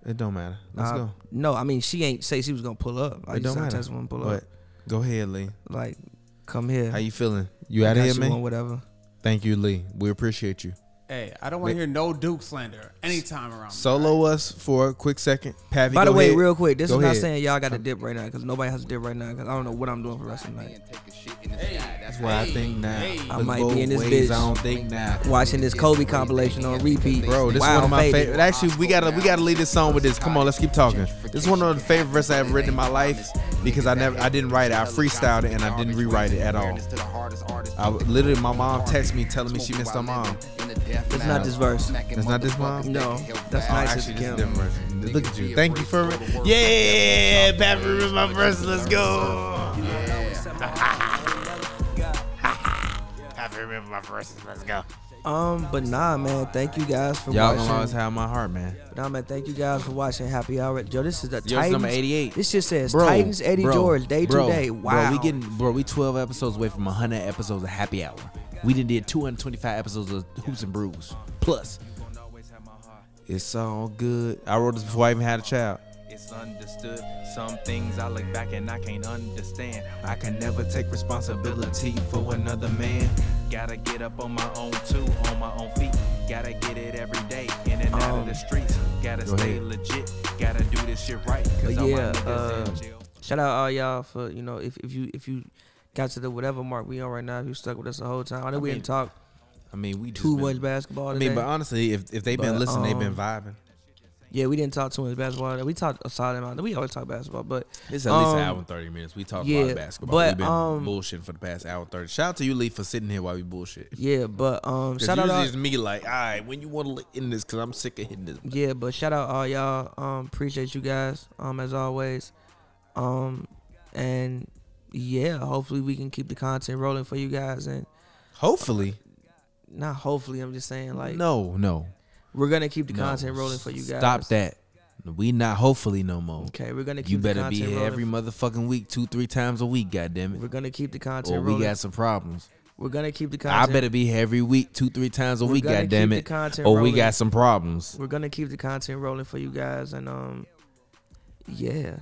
[SPEAKER 1] It don't matter. Let's
[SPEAKER 6] Uh,
[SPEAKER 1] go.
[SPEAKER 6] No, I mean she ain't say she was gonna pull up. I
[SPEAKER 1] It
[SPEAKER 6] just
[SPEAKER 1] don't
[SPEAKER 6] I
[SPEAKER 1] matter.
[SPEAKER 6] text a woman, pull up.
[SPEAKER 1] But go ahead, Lee.
[SPEAKER 6] Like, come here.
[SPEAKER 1] How you feeling? You out of
[SPEAKER 6] Got
[SPEAKER 1] here,
[SPEAKER 6] you one,
[SPEAKER 1] man?
[SPEAKER 6] Whatever.
[SPEAKER 1] Thank you, Lee. We appreciate you.
[SPEAKER 3] Hey, I don't want
[SPEAKER 1] Wait.
[SPEAKER 3] to hear no Duke slander anytime around. me.
[SPEAKER 1] Solo us for a quick second. Pavi,
[SPEAKER 6] By the
[SPEAKER 1] go
[SPEAKER 6] way,
[SPEAKER 1] ahead.
[SPEAKER 6] real quick, this
[SPEAKER 1] Go
[SPEAKER 6] is not
[SPEAKER 1] ahead. Uh,
[SPEAKER 6] saying y'all got to dip right now because nobody has to dip right now because I don't know what I'm doing for the rest of the night.
[SPEAKER 1] That's why I think now.
[SPEAKER 3] Hey.
[SPEAKER 6] I
[SPEAKER 1] Look
[SPEAKER 6] might be
[SPEAKER 1] both
[SPEAKER 6] in this
[SPEAKER 1] ways,
[SPEAKER 6] bitch.
[SPEAKER 1] I don't think now.
[SPEAKER 6] Watching this Kobe compilation on repeat,
[SPEAKER 1] Bro, this is
[SPEAKER 6] Wow,
[SPEAKER 1] one of my
[SPEAKER 6] faded.
[SPEAKER 1] favorite. Actually, we gotta we gotta leave this song with this. Come on, let's keep talking. This is one of the favorite verses I ever written in my life because I never I didn't write it. I freestyled it and I didn't rewrite it at all. I literally my mom texted me telling me she missed her mom.
[SPEAKER 6] It's not this verse.
[SPEAKER 1] That's not this mom.
[SPEAKER 6] No, that's
[SPEAKER 1] Oh,
[SPEAKER 6] nice as
[SPEAKER 1] actually, this
[SPEAKER 6] a
[SPEAKER 1] is
[SPEAKER 6] camel.
[SPEAKER 1] different version. Look at you. Thank you for it. Yeah, Pappy is my verse. Let's go.
[SPEAKER 6] Um, but nah, man. Thank you guys for
[SPEAKER 1] Y'all gonna always
[SPEAKER 6] watching.
[SPEAKER 1] have my heart, man.
[SPEAKER 6] Nah, man. Thank you guys for watching Happy Hour. Yo, this is the
[SPEAKER 1] Yo, it's
[SPEAKER 6] Titans.
[SPEAKER 1] number 88.
[SPEAKER 6] This just says Titans Eddie
[SPEAKER 1] bro,
[SPEAKER 6] George day
[SPEAKER 1] bro,
[SPEAKER 6] to day. Wow.
[SPEAKER 1] Bro, we getting bro, we 12 episodes away from 100 episodes of Happy Hour. We done did 225 episodes of Hoops and Brews. Plus, it's all good. I wrote this before I even had a child.
[SPEAKER 4] It's understood. Some things I look back and I can't understand. I can never take responsibility for another man. Gotta get up on my own too, on my own feet. Gotta get it every day, in and out of the streets. Gotta
[SPEAKER 1] go
[SPEAKER 4] stay
[SPEAKER 1] ahead.
[SPEAKER 4] legit. Gotta do this shit right. Cause
[SPEAKER 6] But
[SPEAKER 4] all my
[SPEAKER 6] yeah,
[SPEAKER 4] niggas in
[SPEAKER 6] uh,
[SPEAKER 4] jail
[SPEAKER 2] Shout out all y'all for you know if, if you if you got to the whatever mark we on right now, if you stuck with us the whole time. I know we
[SPEAKER 1] mean,
[SPEAKER 2] didn't talk
[SPEAKER 1] I mean, we just
[SPEAKER 2] too
[SPEAKER 1] been-
[SPEAKER 2] much basketball.
[SPEAKER 1] I
[SPEAKER 2] Today.
[SPEAKER 1] mean, but honestly, if if they've been
[SPEAKER 2] But,
[SPEAKER 1] listening, they've been
[SPEAKER 2] um,
[SPEAKER 1] vibing.
[SPEAKER 2] yeah, we didn't talk too much basketball. today. We talked a solid amount. We always talk basketball, but
[SPEAKER 1] It's at least
[SPEAKER 2] um,
[SPEAKER 1] an hour and thirty minutes. We talk
[SPEAKER 2] yeah,
[SPEAKER 1] about basketball.
[SPEAKER 2] but,
[SPEAKER 1] We've been
[SPEAKER 2] um,
[SPEAKER 1] bullshitting for the past hour and thirty. Shout out to you, Lee, for sitting here while we bullshit.
[SPEAKER 2] Yeah, but um,
[SPEAKER 1] 'Cause
[SPEAKER 2] shout out
[SPEAKER 1] usually
[SPEAKER 2] all,
[SPEAKER 1] it's me like, all right, when you want to end this, because I'm sick of hitting this.
[SPEAKER 2] yeah, but shout out all y'all. Um, appreciate you guys. Um, as always. Um, and yeah, hopefully we can keep the content rolling for you guys. And
[SPEAKER 1] Hopefully,
[SPEAKER 2] not hopefully, I'm just saying like
[SPEAKER 1] no, no,
[SPEAKER 2] we're gonna keep the
[SPEAKER 1] no.
[SPEAKER 2] content rolling for you guys.
[SPEAKER 1] Stop that. We not hopefully no more.
[SPEAKER 2] Okay, we're gonna keep
[SPEAKER 1] You
[SPEAKER 2] the
[SPEAKER 1] better be
[SPEAKER 2] content
[SPEAKER 1] here
[SPEAKER 2] rolling.
[SPEAKER 1] every motherfucking week, two, three times a week. Goddamn
[SPEAKER 2] We're
[SPEAKER 1] it.
[SPEAKER 2] gonna keep the content
[SPEAKER 1] Or we
[SPEAKER 2] rolling.
[SPEAKER 1] got some problems.
[SPEAKER 2] we're gonna keep the
[SPEAKER 1] I
[SPEAKER 2] content.
[SPEAKER 1] better be here every week, two, three times a
[SPEAKER 2] We're
[SPEAKER 1] week.
[SPEAKER 2] gonna
[SPEAKER 1] Goddamn
[SPEAKER 2] keep
[SPEAKER 1] it.
[SPEAKER 2] the content
[SPEAKER 1] Or we
[SPEAKER 2] rolling.
[SPEAKER 1] got some problems.
[SPEAKER 2] We're gonna keep the content rolling for you guys, and um, yeah,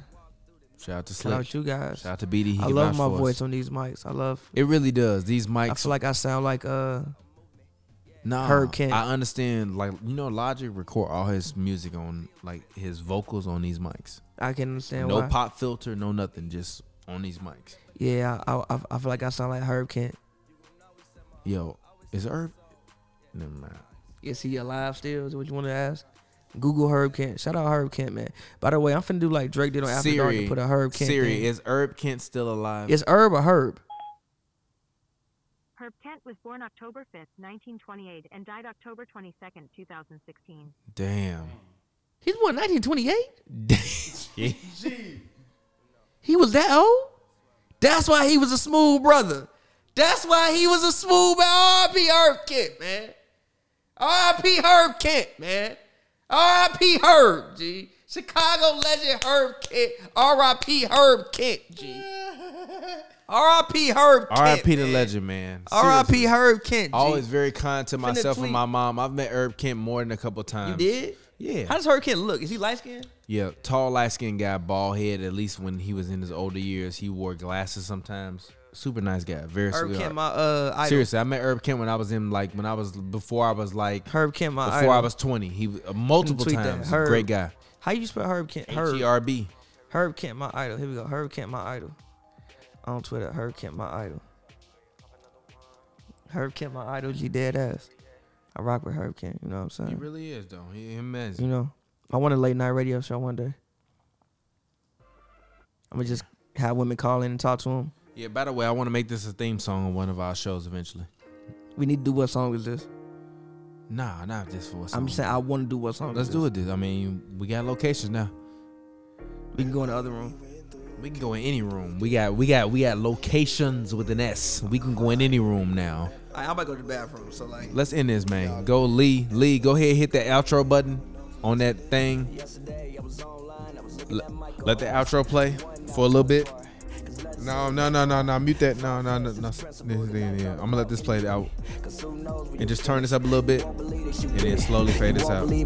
[SPEAKER 1] Shout out to
[SPEAKER 2] shout out
[SPEAKER 1] Slick.
[SPEAKER 2] you guys.
[SPEAKER 1] Shout out to BD. He
[SPEAKER 2] I
[SPEAKER 1] can
[SPEAKER 2] love
[SPEAKER 1] vouch
[SPEAKER 2] my
[SPEAKER 1] for us.
[SPEAKER 2] voice on these mics. I love.
[SPEAKER 1] It really does. These mics.
[SPEAKER 2] I feel like I sound like uh
[SPEAKER 1] Nah,
[SPEAKER 2] Herb Kent.
[SPEAKER 1] I understand. Like you know, Logic record all his music on like his vocals on these mics.
[SPEAKER 2] I can understand
[SPEAKER 1] no
[SPEAKER 2] why.
[SPEAKER 1] pop filter, no nothing, just on these mics.
[SPEAKER 2] Yeah, I, I I feel like I sound like Herb Kent.
[SPEAKER 1] Yo, is Herb? Never mind.
[SPEAKER 2] Is he alive still? Is what you want to ask? Google Herb Kent. Shout out Herb Kent, man. By the way, I'm finna do like Drake did on After Dark and put a Herb Kent.
[SPEAKER 1] Siri,
[SPEAKER 2] thing.
[SPEAKER 1] is Herb Kent still alive?
[SPEAKER 2] Is Herb or Herb?
[SPEAKER 9] Herb Kent was born October 5th, 1928, and died October 22nd, 2016.
[SPEAKER 1] Damn.
[SPEAKER 2] He's born 1928.
[SPEAKER 3] Gee,
[SPEAKER 2] He was that old? That's why he was a smooth brother. That's why he was a smooth man. R.I.P. Herb Kent, man. R.I.P. Herb Kent, man. R.I.P. Herb, G. Chicago legend Herb Kent. R.I.P. Herb Kent, G. R.I.P. Herb Kent.
[SPEAKER 1] R.I.P. the
[SPEAKER 2] man.
[SPEAKER 1] legend, man.
[SPEAKER 2] R.I.P.
[SPEAKER 1] Seriously.
[SPEAKER 2] Herb Kent, G.
[SPEAKER 1] Always very kind to myself
[SPEAKER 2] tweet.
[SPEAKER 1] and my mom. I've met Herb Kent more than a couple times.
[SPEAKER 2] You did?
[SPEAKER 1] Yeah.
[SPEAKER 2] How does Herb Kent look? Is he light skinned?
[SPEAKER 1] Yeah, tall, light skinned guy, bald head. At least when he was in his older years, he wore glasses sometimes. Super nice guy, very
[SPEAKER 2] Herb
[SPEAKER 1] sweetheart.
[SPEAKER 2] Kent, my uh, idol.
[SPEAKER 1] Seriously, I met Herb Kent when I was in like when I was before I was like
[SPEAKER 2] Herb Kent, my
[SPEAKER 1] before
[SPEAKER 2] idol.
[SPEAKER 1] I was twenty. He uh, multiple
[SPEAKER 2] tweet that.
[SPEAKER 1] times,
[SPEAKER 2] Herb.
[SPEAKER 1] great guy.
[SPEAKER 2] How you spell Herb Kent?
[SPEAKER 1] H
[SPEAKER 2] Herb.
[SPEAKER 1] E R B.
[SPEAKER 2] Herb Kent, my idol. Here we go. Herb Kent, my idol. On Twitter, Herb Kent, my idol. Herb Kent, my idol. G dead ass. I rock with Herb Kent. You know what I'm
[SPEAKER 1] He
[SPEAKER 2] saying?
[SPEAKER 1] really is though. He him as
[SPEAKER 2] you know, I want a late night radio show one day. I'm gonna just have women call in and talk to him.
[SPEAKER 1] yeah. By the way, I want to make this a theme song on one of our shows eventually.
[SPEAKER 2] We need to do what song is this?
[SPEAKER 1] Nah, not just for. A song.
[SPEAKER 2] I'm just saying I want to do what song.
[SPEAKER 1] Let's
[SPEAKER 2] is
[SPEAKER 1] do
[SPEAKER 2] this.
[SPEAKER 1] it. This. I mean, we got locations now.
[SPEAKER 2] We can go in the other room.
[SPEAKER 1] We can go in any room. We got we got we got locations with an S. We can go in any room now.
[SPEAKER 2] I, I'm about to go to the bathroom. So like,
[SPEAKER 1] Let's end this, man. Go Lee. Lee, go ahead hit that outro button on that thing. L- Let the outro play for a little bit. No, no, no, no, no. Mute that. No, no, no, no. Yeah, yeah, yeah. I'm gonna let this play out. And just turn this up a little bit. And then slowly fade this out. We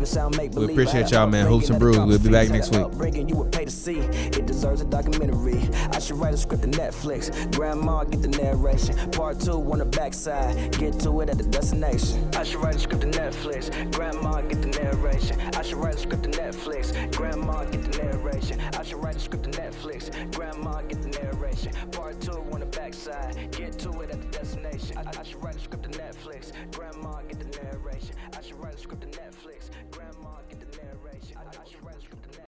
[SPEAKER 1] appreciate y'all, man. Hoops and brews. We'll be back next week.
[SPEAKER 6] Breaking, you would pay to see. It deserves a documentary. I should write a script to Netflix. Grandma, get the narration. Part two on the backside. Get to it at the destination. I should write a script to Netflix. Grandma, get the narration. I should write a script to Netflix. Grandma, get the narration. I should write a script to Netflix. Grandma, get the narration. Part two on the backside. Get to it at the destination. I, I should write a script to Netflix. Grandma, get the narration. I should write a script to Netflix. Grandma, get the narration. I, I should write a script to Netflix.